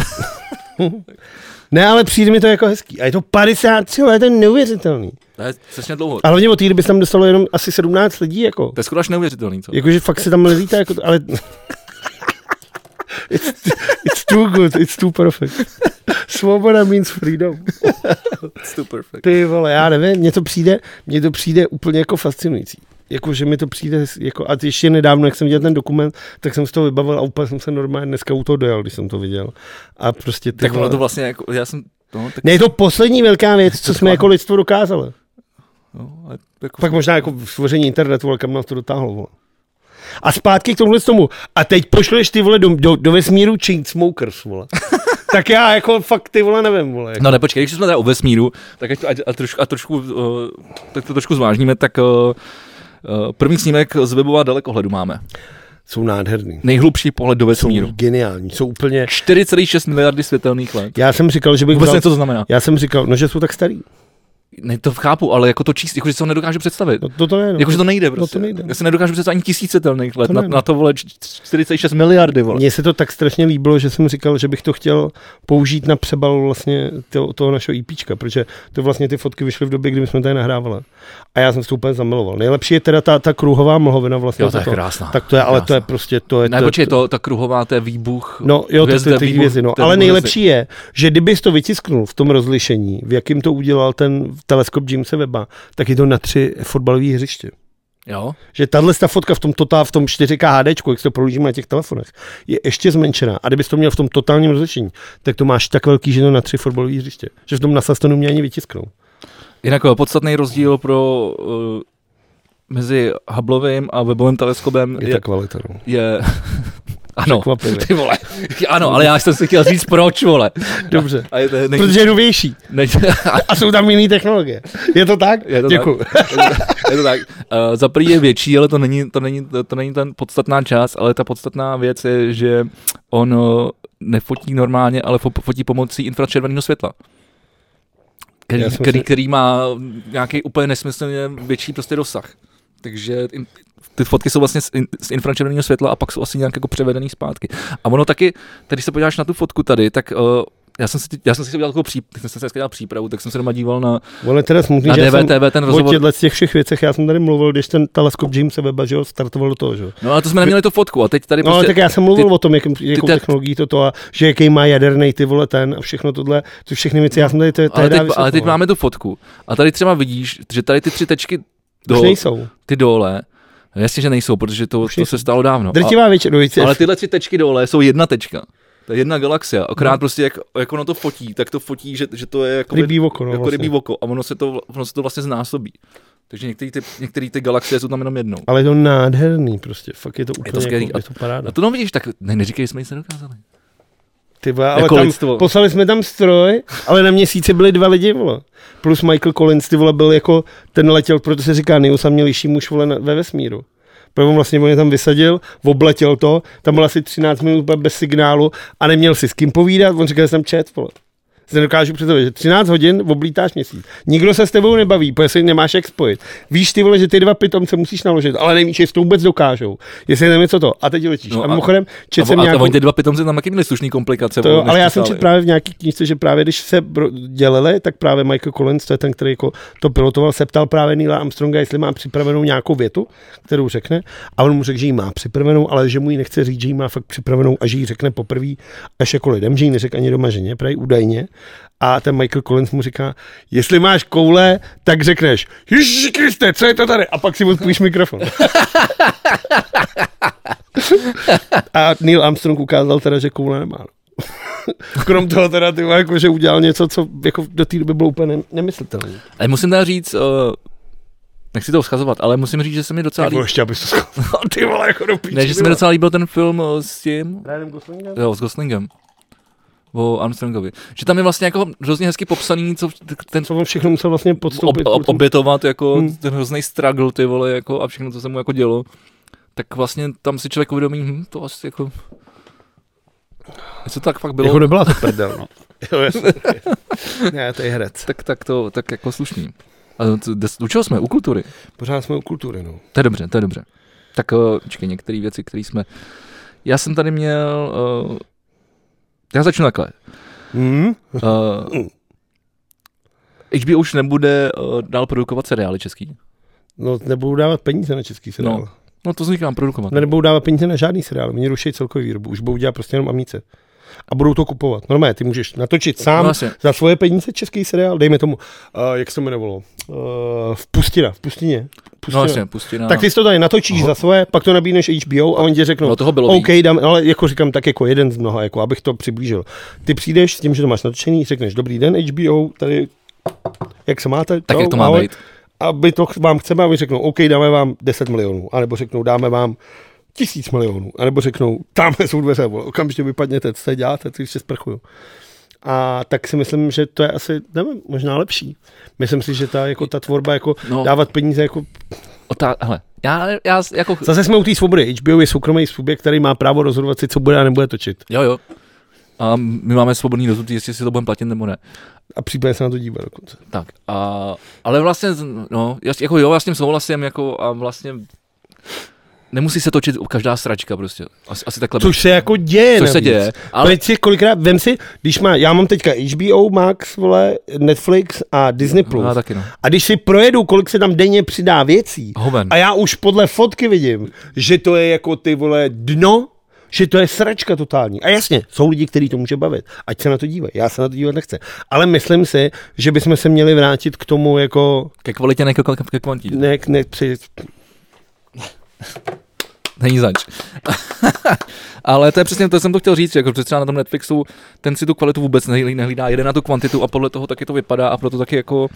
S2: ne, ale přijde mi to jako hezký. A je to 53 let, to je neuvěřitelný.
S1: [laughs] To je strašně dlouho.
S2: A hlavně od té doby se tam dostalo jenom asi 17 lidí, jako.
S1: To je skoro až neuvěřitelný, co?
S2: Jakože fakt se tam lezíte, jako, ale... [laughs] It's, it's too good, it's too perfect. Svoboda means freedom.
S1: Super. fakt.
S2: Ty vole, já nevím, mně to přijde, mně to přijde úplně jako fascinující. Jako, že mi to přijde, jako, a ještě nedávno, jak jsem dělal ten dokument, tak jsem si to vybavil a úplně jsem se normálně dneska u toho dojel, když jsem to viděl. A prostě ty
S1: Tak ono
S2: vole,
S1: to vlastně jako, já jsem, no, tak,
S2: Ne, je to poslední velká věc,
S1: [laughs]
S2: co jsme
S1: fakt.
S2: jako lidstvo dokázali.
S1: no, ale jako,
S2: Pak možná jako stvoření internetu, ale kam nás to dotáhlo. Vole. A zpátky k tomhle tomu. A teď pošleš ty vole do, do, do vesmíru
S1: [laughs]
S2: Chainsmokers, vole. tak já jako fakt ty vole nevím, vole. Jako.
S1: No ne, počkej, když jsme teda o vesmíru, tak ať, to- ať, a trošku, a trošku, uh, tak to trošku zvážníme, tak uh, uh, první snímek z webova dalekohledu máme.
S2: Jsou nádherný.
S1: Nejhlubší pohled do
S2: Jsou
S1: vesmíru.
S2: geniální, jsou úplně...
S1: 4,6 miliardy světelných let.
S2: Já jsem říkal, že bych
S1: Vůbec
S2: vzal...
S1: nevím, co to znamená.
S2: Já jsem říkal, no že jsou tak starý.
S1: Ne, to chápu, ale jako to číst, jakože si to nedokážu představit.
S2: No to to je. No.
S1: Jakože to nejde
S2: to
S1: prostě.
S2: nejde. no.
S1: Já si nedokážu představit ani tisíc světelných let.
S2: To
S1: na,
S2: nejde.
S1: na, to vole č- 46 miliardy, vole.
S2: Mně se to tak strašně líbilo, že jsem říkal, že bych to chtěl použít na přebal vlastně to, toho našeho IPčka, protože to vlastně ty fotky vyšly v době, kdy my jsme tady nahrávali. A já jsem se to úplně zamiloval. Nejlepší je teda ta, ta kruhová mlhovina vlastně.
S1: Jo, to je
S2: za
S1: krásná.
S2: Tak to je, ale to je
S1: Krásná.
S2: prostě, to je...
S1: Ne,
S2: to,
S1: počkej, to, ta kruhová, to je výbuch.
S2: No jo, to
S1: hvězda,
S2: ty, ty
S1: výbuch,
S2: hvězdy, no.
S1: to je
S2: Ale
S1: výbuch hvězdy.
S2: nejlepší je, že kdybys to vytisknul v tom rozlišení, v jakým to udělal ten teleskop Jamesa Webba, tak je to na tři fotbalové hřiště.
S1: Jo?
S2: Že tahle ta fotka v tom, total, v tom 4K HD, jak si to prohlížíme na těch telefonech, je ještě zmenšená. A kdybys to měl v tom totálním rozlišení, tak to máš tak velký, že to na tři fotbalové hřiště. Že v tom NASA to neměl ani vytisknout.
S1: Jinak eh, podstatný rozdíl pro eh, mezi Hubbleovým a Webbovým teleskopem
S2: Je, je ta kvalita. No.
S1: [laughs] je... ano,
S2: Překvapivě.
S1: ty vole. Ano, ale já jsem si chtěl říct proč, vole.
S2: Dobře.
S1: A je to, ne,
S2: Protože je novější.
S1: ne,
S2: A jsou tam jiné technologie. Je to tak?
S1: Je to
S2: Děkuju. Tak.
S1: je to tak. Uh, za prý je větší, ale to není, to, není, to není ten podstatná část, ale ta podstatná věc je, že on eh, nefotí normálně, ale fo- fotí pomocí infračerveného světla. Který,
S2: Já jsem
S1: který,
S2: si-
S1: který má nějaký úplně nesmyslně větší prostě rozsah. Takže in- ty fotky jsou vlastně z, in, z infračerveného světla a pak jsou asi nějak jako převedený zpátky. A ono taky, tady když se podíváš na tu fotku tady, tak uh, já jsem si, já jsem si udělal takovou přípravu, jsem si dneska dělal přípravu, tak jsem se doma díval na,
S2: Ono je teda smutný,
S1: na
S2: že já jsem,
S1: DVTV ten
S2: O
S1: rozhovor.
S2: těchto z těch všech věcech já jsem tady mluvil, když ten teleskop Jamesa Webba, že jo, startoval do toho, že jo.
S1: No ale to jsme neměli tu fotku a teď tady
S2: No, ale
S1: prostě...
S2: tak já jsem mluvil o tom, jakým, jakou
S1: tak-
S2: technologií to to a že jaký má jaderný ty vole ten a všechno tohle, to všechny věci, já jsem tady to
S1: ale, teď, ale teď máme tu fotku. A tady třeba vidíš, že tady ty tři tečky
S2: Už
S1: dole,
S2: nejsou.
S1: ty dole, no jasně, že nejsou, protože to,
S2: Už
S1: to
S2: nejsou.
S1: se stalo dávno. A,
S2: Drtivá většina, no, věci,
S1: ale tyhle tři tečky dole jsou jedna tečka. To je jedna galaxie. Akorát prostě, jak, jak ono to fotí, tak to fotí, že, že to je jako
S2: No. rybí oko, no,
S1: jako
S2: vlastně.
S1: rybí oko. A ono se to, ono se to vlastně znásobí. Takže některé ty, některý ty galaxie jsou tam jenom jednou.
S2: Ale je to nádherný prostě, fakt je to úplně, je to,
S1: skvělý.
S2: jako, je to paráda.
S1: A to no vidíš, tak ne, neříkej, že jsme nic nedokázali.
S2: Ty vole, ale
S1: Jako
S2: tam,
S1: lidstvo.
S2: poslali jsme tam stroj, ale na měsíci byli dva lidi, vole. Plus Michael Collins, ty vole, byl jako, ten letěl, proto se říká nejusamělejší muž, vole, na- ve vesmíru. Protože on vlastně on je tam vysadil, obletěl to, tam byl asi 13 minut úplně bez signálu a neměl si s kým povídat, on říkal, že jsem čet, vole. Se nedokážu představit, že 13 hodin oblítáš měsíc. Nikdo se s tebou nebaví, protože si nemáš jak spojit. Víš ty vole, že ty dva pitomce musíš naložit, ale nevíš, jestli to vůbec dokážou. Jestli tam je co to. A teď letíš.
S1: No
S2: No
S1: a-
S2: a, a mimochodem,
S1: a,
S2: čet jsem
S1: a,
S2: nějakou...
S1: a oni ty dva pitomci tam taky měli slušný komplikace.
S2: To
S1: vole,
S2: jo,
S1: než
S2: ale já jsem
S1: písali.
S2: četl právě v nějaký knížce, že právě když se bro- dělali, tak právě Michael Collins, to je ten, který jako to pilotoval, se ptal právě Neila Armstronga, jestli má připravenou nějakou větu, kterou řekne. A on mu řekl, že ji má připravenou, ale že mu ji nechce říct, že ji má fakt připravenou a že ji řekne poprvé až jako lidem, že ji neřekl ani doma ženě, právě údajně. A ten Michael Collins mu říká, jestli máš koule, tak řekneš, Ježíši Kriste, co je to tady? A pak si odpojíš mikrofon. [laughs] A Neil Armstrong ukázal teda, že koule nemá. Krom toho teda, ty vole, jako, že udělal něco, co jako do té doby bylo úplně ne- nemyslitelné.
S1: Ale Eh, musím teda říct, uh, nechci to schazovat, ale musím říct, že se mi docela líbil,
S2: ještě, abys to [laughs] schoval, ty vole, jako do píči.
S1: ne, že se mi docela líbil ten film eh, s tím,
S2: Ryanem Goslingem?
S1: jo, s Goslingem, o Armstrongovi. Že tam je vlastně jako hrozně hezky popsaný, co ten
S2: Co on všechno musel vlastně
S1: ob,
S2: podstoupit.
S1: ob,
S2: kvůli tomu.
S1: obětovat, jako
S2: Hmm.
S1: ten hrozný struggle, ty vole, jako a všechno, co se mu jako dělo. Tak vlastně tam si člověk uvědomí, hm, to asi jako... Jestli to tak fakt bylo,
S2: Jako nebyla to prdel, no. [laughs] jo, jasně. ne, to je herec.
S1: tak, tak to tak jako slušný. A to- des- u čeho jsme? U kultury.
S2: Pořád jsme u kultury, no.
S1: To je dobře, to je dobře. Tak eh, počkej, některé věci, které jsme... Já jsem tady měl... eh, Já začnu takhle.
S2: Hmm?
S1: Uh, HBO už nebude uh, dál produkovat seriály český.
S2: No, nebudou dávat peníze na český seriál.
S1: No. No to říkám, produkovat.
S2: Ne, nebudou dávat peníze na žádný seriál, oni ruší celkový výrobu, už budou dělat prostě jenom amnice. A budou to kupovat. No, Normálně, ty můžeš natočit sám
S1: No,
S2: no,
S1: jasně.
S2: za svoje peníze český seriál, dejme tomu, uh, jak se to jmenovalo, uh, v Pustina, v Pustině.
S1: No
S2: Pustina.
S1: jasně, pustina.
S2: Tak ty si to tady natočíš za svoje, pak to nabídneš HBO a oni ti řeknou,
S1: No toho bylo
S2: OK, dám, ale jako říkám, tak jako jeden z mnoha, jako abych to přiblížil. Ty přijdeš s tím, že to máš natočený, řekneš, dobrý den HBO, tady, jak se máte?
S1: tak
S2: čau,
S1: jak to má
S2: ahoj."
S1: být?
S2: A my to ch- vám chceme, a my řeknou, OK, dáme vám 10 milionů, anebo řeknou, dáme vám tisíc milionů, anebo řeknou, tam jsou dveře, vole, okamžitě vypadněte, co tady děláte, ty se sprchuju. A tak si myslím, že to je asi, nevím, možná lepší. Myslím si, že ta, jako ta tvorba, jako
S1: No.
S2: no. dávat peníze, jako
S1: Otá- hele, já, já jako...
S2: Zase jsme u té svobody. HBO je soukromý subjekt, který má právo rozhodovat si, co bude a nebude točit.
S1: Jo, jo. A my máme svobodný rozhodnutí, jestli si to budeme platit nebo ne.
S2: A případně se na to dívá dokonce.
S1: Tak, a, ale vlastně, no, jas- jako jo, já s tím souhlasím, jako a vlastně nemusí se točit každá sračka prostě. Asi, asi takhle. bych-
S2: Což se jako děje.
S1: což se
S2: navíc.
S1: děje,
S2: Ale
S1: ale
S2: Proč si kolikrát, vem si, když má, já mám teďka HBO Max, vole, Netflix a Disney+. Plus.
S1: já taky no.
S2: A když si projedu, kolik se tam denně přidá věcí,
S1: Hoven.
S2: a já už podle fotky vidím, že to je jako ty vole dno, že to je sračka totální. A jasně, jsou lidi, kteří to může bavit. Ať se na to dívají. Já se na to dívat nechci. Ale myslím si, že bychom se měli vrátit k tomu jako
S1: Ke kvalitě, ne ke, ke, ke kvantitě.
S2: ne, ne, při,
S1: Není zač. [laughs] Ale to je přesně to, jsem to chtěl říct, jako že třeba na tom Netflixu ten si tu kvalitu vůbec nehlí- nehlídá, jede na tu kvantitu a podle toho taky to vypadá a proto taky jako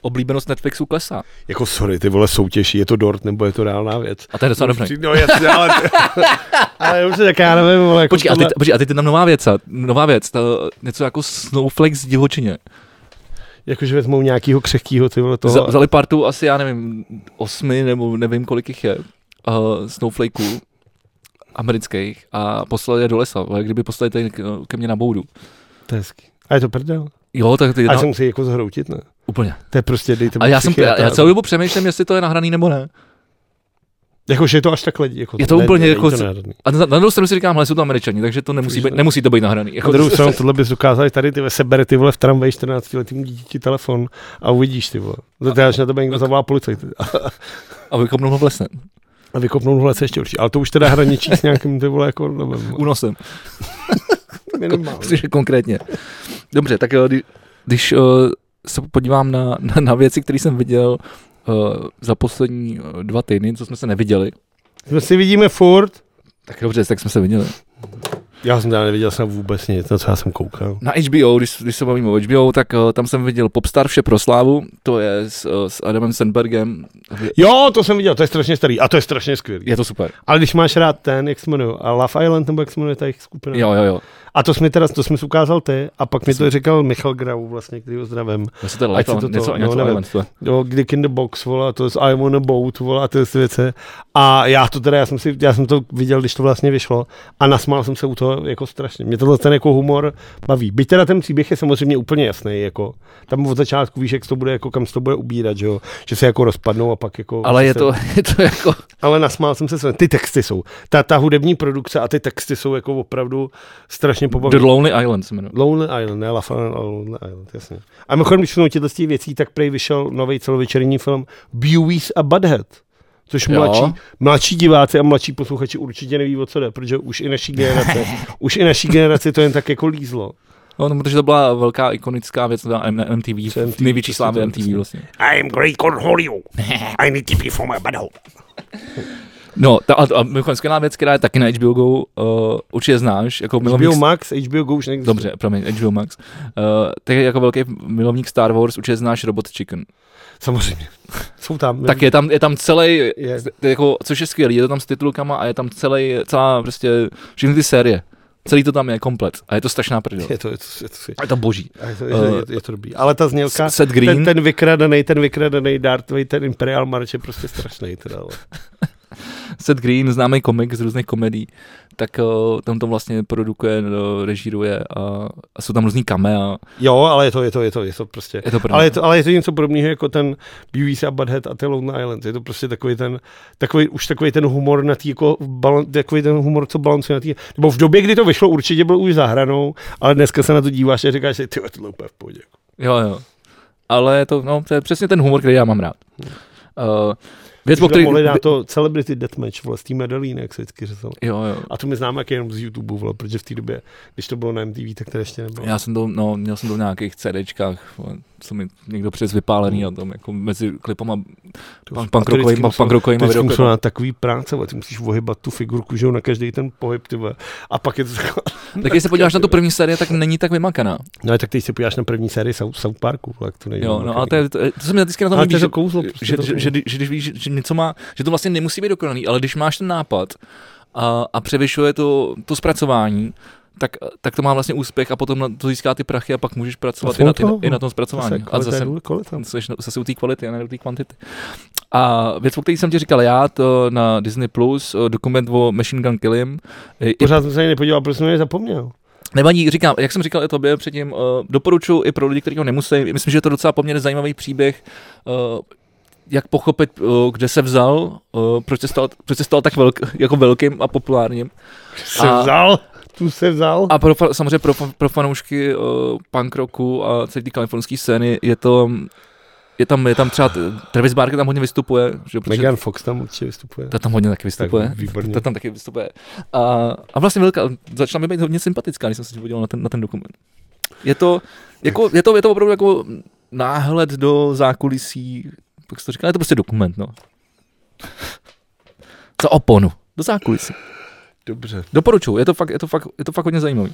S1: oblíbenost Netflixu klesá.
S2: Jako sorry, ty vole soutěž, je to dort nebo je to reálná věc?
S1: A to je docela dobré.
S2: No jasně, ale... [laughs] ale dobře, tak já nevím, vole, jako
S1: Počkej, a teď,
S2: tohle-
S1: počkej, a teď je tam nová věc, a- nová věc, to, něco jako Snowflake z divočině.
S2: Jakože vezmou nějakýho křehkýho, ty vole, toho...
S1: Za- Vzali partu asi, já nevím, osmi nebo nevím, kolik jich je, uh, Snowflakeů amerických a poslali je do lesa, ale kdyby poslali tady k- ke mně na boudu.
S2: To je hezký. A je to prdel.
S1: Jo, tak to je
S2: A
S1: na,
S2: se musí jako zhroutit, ne?
S1: úplně.
S2: To je prostě, dejte
S1: A
S2: mi
S1: já, jsem, já,
S2: psychiatra.
S1: já celou dobu přemýšlím, jestli to je nahraný nebo ne.
S2: Jakože je to až tak lidi. Jako
S1: Je to úplně jako-
S2: není to národný.
S1: A na, na druhou stranu si říkám, hele, jsou to američani, takže to nemusí,
S2: Cože
S1: být,
S2: ne?
S1: nemusí to být nahraný. Jako,
S2: Na druhou stranu tohle bys dokázal tady, ty vole, sebere ty vole v tramvaji 14 letým dítěti telefon a uvidíš ty vole. Zatáž na tebe někdo zavolá policajt
S1: a jako vlastně, vykopnou ho v lese.
S2: a vykopnou hle se ještě určitě. Ale to už teda hraničí s nějakým ty vole jako, nevím,
S1: Únosem.
S2: minimálně.
S1: Protože konkrétně. Dobře, tak eh, kdy- když eh, se podívám na, na, na věci, které jsem viděl eh, za poslední eh, dva týdny, co jsme se neviděli.
S2: My si vidíme furt.
S1: Tak dobře, tak jsme se viděli.
S2: Já jsem teda neviděl jsem vůbec nic, na co já jsem koukal.
S1: Na HBO, když, když se bavíme o HBO, tak eh, tam jsem viděl Popstar vše pro slávu, to je s, eh, s Adamem Sandbergem.
S2: Jo, to jsem viděl, to je strašně starý a to je strašně skvělý.
S1: Je to super.
S2: Ale když máš rád ten, jak se jmenuje, a Love Island, nebo jak se jmenuje ta jejich skupina.
S1: Jo, jo, jo.
S2: A to jsi mi teda, to jsi mi ukázal ty, a pak mi to říkal Michal Grau, vlastně, který ho zdravím.
S1: Jestli to je
S2: Ať
S1: Life
S2: se
S1: Island,
S2: to-
S1: něco,
S2: no,
S1: něco
S2: nevím.
S1: Island, to je.
S2: Jo, Dick in the Box, vole, a to z I'm on a boat, vole, a ty věci. A já to teda, já jsem, si, já jsem to viděl, když to vlastně vyšlo a nasmál jsem se u toho jako strašně. Mě tohle ten jako humor baví. Byť teda ten příběh je samozřejmě úplně jasný, jako tam od začátku víš, jak to bude, jako kam se to bude ubírat, že jo, že se jako rozpadnou a pak jako...
S1: Ale je
S2: se-
S1: to, [laughs] je to jako,
S2: Ale nasmál jsem se, ty texty jsou, ta, ta hudební produkce a ty texty jsou jako opravdu strašně
S1: The
S2: pobaví.
S1: Lonely Island se jmenuje.
S2: Lonely Island, ne, Love Island, ale Lonely Island, jasně. A mimochodem, když jsou těchto z těch věcí, tak prej vyšel nový celovečerní film Beauties a Butthead. Což
S1: Jo.
S2: mladší, mladší diváci a mladší posluchači určitě neví, o co jde, protože už i naší generace,
S1: [laughs]
S2: už i naší generaci to jen tak jako lízlo.
S1: No, no, protože to byla velká ikonická věc na M- na MTV,
S2: Co MTV,
S1: v největší
S2: přesně
S1: slávě
S2: to,
S1: MTV
S2: přesně.
S1: vlastně.
S3: I am great God Hollywood. I need to be for my butthole.
S1: No, ta, a, a mimochodem skvělá věc, která je taky na HBO Go, uh, určitě znáš, jako milovník...
S2: HBO Max, HBO Go už neexistuje.
S1: Dobře, promiň, HBO Max. Uh, tak jako velký milovník Star Wars, určitě znáš Robot Chicken.
S2: Samozřejmě. [laughs] Jsou tam.
S1: Tak je tam, je tam celý,
S2: Je.
S1: jako, což je skvělý, je to tam s titulkama a je tam celý, celá prostě, všechny ty série. Celý to tam je komplet a je to strašná prdel.
S2: Je to, je to, je to,
S1: A je to boží.
S2: je to, je to, je to, je to dobrý. Ale ta znělka,
S1: Seth Eh, Green.
S2: ten, ten vykradený, ten vykradený Darth Vader, ten Imperial March je prostě strašný. Teda, ale.
S1: Seth Green, známý komik z různých komedií, tak uh, tam to vlastně produkuje, no, režíruje a, a jsou tam různý kame a
S2: Jo, ale je to, je to, je to, je to prostě.
S1: je to pravda.
S2: Ale je to, ale je to něco podobného jako ten Beavis a Butthead a ten Lone Island. Je to prostě takový ten, takový, už takový ten humor na tý, jako, balan, takový ten humor, co balancuje na tý, nebo v době, kdy to vyšlo, určitě byl už za hranou, ale dneska se na to díváš a říkáš, že ty to je úplně v pohodě.
S1: Jo, jo. Ale je to, no, to je přesně ten humor, který já mám rád. Uh, věc, po
S2: Jsme
S1: který...
S2: mohli dát to Celebrity Deathmatch, vlastně medalín, jak se vždycky řezal.
S1: Jo, jo.
S2: A to my známe jak jenom z YouTube, vole, protože v té době, když to bylo na MTV, tak to ještě nebylo.
S1: Já jsem to, no, měl jsem to v nějakých CDčkách, vole, co mi někdo přes vypálený na tom, jako mezi klipama,
S2: To
S1: pan-
S2: Hmm. už-
S1: pan
S2: a to vždycky
S1: Krokovej-
S2: muselo-
S1: pan Krokovej
S2: to
S1: má
S2: vždycky
S1: videoklip.
S2: muselo na takový práce, vole, ty musíš ohybat tu figurku, že jo, na každý ten pohyb, ty vole. A pak je to taková... [laughs]
S1: tak když se podíváš na tu první sérii, tak není tak vymakaná.
S2: No a tak teď se podíváš na první sérii South, South Parku, vole, jak to nejde.
S1: Jo, no, a to, je, to, to se mi vždycky na tom
S2: ale to
S1: líbí,
S2: je
S1: že,
S2: to kouzlo. Prostě
S1: že,
S2: to
S1: že, že, že, když víš, že- že něco má, že to vlastně nemusí být dokonalý, ale když máš ten nápad a, a převyšuje to, to zpracování, tak, tak to má vlastně úspěch a potom na- to získá ty prachy a pak můžeš pracovat i na, i, na-
S2: no.
S1: i na tom zpracování.
S2: Zase,
S1: A
S2: zase,
S1: zase,
S2: koleta.
S1: Jsi zase u té kvality a ne u té kvantity. A věc, o které jsem ti říkal já, to na Disney+, Plus, eh, dokument o Machine Gun Killim. I, i,
S2: Pořád jsem se na něj nepodíval, protože jsem je zapomněl.
S1: nevadí, říkám, jak jsem říkal i tobě předtím, uh, doporučuji i pro lidi, kteří ho nemusí. Myslím, že je to docela poměrně zajímavý příběh, eh, jak pochopit, eh, kde se vzal, eh, proč se stal, proč se stal tak velk, [laughs] jako velkým a populárním.
S2: Se
S1: A-
S2: vzal, tu se vzal.
S1: A pro, fa- samozřejmě pro, fa- pro fanoušky uh, punk rocku a celé té kalifornské scény je to je tam, je tam třeba, t- Travis Barker tam hodně vystupuje, že, jo, protože
S2: Megan Fox tam určitě vystupuje.
S1: ta tam hodně taky vystupuje.
S2: výborně.
S1: Ta tam taky vystupuje. A, a vlastně Vilka začala mi být hodně sympatická, když jsem se podíval na ten, na ten dokument. Je to, jako, je, to, je to opravdu jako náhled do zákulisí, jak se to říká, je to prostě dokument, no. Za oponu, do zákulisí.
S2: Dobře.
S1: Doporučuju, je to fakt, je to fakt, je to fakt hodně zajímavý.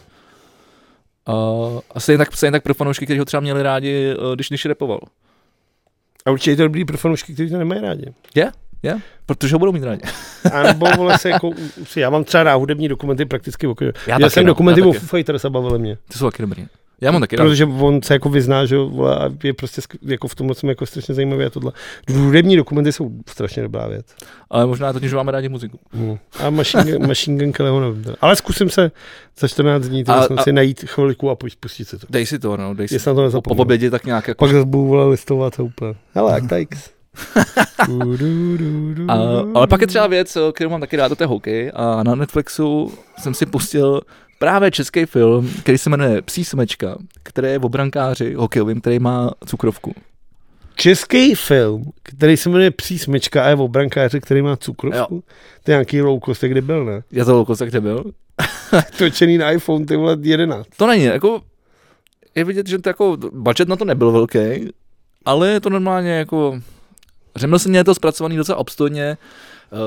S1: Uh, a stejně tak, stejně tak pro fanoušky, kteří ho třeba měli rádi, eh, když, když repoval.
S2: A určitě je to dobrý pro fanoušky, kteří to nemají rádi.
S1: Protože ho budou mít rádi.
S2: A nebo vole se jako, [laughs] si- já mám třeba rád hudební dokumenty prakticky okolo. Já, já
S1: taky,
S2: jsem
S1: no,
S2: dokumenty
S1: já
S2: o
S1: taky.
S2: Foo Fighters a bavily mě.
S1: Ty jsou taky dobrý. Já mám taky rád.
S2: Protože on se jako vyzná, že jo, vole, a je prostě sk- jako v tomhle jsem jako strašně zajímavý a tohle. Hudební dokumenty jsou strašně dobrá věc.
S1: Ale možná to, že máme rádi muziku.
S2: Hmm. A Machine, Gun- machine Gun Kellyho nevím. teda. Ale zkusím se za 14 dní
S1: A-
S2: a, snad
S1: a-
S2: si najít chvilku a pojď pustit si to.
S1: Dej si to, no, dej si
S2: Jestli na to
S1: to. Po
S2: nezapomněl.
S1: obědě tak nějak jako...
S2: Pak zase budu vole listovat a úplně. Hele, jak
S1: [laughs]
S2: tajks. Du, du, du, du,
S1: A,
S2: du.
S1: ale pak je třeba věc, eh, kterou mám taky rád, a to je hokej. A na Netflixu jsem si pustil právě český film, který se jmenuje Psí smečka, který je o brankáři hokejovým, který má cukrovku.
S2: Český film, který se jmenuje Přísmečka a je o brankáři, který má cukrovku. To je nějaký low cost, kde byl, ne?
S1: Já to Lukas, kde byl?
S2: Točený na iPhone, ty vole, 11.
S1: To není, jako je vidět, že to jako budget na to nebyl velký, ale je to normálně jako Řeml se mě je to zpracovaný docela obstojně, uh,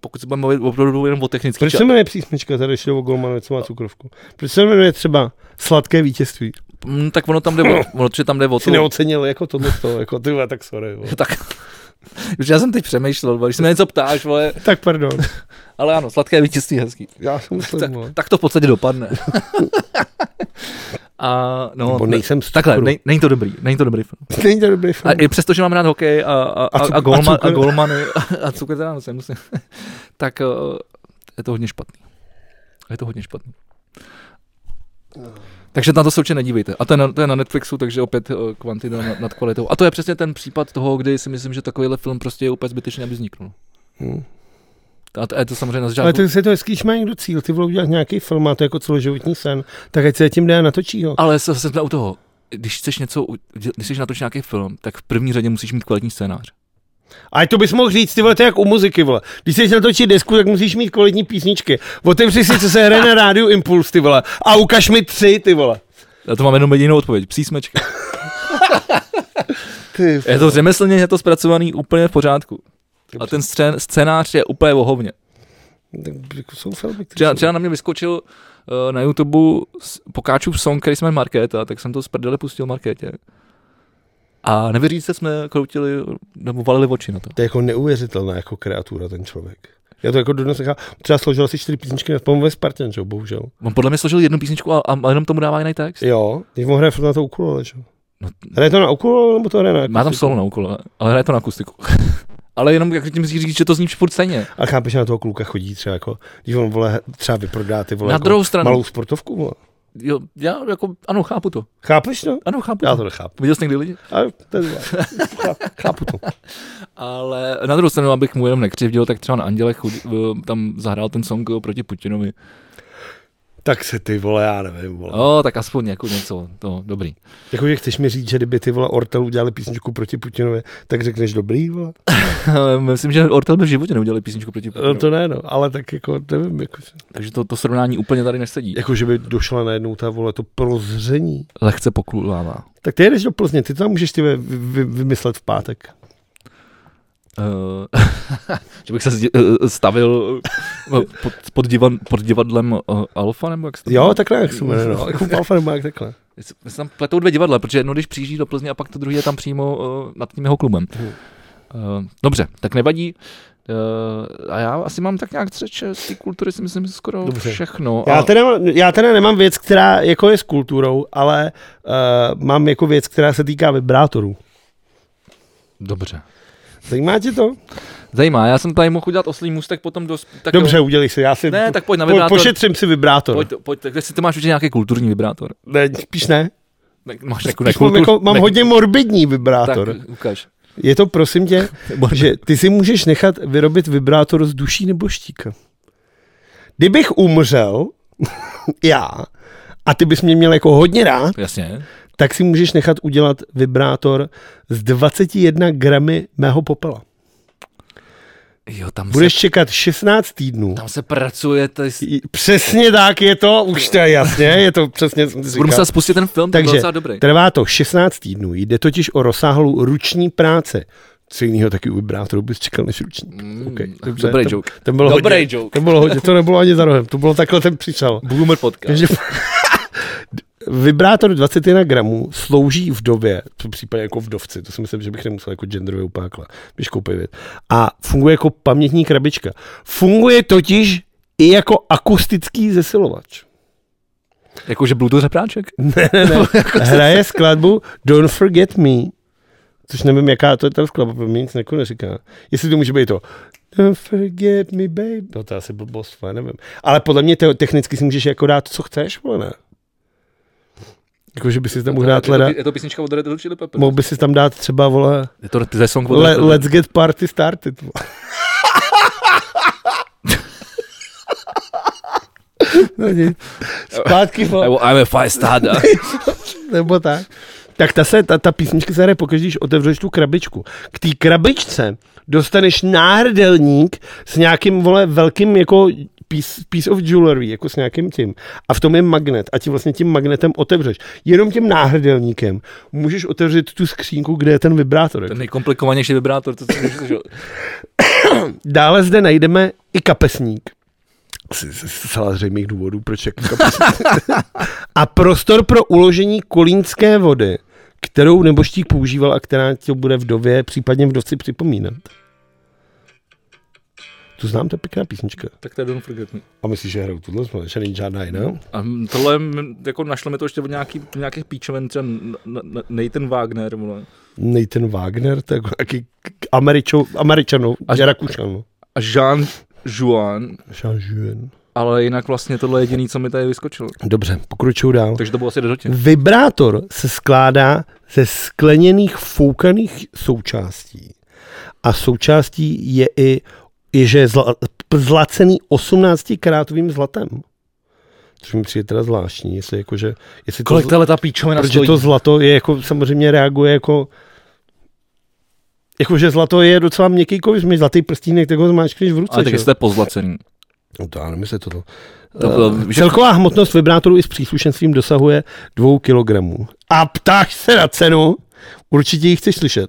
S1: pokud se budeme mluvit opravdu jenom o technických
S2: Proč se jmenuje Přísmečka, tady šlo o Golmanovi, co má cukrovku? Proč se jmenuje třeba Sladké vítězství?
S1: Mm, tak ono tam jde o, ono, že tam jde o
S2: Jsi
S1: to.
S2: neocenil jako tohle to, jako ty vole, tak
S1: [laughs]
S2: sorry. Vole.
S1: Tak, Protože já jsem teď přemýšlel, vole, když se mě něco ptáš, vole,
S2: Tak pardon,
S1: ale ano, sladké vítězství je hezký.
S2: já jsem musel, vole.
S1: Tak to v podstatě dopadne. [laughs] A no,
S2: Nebo nejsem z
S1: takhle,
S2: cukru.
S1: nej, není to dobrý, není to dobrý film.
S2: Není to dobrý film.
S1: A i přesto, že mám rád hokej a, a, a,
S2: cuk-
S1: a,
S2: a
S1: golma, a,
S2: cukr.
S1: golmany [laughs] a cukr teda musím, musím, [laughs] tak eh, je to hodně špatný. Je to hodně špatný. Takže na to se určitě nedívejte. A to je na, to je na Netflixu, takže opět eh, kvantita nad, nad kvalitou. A to je přesně ten případ toho, kdy si myslím, že takovýhle film prostě je úplně zbytečný, aby vzniknul.
S2: Hm.
S1: A to, je to samozřejmě na
S2: Ale
S1: začátku.
S2: to se to hezký, když má někdo cíl, ty vole udělat nějaký film, a to je jako celoživotní sen, tak ať se tím jde a natočí ho.
S1: Ale zase jsme u toho. Když chceš něco, u- dě- když chceš natočit nějaký film, tak v první řadě musíš mít kvalitní scénář.
S2: A to bys mohl říct, ty vole, to je jak u muziky, vole. Když chceš natočit desku, tak musíš mít kvalitní písničky. Otevři si, co se hraje na rádiu Impuls, ty vole. A ukaž mi tři, ty vole.
S1: Na to mám jenom jedinou odpověď. Přísmečka.
S2: Ty,
S1: Je to řemeslně, je to zpracovaný úplně v pořádku. A ten scén- scénář je úplně vohovně.
S2: jako jsou filmy,
S1: Třeba, třeba na mě vyskočil eh, na YouTube s- pokáčův song, který jsme Markéta, tak jsem to z prdele pustil Markétě. A nevěříte, jsme kroutili, nebo valili oči na to.
S2: To je jako neuvěřitelná jako kreatura ten člověk. Já to jako dodnes nechám. Třeba složil asi čtyři písničky na tom ve Spartan, že jo, bohužel.
S1: On podle mě složil jednu písničku a, a, a jenom tomu dává jiný text.
S2: Jo, když on hraje furt na to ukulele, že jo.
S1: No,
S2: Hraje to na ukulele, nebo to hraje na
S1: Má tam
S2: akustiku?
S1: solo na úkole, ale hraje to na akustiku. [laughs] ale jenom jak tím si říct, že to zní furt stejně.
S2: A chápeš, že na toho kluka chodí třeba jako, když on vole, třeba vyprodá ty vole
S1: Na
S2: jako
S1: druhou stranu.
S2: malou sportovku. Vole.
S1: Jo, já jako, ano, chápu to.
S2: Chápeš to?
S1: Ano, chápu
S2: Já
S1: to.
S2: to nechápu.
S1: Viděl jsi někdy lidi?
S2: A to je dobré. Chá- Chápu to.
S1: Ale na druhou stranu, abych mu jenom nekřivdil, tak třeba na Andělech chud, tam zahrál ten song jo, proti Putinovi.
S2: Tak se ty vole, já nevím, vole.
S1: O, tak aspoň jako něco, to dobrý. [laughs]
S2: Jakože chceš mi říct, že kdyby ty vole Ortel udělali písničku proti Putinovi, tak řekneš dobrý, vole?
S1: Myslím, že Ortel by v životě neudělali písničku proti
S2: No,
S1: Putinovi.
S2: to ne, no, ale tak jako, nevím, jako,
S1: Takže to, to srovnání úplně tady nesedí.
S2: jako že by došla najednou ta vole, to prozření.
S1: Lehce pokulává.
S2: Tak ty jedeš do Plzně, ty to tam můžeš ty vy, vy, vymyslet v pátek.
S1: Eh, [laughs] že bych se zdi- eh, stavil eh, pod, pod, divan, pod divadlem eh, Alfa, nebo jak se to
S2: Jo, takhle, jak se jmenuje, no, jako Alfa nebo jak takhle.
S1: Jestli- se tam pletou dvě divadla, protože jedno, když přijíždí do Plzně a pak to druhé je tam přímo uh, nad tím jeho klubem.
S2: Hmm.
S1: Uh, dobře, tak nevadí. Uh, a já asi mám tak nějak třeče z té kultury, si myslím, skoro
S2: Dobře.
S1: dobře. všechno.
S2: Já
S1: a,
S2: teda, mám- já teda nemám věc, která jako je s kulturou, ale uh, mám jako věc, která se týká vibrátorů.
S1: Dobře.
S2: Zajímá tě to?
S1: Zajímá, já jsem tady mohl udělat oslý můstek potom do... Tak
S2: Dobře,
S1: jo.
S2: udělej si, já si
S1: Ne, tak pojď na
S2: po,
S1: vibrátor.
S2: pošetřím si vibrátor.
S1: Pojď, pojď, tak jestli ty máš určitě nějaký kulturní vibrátor.
S2: Ne, spíš ne.
S1: Ne, máš jako
S2: Spíš mám, jako, mám
S1: ne-
S2: hodně morbidní vibrátor.
S1: Tak, ukáž.
S2: Je to, prosím tě, že ty si můžeš nechat vyrobit vibrátor z duší nebo štíka. Kdybych umřel, [laughs] já, a ty bys mě měl jako hodně rád,
S1: Jasně.
S2: tak si můžeš nechat udělat vibrátor z 21 gramy mého popela.
S1: Jo, tam
S2: Budeš
S1: se,
S2: čekat 16 týdnů.
S1: tam se pracuje, to je... s-
S2: I- Přesně tak je to, už to je jasně, je to přesně, jsem
S1: Budu
S2: říkal.
S1: muset spustit ten film, to byl
S2: Takže
S1: docela dobrý.
S2: trvá to 16 týdnů, jde totiž o rozsáhlou ruční práce. Co jiného taky u vibrátoru bys čekal než ruční.
S1: Mm,
S2: Okay,
S1: dobrý
S2: to,
S1: joke.
S2: To bylo
S1: Dobrý
S2: hodně,
S1: joke.
S2: To bylo hodně, to nebylo ani za rohem, to bylo takhle ten přišel.
S1: Boomer podcast.
S2: Každopádně, [laughs] vibrátor 21 gramů slouží vdově, v případě jako vdovci, to si myslím, že bych nemusel jako genderově upákla, když koupí věc. A funguje jako pamětní krabička. Funguje totiž i jako akustický zesilovač.
S1: Jakože Bluetooth repráček?
S2: Hraje skladbu Don't Forget Me, což nevím, jaká to je ta skladba, protože mi nic jako neříká. Jestli to může být to Don't forget me, babe. No to je asi blbost, já nevím. Ale podle mě te- technicky si můžeš jako dát, co chceš, vole, ne? Jakože by si tam mohl dát leda,
S1: Je to písnička od Red Hot Chili Peppers.
S2: mohl by si tam dát třeba, vole,
S1: Je to ze song od
S2: le,
S1: Red Hot-
S2: Let's get party
S1: [laughs]
S2: started. vole. No nic. Zpátky, vole.
S1: Nebo I'm a jako five star. da.
S2: nebo tak. Tak ta, se, ta, ta písnička se hraje pokaždé, když otevřeš tu krabičku. K té krabičce dostaneš náhrdelník s nějakým, vole, velkým jako piece, piece of jewelry, jako s nějakým tím. A v tom je magnet a ti vlastně tím magnetem otevřeš. Jenom tím náhrdelníkem můžeš otevřít tu skřínku, kde je ten vibrátor. jako
S1: Ten nejkomplikovanější vibrátor, to co můžeš slyšet.
S2: Dále zde najdeme i kapesník. Z- z- Z celá zřejmých důvodů, proč jaký kapesník. [laughs] a prostor pro uložení kolínské vody, kterou neboštík používal a která tě bude vdově, případně vdovci připomínat. Tu znám, to je pěkná písnička.
S1: Tak to je Don't Forget Me.
S2: A myslíš, že hrajou tuhle, jsme, že není žádná jiná?
S1: A m, tohle, m, jako našlo mi to ještě od nějaký, nějakých píčoven, třeba n- n- Nathan Wagner, vole.
S2: Nathan Wagner, to je jako nějaký k- k- Američo, Američanů,
S1: Až-
S2: že Rakušanů.
S1: A Jean Juan,
S2: Jean Juin.
S1: ale jinak vlastně tohle je jediný, co mi tady vyskočilo.
S2: Dobře, pokročuju dál.
S1: Takže to bylo asi dotě.
S2: Vibrátor se skládá ze skleněných foukaných součástí. A součástí je i, je, že je zla, zlacený 18-krátovým zlatem. Což mi přijde teda zvláštní, jestli jakože... Jestli to,
S1: Kolik
S2: zla-
S1: tahle ta píčovina
S2: protože
S1: stojí?
S2: to zlato je jako, samozřejmě reaguje jako... Jakože zlato je docela měkký kovis, mi zlatý prstínek, tak ho zmáčkneš v ruce.
S1: Ale tak
S2: že jo?
S1: jestli to je pozlacený.
S2: No to já nevím, jestli to.
S1: To
S2: to
S1: bylo-
S2: uh,
S1: že-
S2: celková hmotnost vibrátoru i s příslušenstvím dosahuje 2 kg. A ptáš se na cenu, určitě ji chceš slyšet.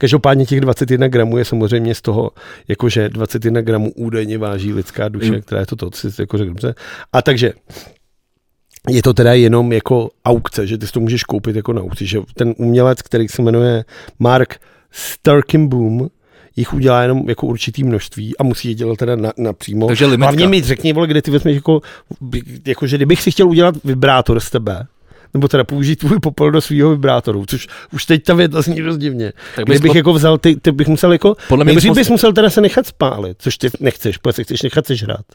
S2: Každopádně těch 21 gramů je samozřejmě z toho, jakože 21 gramů údajně váží lidská duše,
S1: Mm.
S2: která je to to, co jsi jako řekl dobře. A takže je to teda jenom jako aukce, že ty si to můžeš koupit jako na aukci, že ten umělec, který se jmenuje Mark Starkenboom, jich udělá jenom jako určitý množství a musí je dělat teda na, napřímo.
S1: Takže limitka.
S2: Hlavně mi řekni, vole, kde ty vezmeš jako, jako, že kdybych si chtěl udělat vibrátor z tebe, nebo teda použít tvůj popel do svého vibrátoru, což už teď ta věta zní rozdivně.
S1: Tak bys
S2: Kdybych
S1: po-
S2: jako vzal, ty, ty bych musel jako,
S1: Podle
S2: podle
S1: mě
S2: mě
S1: bys
S2: nejdřív
S1: mohl-
S2: bys, musel teda se nechat spálit, což ty nechceš, protože se chceš nechat sežrat.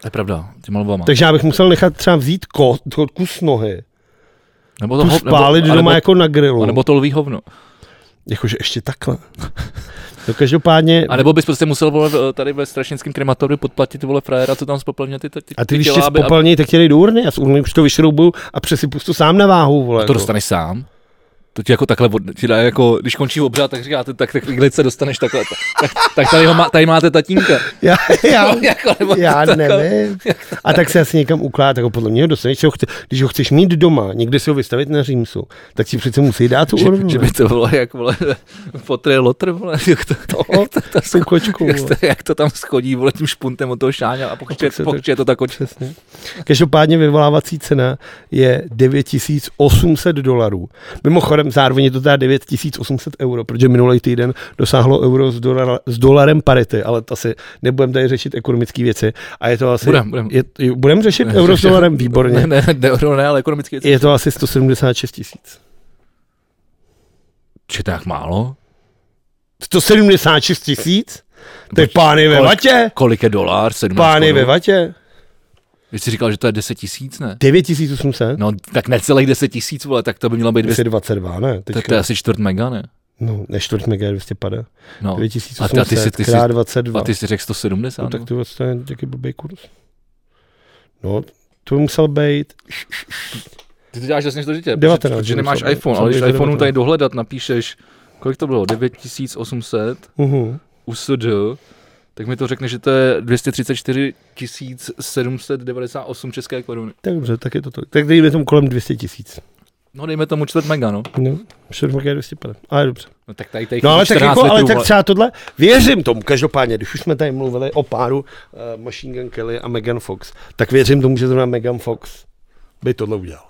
S1: To je pravda, těma lvama.
S2: Takže já bych musel nechat třeba vzít kot, kus nohy,
S1: Nebo to
S2: tu
S1: ho-
S2: spálit
S1: nebo,
S2: doma
S1: anebo-
S2: jako na grilu.
S1: Anebo to lví hovno.
S2: Jakože ještě takhle. [laughs] No každopádně,
S1: A nebo bys prostě musel vole, v- tady ve strašnickém krematoriu podplatit vole frajera, co tam spopelnil ty, ty, ty
S2: a ty,
S1: ty
S2: když tě
S1: těla, aby- aby-
S2: spopelní, tak tě dej do urny a z urny už to vyšroubuju a přesypu to sám na váhu, vole.
S1: To
S2: jako.
S1: dostaneš sám. To ti jako takhle, od- ti dá jako, když končí obřad, tak říkáte, tak, tak chvíli se dostaneš takhle. Tak, tak tady, ho má, tady máte [laughs] tatínka.
S2: Já, já,
S1: jako, nebo [laughs]
S2: já
S1: to-
S2: nevím. A tak se asi někam ukládá, tak ho podle mě ho dostaneš, ho chce, když ho chceš mít doma, někde si ho vystavit na Římsu, tak ti přece musí dát tu urnu.
S1: Že, že, by to bylo jak vole, [laughs] potry lotr, vole, [laughs] jak to, jak to, to,
S2: tu kočku,
S1: jak,
S2: vole.
S1: to, jak to, tam schodí, vole, tím špuntem od toho šáňa a pokud je,
S2: tak se
S1: pokud
S2: tak-
S1: je to tak oč...
S2: Přesně. Každopádně vyvolávací cena je 9800 dolarů. Mimochodem zároveň je to teda 9800 euro, protože minulý týden dosáhlo euro s, dolar, s dolarem parity, ale to asi nebudeme tady řešit ekonomické věci. A je to asi...
S1: Budem, budem.
S2: je- jo, budem řešit euro s dolarem?
S1: Ne,
S2: Výborně.
S1: ne, ne, euro ne, ale ekonomicky je,
S2: Je to asi 176 tisíc.
S1: Či tak málo?
S2: 176 tisíc? To je pány ve
S1: kolik-
S2: vatě?
S1: Kolik je dolar? 17
S2: Pány ve
S1: korun?
S2: vatě?
S1: Vy jsi říkal, že to je 10 tisíc, ne?
S2: 9800?
S1: No, tak necelých 10 tisíc, vole, tak to by mělo být 200,
S2: 222, ne?
S1: to, to
S2: Teďka.
S1: je asi čtvrt mega, ne?
S2: No, ne čtvrt mega je 250.
S1: No. A ty- a ty si-
S2: 9800
S1: ty si-
S2: krát
S1: A
S2: 22.
S1: ty jsi řekl 170,
S2: No,
S1: no,
S2: tak ty to je taky blbý kurz. No, to by musel být.
S1: Ty to děláš jasně složitě,
S2: 19
S1: protože
S2: by
S1: nemáš
S2: musel být.
S1: iPhone,
S2: Musel
S1: ale
S2: být
S1: když
S2: to
S1: iPhoneu
S2: 19.
S1: tady dohledat napíšeš, kolik to bylo, 9800
S2: Uhum.
S1: USD, tak mi to řekne, že to je 234 798 české koruny.
S2: Tak dobře, tak je to to. Tak dejme tomu kolem 200 tisíc.
S1: No dejme tomu čtvrt mega, no.
S2: No, 4 mega je 250. Ale dobře.
S1: No tak tady, tady
S2: No ale tak,
S1: 14
S2: jako,
S1: litrů,
S2: ale tak
S1: vole.
S2: třeba tohle, věřím tomu, každopádně, když už jsme tady mluvili o páru uh, Machine Gun Kelly a Megan Fox, tak věřím tomu, že zrovna Megan Fox by tohle udělal.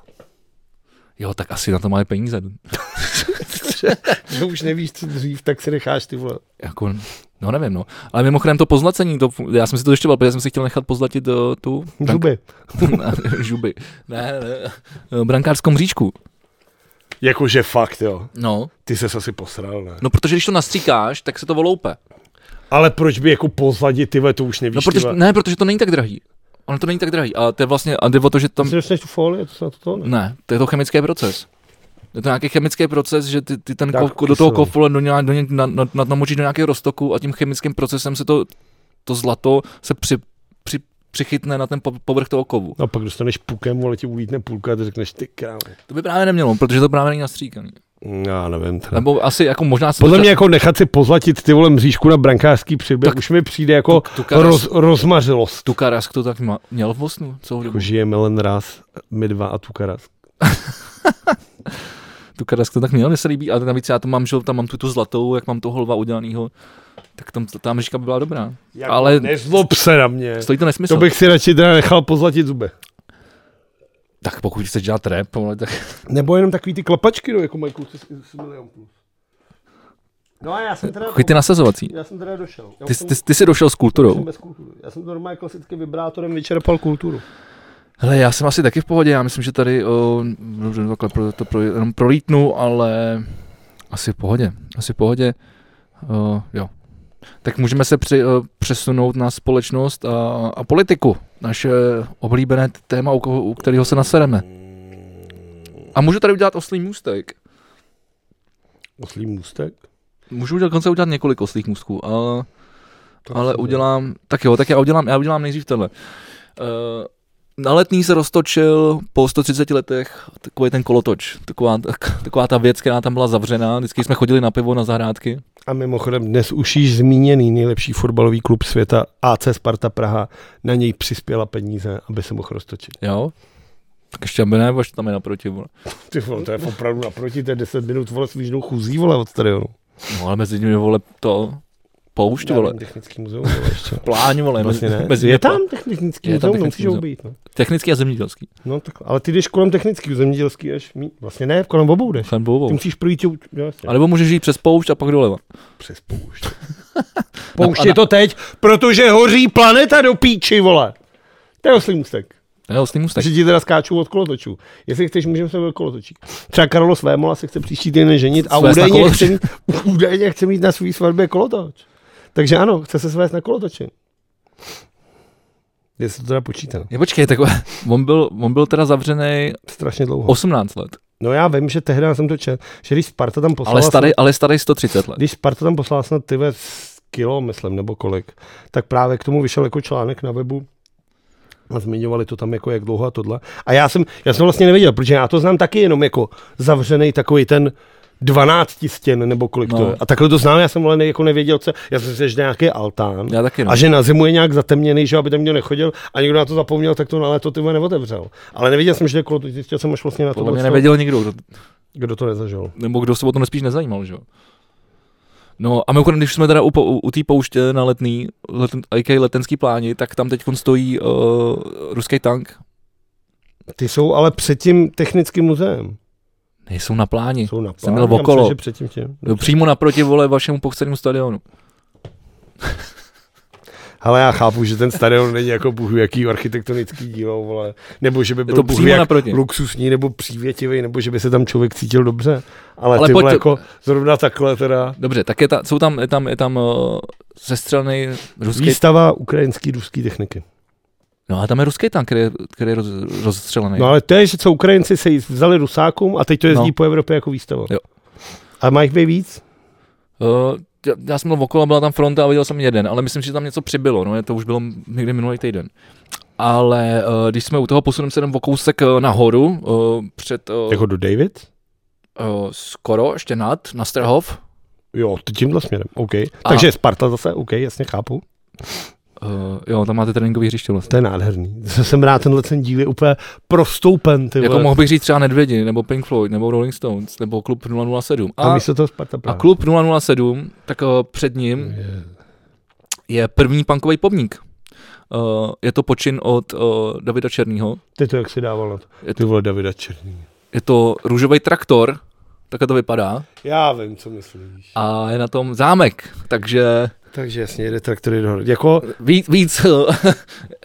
S1: Jo, tak asi na to mají peníze.
S2: že [laughs] už nevíš, co dřív, tak si necháš ty vole.
S1: Jako, no nevím, no. Ale mimochodem to pozlacení, to, já jsem si to ještě bal, protože já jsem si chtěl nechat pozlatit do tu...
S2: Zuby.
S1: Brank- žuby. Ne, ne, ne. Brankářskou mříčku.
S2: Jakože fakt, jo.
S1: No.
S2: Ty ses asi posral, ne?
S1: No, protože když to nastříkáš, tak se to voloupe.
S2: Ale proč by jako pozadit, ty vole, to už nevíš,
S1: No, protože,
S2: ty vole.
S1: ne, protože to není tak drahý. Ono to není tak drahý. A to je vlastně, a jde o to, že tam...
S2: Ty si dostaneš tu folii, to se na to to ne?
S1: Ne, to je to chemický proces. Je to nějaký chemický proces, že ty, ty ten
S2: Tak
S1: ko, do toho
S2: kyselý.
S1: kofole do nějak, do nějak, na, na, na, namočíš do nějakého roztoku a tím chemickým procesem se to, to zlato se při, při, přichytne na ten po- povrch toho kovu.
S2: No a pak dostaneš pukem, vole, ti ulítne půlka a ty řekneš, ty krále.
S1: To by právě nemělo, protože to právě není nastříkaný. No,
S2: Já nevím. Teda.
S1: Nebo asi jako možná... se to
S2: Podle
S1: čas-
S2: mě jako nechat si pozlatit ty vole mřížku na brankářský přiběh,
S1: Tak
S2: už mi přijde jako
S1: tu- tu karas-
S2: roz, rozmařilost.
S1: Tukarask to tak ma- měl v Bosnu celou dobu.
S2: Jako žijeme len raz, my dva a tu karas.
S1: Tukarask to tak měl, mně se líbí, ale navíc já to mám, že jo, tam mám tu, tu zlatou, jak mám toho holva udělanýho, tak tam ta mřížka by byla dobrá.
S2: Jako
S1: ale
S2: Nezlob se na mě.
S1: stojí to nesmysl.
S2: To bych si radši teda nechal pozlatit zube.
S1: Tak pokud chceš dělat rap, vole, tak
S2: Nebo jenom takový ty klepačky, no, jako mají kluci z, z milion plus. No a já jsem teda,
S1: choď ty nasazovací.
S2: já jsem teda došel. Já
S1: Ty,
S2: už jsem,
S1: ty, ty jsi došel s
S2: já jsem
S1: kulturou.
S2: bez kultury. Já jsem normálně klasicky vibrátorem vyčerpal kulturu.
S1: Hele, já jsem asi taky v pohodě, já myslím, že tady o, dobře, no takhle pro, to pro, jenom prolítnu, ale asi v pohodě, asi v pohodě, o, jo. Tak můžeme se při, o, přesunout na společnost a, a politiku, naše oblíbené téma, u, koho, u kterého se nasereme. A můžu tady udělat oslý můstek.
S2: Oslý můstek?
S1: Můžu dokonce udělat několik oslých můstků, ale,
S2: To
S1: ale
S2: jsem-
S1: udělám, tak jo, tak já udělám, já udělám nejdřív tenhle. Uh, na letný se roztočil po 130 letech takový ten kolotoč, taková, tak- taková ta věc, která tam byla zavřená, vždycky jsme chodili na pivo na zahrádky.
S2: A mimochodem dnes už již zmíněný nejlepší fotbalový klub světa AC Sparta Praha na něj přispěla peníze, aby se mohl roztočit.
S1: Jo? Tak ještě aby ne, až tam je naproti. Vole.
S2: Ty vole, to je opravdu naproti, to je 10 minut vole svížnou chůzí vole od stadionu.
S1: No ale mezi nimi vole to poušť,
S2: Já
S1: vole,
S2: vím, Technický muzeum, vole, ještě.
S1: pláň, vole,
S2: Vlastně ne.
S1: mezi
S2: je
S1: nimi
S2: tam technický
S1: Je tam
S2: muzeum, tam
S1: technický
S2: musíš ho obejít. No.
S1: pla- Technický a zemědělský.
S2: no tak, ale ty jdeš kolem technický, zemědělský až, mí- vlastně ne, kolem obou jdeš.
S1: Fajn
S2: Ty
S1: bovou.
S2: musíš projít, tě u- jo, jasně.
S1: A nebo můžeš jít přes poušť a pak doleva. [laughs]
S2: přes poušť. poušť je to teď, protože hoří planeta do píči, vole. To je oslý můstek.
S1: Ten Ostný Mustang.
S2: Že ti teda skáču od kolotočů. Jestli chceš, můžeme se být kolotočík. třeba Carlos Vémola se chce příští týden ženit a
S1: Svést na
S2: údajně
S1: kolotoč.
S2: chce, mít, [laughs] údajně chce mít na svý svatbě kolotoč. Takže ano, chce se svést na kolotoči. Jestli to teda počítá.
S1: Je, počkej, tak [laughs] on byl, on byl teda zavřený
S2: Strašně dlouho.
S1: 18 let,
S2: No já vím, že tehdy jsem to četl, že když Sparta tam poslala...
S1: ale starý, ale starý 130 let.
S2: Když Sparta tam poslala snad ty ve kilo, myslím, nebo kolik, tak právě k tomu vyšel jako článek na webu a zmiňovali to tam jako jak dlouho a tohle. A já jsem, já jsem vlastně nevěděl, protože já to znám taky jenom jako zavřený takový ten 12 stěn nebo kolik no. to
S1: No.
S2: je. A takhle to znám, já jsem ale ne, jako nevěděl, co, já jsem si myslel, že to je nějaký altán.
S1: Já taky no.
S2: A že na zimu je nějak zatemněný, že aby tam někdo nechodil a někdo na to zapomněl, tak to na léto ty vole neotevřel. Ale nevěděl jsem, že to je kolo, zjistil jsem až vlastně na
S1: Podle
S2: to,
S1: mě nevěděl nikdo, kdo,
S2: kdo to nezažil.
S1: nebo kdo se o to nespíš nezajímal, že jo. No a mimochodem, když jsme teda u, po- u, u té pouště na letný, let, IK letenský pláni, tak tam teď stojí uh, ruský tank.
S2: Ty jsou ale předtím technickým muzeem.
S1: Nejsou na pláni.
S2: Jsou na
S1: Jsem
S2: plán,
S1: byl
S2: já
S1: okolo.
S2: myslím, že předtím tě.
S1: Jsou přímo naproti vole vašemu pochcenému stadionu.
S2: Ale já chápu, že ten stadion není jako bůh ví jaký architektonický dílo, vole. nebo že by byl
S1: to
S2: bůh ví
S1: přímo
S2: jak
S1: naproti.
S2: luxusní nebo přívětivý, nebo že by se tam člověk cítil dobře. Ale, Ale
S1: Ale
S2: ty vole,
S1: pojď-
S2: jako zrovna takhle teda.
S1: Dobře, tak je ta, jsou tam, je tam, je tam uh, zestřelený ruský.
S2: Výstava ukrajinský ruský techniky.
S1: No a tam je ruský tank, který je, který je roz, rozstřelený.
S2: No ale to je, že co Ukrajinci se jí vzali Rusákům a teď to jezdí no.
S1: No.
S2: po Evropě jako výstava.
S1: Jo.
S2: A má jich být víc?
S1: Uh, já, já jsem byl okolo, byla tam fronta a viděl jsem jeden, ale myslím, že tam něco přibylo, no, je to už bylo někdy minulý týden. Ale uh, když jsme u toho, posuneme se jenom o kousek uh, nahoru, uh, před uh,
S2: Jako do David?
S1: uh, skoro, ještě nad, na Strhov.
S2: Jo, t- tímhle směrem, OK. Takže Sparta zase, OK, jasně chápu.
S1: Uh, jo, tam máte tréninkový hřiště vlastně.
S2: To je nádherný. Zase jsem rád, tenhle ten díl je úplně prostoupen, ty
S1: Jako
S2: vole.
S1: mohl bych říct třeba Nedvědi, nebo Pink Floyd, nebo Rolling Stones, nebo klub 007.
S2: A
S1: A,
S2: místo toho Sparta
S1: a
S2: právě.
S1: klub 007, tak uh, před ním
S2: Je.
S1: je první punkový pomník. Uh, je to počin od uh, Davida Černýho,
S2: Ty to jak si dával na to?
S1: Je
S2: Ty vole Davida Černý.
S1: je to růžový traktor, takhle to vypadá,
S2: Já vím, co myslíš.
S1: a je na tom zámek, takže
S2: Takže jasně, jede traktory dohromady. Jako,
S1: víc, víc [laughs] eh,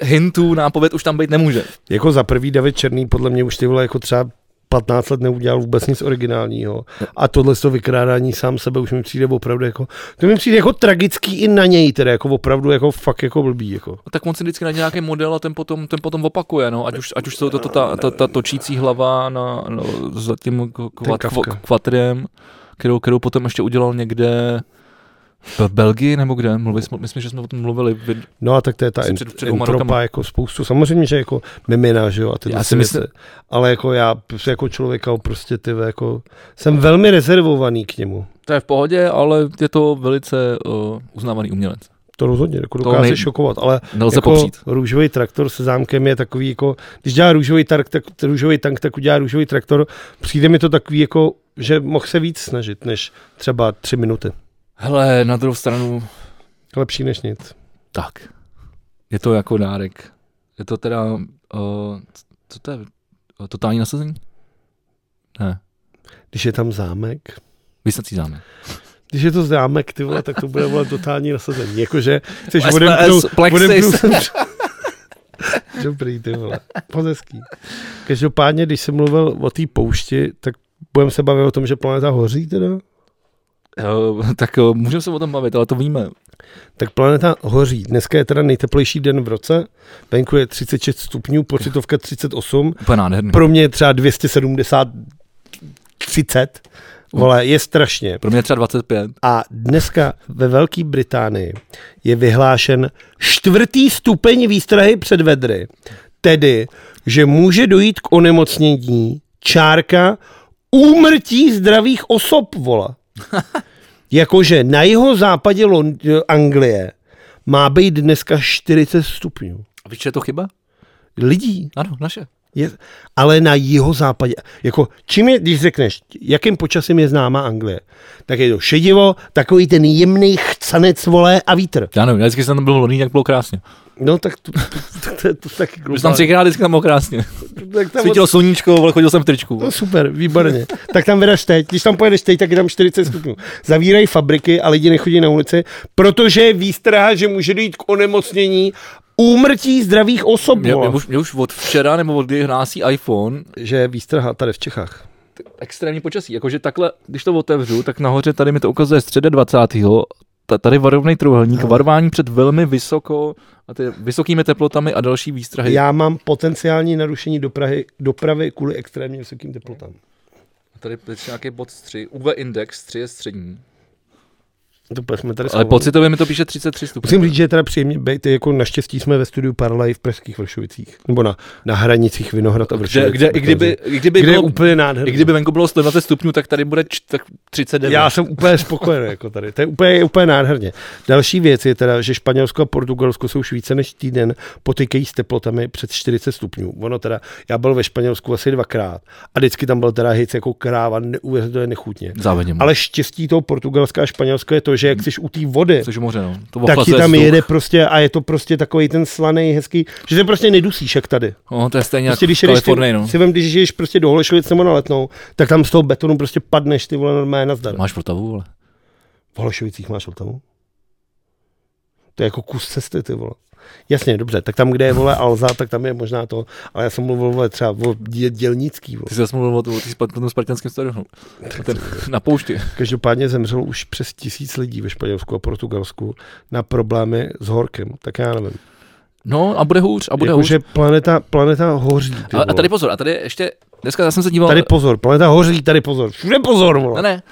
S1: hintů, nápověd už tam být nemůže.
S2: jako za prvý David Černý podle mě už ty vole jako třeba 15 let neudělal vůbec nic originálního. A tohle to vykrádání sám sebe už mi přijde opravdu jako, to mi přijde jako tragický i na něj teda, jako opravdu jako fakt jako blbý. Jako.
S1: No, tak on si vždycky najde nějaký model a ten potom, ten potom opakuje, no, ať už, ať už to, to, to ta, ta, ta, točící hlava na, no, za tím k- kva-
S2: Kafka.
S1: kva- kvatrem, kterou, kterou potom ještě udělal někde v Belgii nebo kde, mluvili jsme, myslím, že jsme o tom mluvili. Vy-
S2: No a tak to je ta
S1: Asi
S2: ent-
S1: před- před dvouma
S2: entropa,
S1: rokama.
S2: jako spoustu, samozřejmě, že jako mimina, že jo, a tyhle
S1: Já si
S2: ty
S1: myslím-
S2: věci. ale jako já jako člověka prostě ty ve, jako jsem velmi rezervovaný k němu.
S1: To je v pohodě, ale je to velice uh, uznávaný umělec.
S2: To rozhodně, jako
S1: To
S2: dokáže
S1: nej-
S2: šokovat, ale
S1: Nelze
S2: jako
S1: popřít.
S2: růžový traktor se zámkem je takový jako, když dělá růžový, tark, tak, růžový tank, tak udělá růžový traktor, přijde mi to takový jako, že mohl se víc snažit, než třeba tři minuty.
S1: Hele, na druhou stranu,
S2: Lepší než nic.
S1: Tak. Je to jako dárek. Je to teda, uh, co to je, Eh, totální nasazení? Ne,
S2: Když je tam zámek,
S1: vysací zámek.
S2: když je to zámek, ty vole, tak to bude vole totální nasazení. Jakože chceš
S1: SPS,
S2: odemknout...
S1: Plexis.
S2: odemknout- [laughs] Dobrý, ty vole. Moc hezký. Každopádně, když jsem mluvil o té poušti, tak budeme se bavit o tom, že planeta hoří teda?
S1: Eh, tak eh, můžeme se o tom bavit, ale to víme.
S2: Tak planeta hoří. Dneska je teda nejteplejší den v roce. Venku je 36 stupňů, pocitovka 38.
S1: Úplně nádherný. Pro,
S2: Pro mě je třeba 270 30. Vole, je strašně.
S1: Pro mě třeba 25.
S2: A dneska ve Velké Británii je vyhlášen čtvrtý stupeň výstrahy před vedry. Tedy, že může dojít k onemocnění čárka úmrtí zdravých osob, vola. Jakože na jeho západě Lond- Anglie má být dneska 40 stupňů.
S1: A víš, že je to chyba?
S2: Lidí.
S1: Ano, naše.
S2: Je, ale na jeho západě. Jako, čím je, když řekneš, jakým počasím je známá Anglie, tak je to šedivo, takový ten jemný chcanec vole a vítr.
S1: Já nevím, já vždycky jsem tam byl v Londýně, tak bylo krásně.
S2: No tak to, to, to, to, to taky
S1: Už tam třikrát vždycky tam bylo krásně.
S2: tak tam,
S1: Svítilo sluníčko, ale chodil jsem v tričku.
S2: No super, výborně. Tak tam vydaš teď, když tam pojedeš teď, tak je tam 40 stupňů. Zavírají fabriky a lidi nechodí na ulici, protože je výstraha, že může dojít k onemocnění úmrtí zdravých osob,
S1: Mě, mě,
S2: vole.
S1: už, mě už od včera nebo od kdy hlásí iPhone
S2: Že je výstraha tady v Čechách.
S1: extrémní počasí. Jakože takhle, když to otevřu, tak nahoře tady mi to ukazuje středa 20. Ta- Tady varovný trouhelník, varování před velmi vysoko, a ty vysokými teplotami a další výstrahy.
S2: Já mám potenciální narušení dopravy, dopravy kvůli extrémně vysokým teplotám.
S1: Tady je nějaký bod 3, UV index 3 je střední.
S2: To jsme tady
S1: Ale
S2: schovaní.
S1: pocitově mi to píše 33 stupňů.
S2: Musím říct, že je teda příjemně být, jako naštěstí jsme ve studiu Parlay v Pražských Vršovicích, nebo na, na hranicích Vinohrad a
S1: Kde,
S2: Vršovic.
S1: kde, i kdyby, i kdyby,
S2: kde je
S1: bylo,
S2: úplně
S1: i
S2: nádherný.
S1: kdyby venku bylo 120 stupňů, tak tady bude č, tak 39.
S2: Já jsem úplně spokojený jako tady. To je úplně, je úplně nádherně. Další věc je teda, že Španělsko a Portugalsko se už více než týden potykají s teplotami před 40 stupňů. Ono teda, já byl ve Španělsku asi dvakrát a vždycky tam byl teda hic jako kráva, neuvěřitelně nechutně.
S1: Závidím.
S2: Ale štěstí toho Portugalska a Španělska je to, že jak jsi u té vody,
S1: Což je moře, no. To
S2: tak ti
S1: ochlazuje
S2: tam
S1: vzduch.
S2: jede prostě a je to prostě takový ten slaný, hezký, že se prostě nedusíš jak tady.
S1: No, to je stejně
S2: Prostě
S1: jako v
S2: když jedeš,
S1: Kalifornii,
S2: ty,
S1: no.
S2: si vem, když jedeš prostě do Holešovic nebo na letnou, tak tam z toho betonu prostě padneš ty vole normálně na zdar.
S1: Máš Vltavu, vole.
S2: V Holešovicích máš Vltavu? To je jako kus cesty, ty vole. Jasně, dobře, tak tam, kde je vole Alza, tak tam je možná to, ale já jsem mluvil vole, třeba o dě- dělnický. Vole.
S1: Ty jsi zase mluvil o tom- o tý spa- o tom spartanském stadionu. Ten, na poušti.
S2: Každopádně zemřelo už přes tisíc lidí ve Španělsku a Portugalsku na problémy s horkem, tak já nevím.
S1: No a bude hůř, a bude hůř.
S2: Jakože planeta, planeta hoří. Ty
S1: A, a tady
S2: vole.
S1: pozor, a tady ještě, dneska já jsem se díval...
S2: tady pozor, planeta hoří, tady pozor, všude pozor, vole.
S1: ne, ne,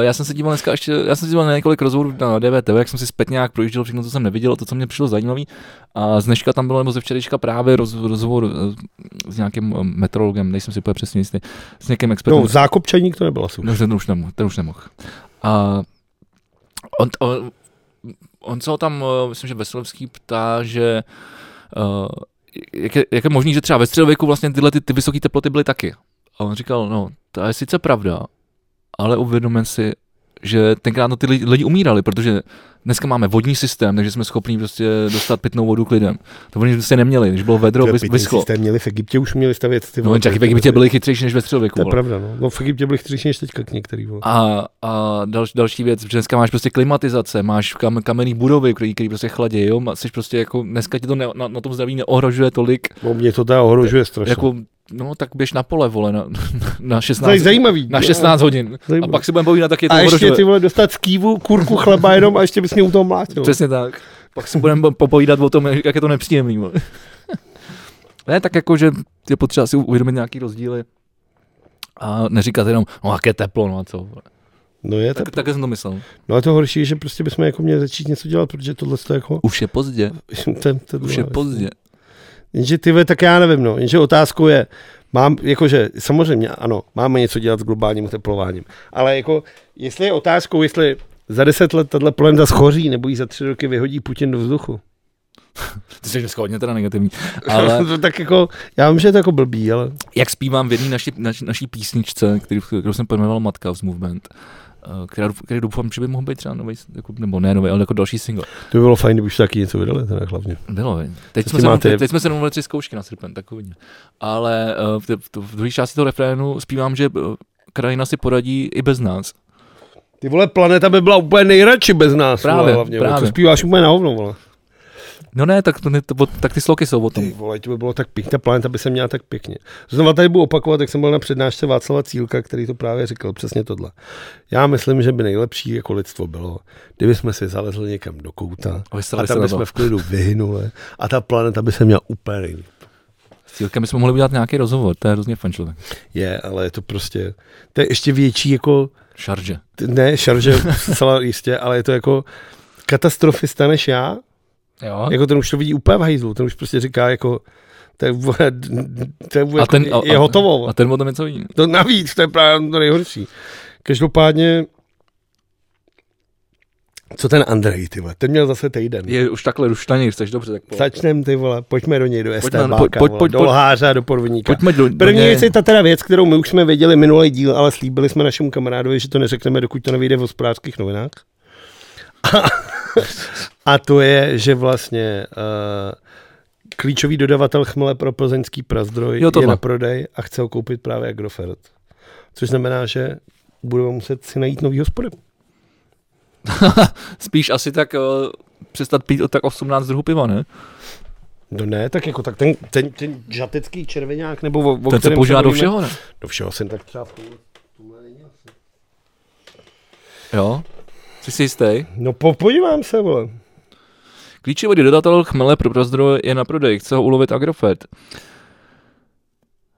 S1: eh, já jsem se díval dneska ještě, já jsem se díval na několik rozhovorů na DVTV, jak jsem si zpět nějak projížděl všechno, co jsem neviděl, to, co mě přišlo zajímavé. A z dneška tam bylo, nebo ze včerejška právě roz, rozhovor eh, s nějakým eh, meteorologem, nejsem si úplně přesně jistý, s někým expertem.
S2: No, zákopčaník to nebyl asi.
S1: No, ten už nemohl. Ten už nemohl. A on, on, on se ho tam, eh, myslím, že Veselovský ptá, že uh, jak, je, jak je možný, že třeba ve středověku vlastně tyhle ty, ty vysoké teploty byly taky. A on říkal, no, to je sice pravda, ale uvědomen si, že tenkrát no, ty lidi, lidi umírali, protože dneska máme vodní systém, takže jsme schopni prostě dostat pitnou vodu k lidem. To oni prostě neměli, když bylo vedro,
S2: Ty
S1: vys,
S2: pitný
S1: vyschlo.
S2: systém měli v Egyptě, už měli stavět ty
S1: No, oni taky v Egyptě byli chytřejší než ve středověku.
S2: To je
S1: vole.
S2: pravda, no. no v Egyptě byli chytřejší než teďka k některý, vole.
S1: A, a další, další věc, protože dneska máš prostě klimatizace, máš kam, kamenný budovy, který, který prostě chladí, jo, má- jsi prostě jako, dneska ti to ne, na, na, tom zdraví neohrožuje tolik,
S2: No, mě to teda ohrožuje strašně.
S1: jako, no tak běž na pole, vole, na, na 16,
S2: to je zajímavý.
S1: na 16 hodin. A
S2: Zajímavý.
S1: pak si budeme povídat, tak je to
S2: a ještě
S1: ohrožuje.
S2: ty vole dostat skývu, kurku, chleba jenom a ještě bys mě u toho mlátil.
S1: Přesně tak. Pak si budeme popovídat o tom, jak je to nepříjemný, vole. Ne, tak jako, že je potřeba si uvědomit nějaký rozdíly a neříkat jenom, no jak je teplo, no a co. vole.
S2: No je to.
S1: Tak, tak jsem to myslel.
S2: No a to horší je, že prostě bychom jako měli začít něco dělat, protože tohle to jako... [laughs]
S1: Už je pozdě,
S2: Ten, ten, no,
S1: už je pozdě.
S2: Jenže ty vole, tak já nevím, no. Jenže otázkou je, mám, jakože, samozřejmě, ano, máme něco dělat s globálním oteplováním, ale jako, jestli je otázkou, jestli za deset let tato planeta schoří, nebo ji za tři roky vyhodí Putin do vzduchu. [laughs]
S1: Ty jsi dneska hodně teda negativní.
S2: [laughs]
S1: Ale
S2: to tak jako, já vím, že je to jako blbý, ale
S1: jak zpívám v jedné naší, naší, naší písničce, který, kterou jsem pojmenoval Matka z Movement, eh, která, který doufám, že by mohl být třeba nový, jako, nebo ne nový, ale jako další single.
S2: to by bylo fajn, kdyby už taky něco vydali, teda hlavně.
S1: Bylo, viď? teď
S2: Co
S1: jsme,
S2: s
S1: se,
S2: tím
S1: máte...
S2: máte?
S1: teď jsme se domluvili tři zkoušky na srpen, tak uvidíme. Ale eh, v, té- v, v druhé části toho refrénu zpívám, že eh, Krajina si poradí i bez nás.
S2: Ty vole, planeta by byla úplně nejradši bez nás.
S1: Právě,
S2: vole, hlavně, vole.
S1: právě.
S2: To zpíváš úplně na hovno, vole.
S1: No ne, tak, to, ne- to, tak ty sloky jsou o tom.
S2: Ty vole, to by bylo tak pěkně, ta planeta by se měla tak pěkně. Znova tady budu opakovat, jak jsem byl na přednášce Václava Cílka, který to právě říkal, přesně tohle. Já myslím, že by nejlepší jako lidstvo bylo, kdyby jsme si zalezli někam do kouta
S1: A
S2: a
S1: vystrali se
S2: tam
S1: na
S2: bychom
S1: to.
S2: v klidu vyhynuli a ta planeta by se měla úplně nejlíp.
S1: S Cílkem bychom mohli udělat nějaký rozhovor, to je hrozně fun člověk.
S2: Je, ale je to prostě, to je ještě větší jako
S1: Šarže.
S2: T-
S1: [laughs]
S2: Ne, šarže zcela jistě, ale je to jako katastrofista než já.
S1: Jo?
S2: Jako ten už to vidí úplně v hajzlu, ten už prostě říká jako to je, vole, d- d- to je,
S1: A
S2: jako,
S1: ten-
S2: je,
S1: a-
S2: je hotovo.
S1: A ten o tom něco jiný.
S2: to navíc, to je právě to nejhorší. Každopádně, co ten Andrej, ty vole, ten měl zase týden.
S1: Je už takhle ruštaně, když jsi dobře, tak po...
S2: Začneme ty vole, pojďme do něj, do
S1: Pojďme,
S2: STBáka,
S1: pojď- pojď-
S2: vole,
S1: pojď-
S2: do
S1: pojď-
S2: lháře a do podvodníka.
S1: Pojďme do, do
S2: První
S1: něj.
S2: věc je ta teda věc, kterou my už jsme věděli minulý díl, ale slíbili jsme našemu kamarádovi, že to neřekneme, dokud to nevyjde v hospodářských novinách. A, a to je, že vlastně uh, klíčový dodavatel chmele pro plzeňský prazdroj
S1: Jo,
S2: jo, je
S1: tohle.
S2: na prodej a chce ho koupit právě Agrofert. Což znamená, že budeme muset si najít nový hospody.
S1: eh, Spíš asi tak uh, přestat pít o tak 18 druhů piva, ne?
S2: No ne, tak jako tak ten, ten, ten žatecký červeňák, nebo o,
S1: Ten
S2: o
S1: se
S2: kterém
S1: používá do
S2: bavíme-
S1: všeho, ne?
S2: Do všeho jsem tak třeba v tom-
S1: Jo? Jsi si jistý?
S2: No po, podívám se, vole.
S1: Klíčový dodatel chmele pro Prazdro je na prodej, chce ho ulovit Agrofert. [sighs]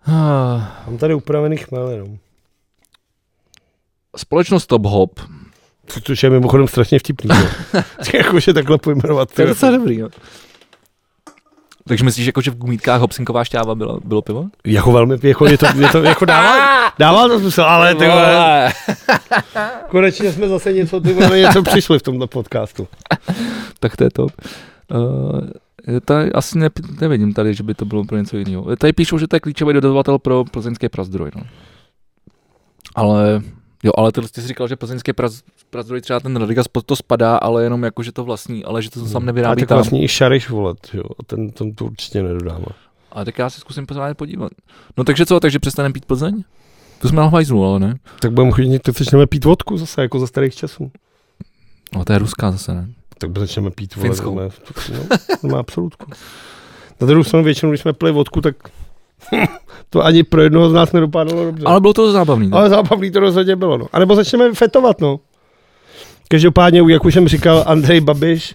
S1: Ah.
S2: Mám tady upravený no. chmel jenom.
S1: Společnost Top Hop.
S2: Co- Což je mimochodem strašně vtipný.
S1: [laughs]
S2: jo. Jakože takhle pojmenovat.
S1: To je
S2: tyhle.
S1: docela dobrý, jo. Takže myslíš, jako, že v gumítkách hopsinková šťáva bylo, bylo pivo?
S2: Jako velmi, jako je to, je to jako
S1: [laughs] Ah!
S2: dává, dává to smysl, ale ty vole, konečně jsme zase něco, ty vole, něco přišli v tomto podcastu.
S1: tak to je top. Uh, tady asi ne, nevidím tady, že by to bylo pro něco jiného. Tady píšou, že to je klíčový dodavatel pro plzeňské prazdroj. No. Ale jo, ale ty, ty jsi říkal, že plzeňské praz, prazdroj třeba ten Radigas pod to spadá, ale jenom jako, že to vlastní, ale že to sám
S2: A
S1: nevyrábí
S2: tak
S1: tam.
S2: vlastně i Šariš volat, jo, a ten, ten to určitě nedodává.
S1: A tak já se zkusím pořádně podívat. No takže co, takže přestaneme pít Plzeň? To jsme na hajzlu, ale ne?
S2: Tak budeme chodit, někde začneme pít vodku zase, jako za starých časů.
S1: No to je ruská zase, ne?
S2: Tak začneme pít vole,
S1: Finskou.
S2: normálně, No, no, absolutku. Na druhou stranu většinou, když jsme pili vodku, tak [laughs] to ani pro jednoho z nás nedopadlo dobře.
S1: Ale bylo to zábavný. Ale...
S2: Ale zábavný to rozhodně bylo, no. A nebo začneme fetovat, no. Každopádně, jak už jsem říkal, Andrej Babiš,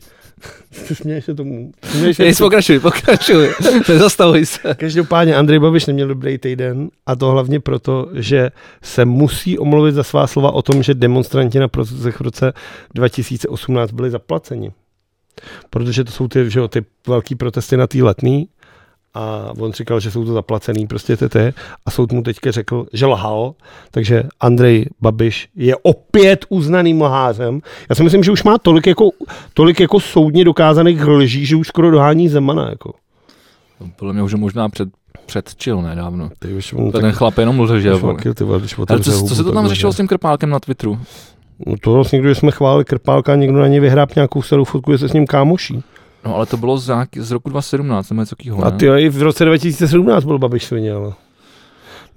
S2: [laughs] se směješ se tomu. Směješ se
S1: Jej, pokračuj, pokračuj.
S2: [laughs]
S1: Nezastavuj se.
S2: Každopádně Andrej Babiš neměl dobrý týden a to hlavně proto, že se musí omluvit za svá slova o tom, že demonstranti na procesech v roce 2018 byli zaplaceni. Protože to jsou ty, že jo, ty velký protesty na tý letný a on říkal, že jsou to zaplacený prostě ty, ty a soud mu teďka řekl, že lhal, takže Andrej Babiš je opět uznaným lhářem. Já si myslím, že už má tolik jako, tolik jako soudně dokázaných lží, že už skoro dohání Zemana. Jako.
S1: Podle mě už ho možná před, předčil nedávno.
S2: Ty už on
S1: Ten chlap jenom mlžil, že
S2: Ty
S1: jo.
S2: vole,
S1: vole.
S2: ty vole, když
S1: Ale
S2: otevře
S1: co,
S2: hubu,
S1: co se to tam
S2: takhle,
S1: řešilo
S2: že?
S1: s tím krpálkem na Twitteru?
S2: No to vlastně, když jsme chválili Krpálka, někdo na něj vyhrál nějakou starou fotku, že se s ním kámoší.
S1: No ale to bylo z, nějaký- z roku 2017, nebo něco kýho,
S2: A
S1: ne?
S2: ty jo, i v roce 2017 byl Babiš svině, ale.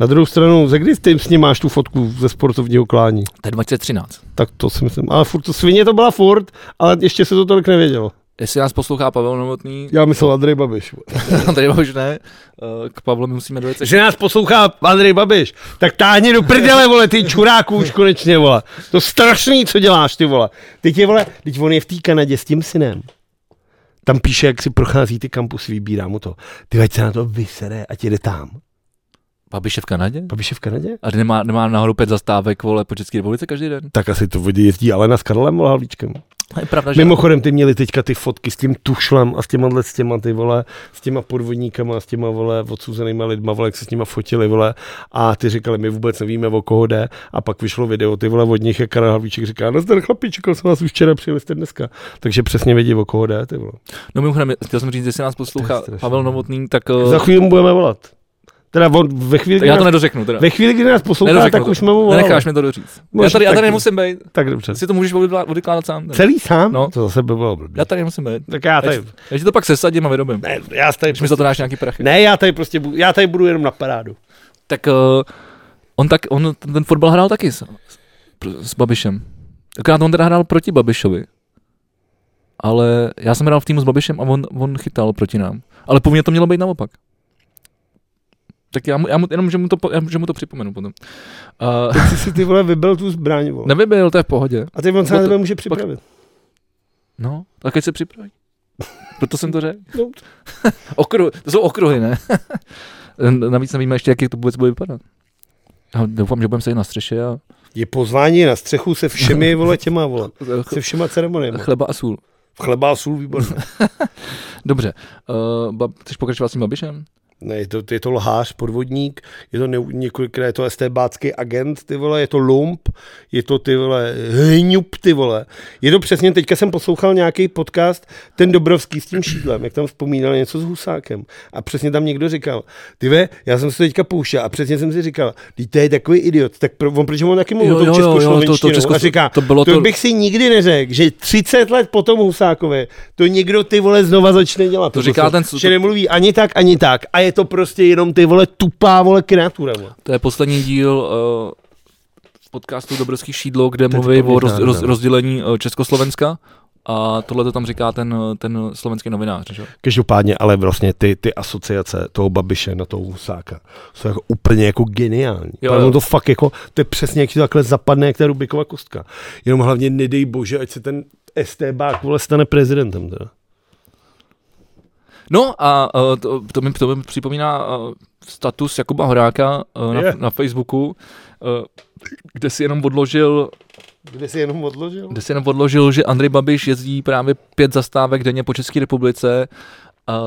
S2: Na druhou stranu, ze kdy ty s ním máš tu fotku ze sportovního klání?
S1: To je 2013.
S2: Tak to si myslím. Ale furt to svině to byla furt, ale ještě se to tolik nevědělo.
S1: Jestli nás poslouchá Pavel Novotný,
S2: Já myslel Andrej Babiš.
S1: [laughs] tady už ne, eh, k Pavlu my musíme dojít.
S2: Že nás poslouchá Andrej Babiš, tak táhni do prdele, vole, ty čuráku už konečně, vole. To strašný, co děláš, ty vole. Teď je, vole, teď on je v té Kanadě s tím synem. Tam píše, jak si prochází ty kampus, vybírá mu to. Ty ať se na to vysere, ať jede tam.
S1: Babiš je v Kanadě?
S2: Babiš je v Kanadě?
S1: A nemá, nemá náhodou pět zastávek, vole, po České republice každý den?
S2: Tak asi to vodí jezdí Alena s Karlem vole, Havlíčkem.
S1: To je pravda, že...
S2: Mimochodem, ty měli teďka ty fotky s tím tušlem a s těma, s těma ty vole, s těma podvodníkama, a s těma vole, odsouzenýma lidma, vole, jak se s nima fotili, vole, a ty říkali, my vůbec nevíme, o koho jde, a pak vyšlo video, ty vole, od nich, jak Karel Havlíček říká, no zdar chlapi, čekal jsem vás už včera, přijeli jste dneska, takže přesně vědí, o koho jde, ty vole.
S1: No mimochodem, chtěl jsem říct, jestli nás poslouchá
S2: strašný.
S1: Pavel Novotný, tak...
S2: Za
S1: Uh,
S2: chvíli mu budeme volat. Teda on, ve chvíli,
S1: tak
S2: kdy
S1: já to
S2: nás,
S1: nedořeknu teda.
S2: ve chvíli, kdy nás poslouchá,
S1: Nedořeknu
S2: tak
S1: to.
S2: už jsme mu volali.
S1: Nenecháš mi to doříct. Já
S2: Můžeš
S1: tady, já tady
S2: taky.
S1: nemusím být.
S2: Tak dobře.
S1: Si to můžeš odvykládat- odvykládat sám. Tady.
S2: Celý sám?
S1: No.
S2: To zase by bylo blbý.
S1: Já tady nemusím být.
S2: Tak já tady,
S1: Já ti to pak sesadím a vyrobím.
S2: ne, já tady,
S1: Když mi za to dáš nějaký prachy.
S2: ne, já tady prostě, bu- já tady budu jenom na parádu.
S1: Tak uh, on, tak, on ten, ten fotbal hrál taky s, s Babišem. Akorát on teda hrál proti Babišovi. Ale já jsem hrál v týmu s Babišem a on, on chytal proti nám. Ale po mně to mělo být naopak. Tak já mu, já mu jenom, že mu to, po- já, že mu to připomenu potom. Uh,
S2: Ty si ty vole vybil tu zbraň, vole.
S1: nevybil, to je v pohodě.
S2: A ty on se na
S1: No to-
S2: tebe může připravit.
S1: No, tak ať se připraví. Proto jsem to řekl.
S2: No.
S1: Okru, to jsou [laughs] okruhy, [laughs] ne? Navíc nevíme ještě, jak to vůbec bude vypadat. Já doufám, že budeme sedět na střeše a
S2: Je pozvání na střechu se všemi, vole, těma, vole. Se
S1: ch- [laughs]
S2: všema ceremoniemi.
S1: chleba a sůl.
S2: Chleba a sůl, výborně.
S1: Dobře, uh, bab, chceš pokračovat s tím Babišem?
S2: Ne, je to, je to lhář, podvodník, je to ne, několikrát, je to estébácký agent, ty vole, je to lump, je to ty vole, hňup, ty vole. Je to přesně, teďka jsem poslouchal nějaký podcast, ten Dobrovský s tím šídlem, jak tam vzpomínal něco s Husákem. A přesně tam někdo říkal, ty ve, já jsem si to teďka pouštěl a přesně jsem si říkal, ty to je takový idiot, tak pro, on, protože on taky mluvil
S1: Jo, jo,
S2: tou
S1: jo, jo, to- to
S2: českoslovenštinou
S1: česko-
S2: no, a říká,
S1: to bylo
S2: to,
S1: to-
S2: bych si nikdy neřekl, že 30 let po tom Husákovi to někdo ty vole znova začne dělat.
S1: To říká
S2: prostě,
S1: ten, co-
S2: že nemluví ani tak, ani tak. A je to prostě jenom ty vole tupá vole kreatura. Vole.
S1: To je poslední díl uh, podcastu Dobrovský šídlo, kde
S2: je
S1: mluví o roz,
S2: pamětná,
S1: roz,
S2: no.
S1: rozdělení eh, Československa A tohle to tam říká ten, eh, ten slovenský novinář. Že?
S2: Každopádně, ale vlastně ty, ty asociace toho Babiše na toho Husáka jsou jako úplně jako geniální.
S1: Jo,
S2: Jo,
S1: jo.
S2: jo. to fakt jako, to je přesně, jak ti to takhle zapadne, jak ta Rubikova kostka. Jenom hlavně nedej bože, ať se ten STBák vole stane prezidentem. Teda.
S1: No a eh, to, to, mi, to mi připomíná eh, status Jakuba Horáka eh, na,
S2: Je.
S1: na Facebooku, eh, kde si jenom odložil,
S2: Kde si jenom odložil?
S1: kde si jenom odložil, že Andrej Babiš jezdí právě pět zastávek denně po České republice,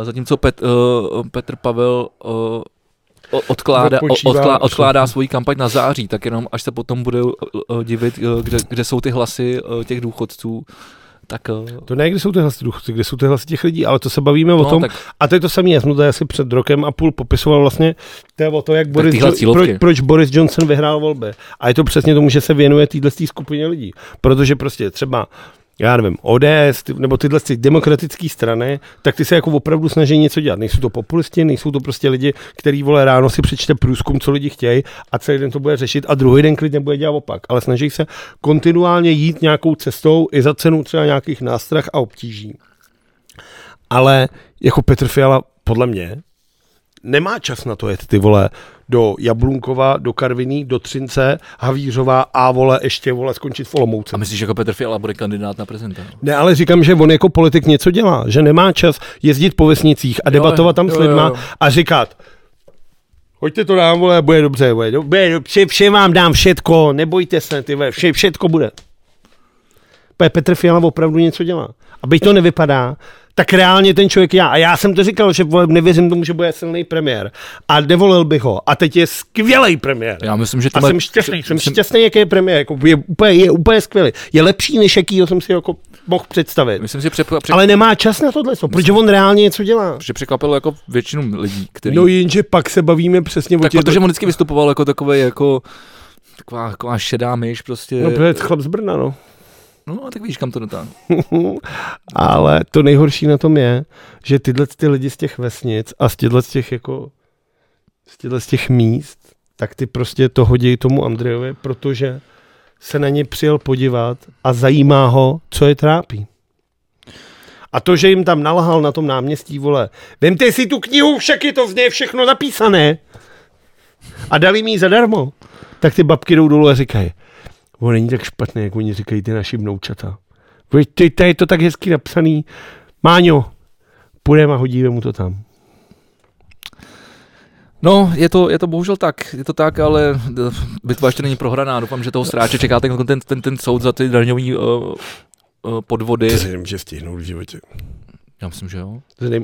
S1: eh, zatímco Pet, eh, Petr Pavel eh, o- odkládá, o-
S2: Odpočívá.
S1: odklá, odkládá svoji kampaň na září, tak jenom až se potom bude eh, divit, eh, kde, kde jsou ty hlasy eh, těch důchodců, tak... eh,
S2: To ne, kde jsou ty hlasy důchodci, kde jsou ty hlasy těch lidí, ale to se bavíme o
S1: no,
S2: tom.
S1: tak
S2: A to je to samé, já jsem to tady asi před rokem a půl popisoval vlastně, to je o to, jak Boris,
S1: tyhle
S2: jo,
S1: cílovky.
S2: proč, proč Boris Johnson vyhrál volby. A je to přesně tomu, že se věnuje téhle tý skupině lidí. Protože prostě třeba já nevím, ODS ty, nebo tyhle ty demokratické strany, tak ty se jako opravdu snaží něco dělat. Nejsou to populisti, nejsou to prostě lidi, který vole ráno si přečte průzkum, co lidi chtějí a celý den to bude řešit a druhý den klidně bude dělat opak. Ale snaží se kontinuálně jít nějakou cestou i za cenu třeba nějakých nástrah a obtíží. Ale jako Petr Fiala, podle mě, nemá čas na to jet ty vole do Jablunkova, do Karviní, do Třince, Havířova a vole ještě vole skončit v Olomouci.
S1: a myslíš, že jako Petr Fiala bude kandidát na prezidenta? no?
S2: Ne, ale říkám, že on jako politik něco dělá, že nemá čas jezdit po vesnicích a
S1: Jo,
S2: debatovat tam
S1: jo,
S2: s
S1: jo,
S2: lidma
S1: jo.
S2: a říkat, hoďte to dám, vole, bude dobře, bude, do- bude dobře, vše vám dám všetko, nebojte se, ty vole, vše, všetko bude. Pe- Petr Fiala opravdu něco dělá. A byť to nevypadá, tak reálně ten člověk já. A já jsem to říkal, že vole, nevěřím tomu, že bude silný premiér. A nevolil bych ho. A teď je skvělý premiér.
S1: Já myslím, že
S2: A
S1: tohle-
S2: jsem šťastný, jsem šťastný, jaký je premiér. Jako je, úplně, je úplně skvělý. Je lepší, než jakýho jsem si jako mohl představit.
S1: Myslím si, že překla- překla-
S2: Ale nemá čas na tohle, protože on reálně něco dělá.
S1: že překvapilo jako většinu lidí, který...
S2: No jenže pak se bavíme přesně o
S1: tak
S2: těch...
S1: protože on vždycky vystupoval jako takový jako taková, taková šedá myš prostě.
S2: No, protože chlap z Brna, no.
S1: no tak víš, kam to dotáhne.
S2: Ale to nejhorší na tom je, že tyhle ty lidi z těch vesnic a z těchto z těch jako z těchto z těch míst, tak ty prostě to hodí tomu Andrejovi, protože se na ně přijel podívat a zajímá ho, co je trápí. A to, že jim tam nalhal na tom náměstí, vole, vemte si tu knihu, však je to v něj všechno napísané. A dali mi ji zadarmo. Tak ty babky jdou dolů a říkají, on není tak špatný, jak oni říkají ty naši vnoučata. Veď ty, tady je to tak hezky napsaný. Máňo, půjdeme a hodíme mu to tam.
S1: No, je to, je to bohužel tak, je to tak, ale d- bitva ještě není prohraná. Doufám, že toho stráče čeká ten, ten, ten, ten soud za ty daňový uh, uh, podvody.
S2: nemůže stihnout v životě.
S1: Já myslím, že jo.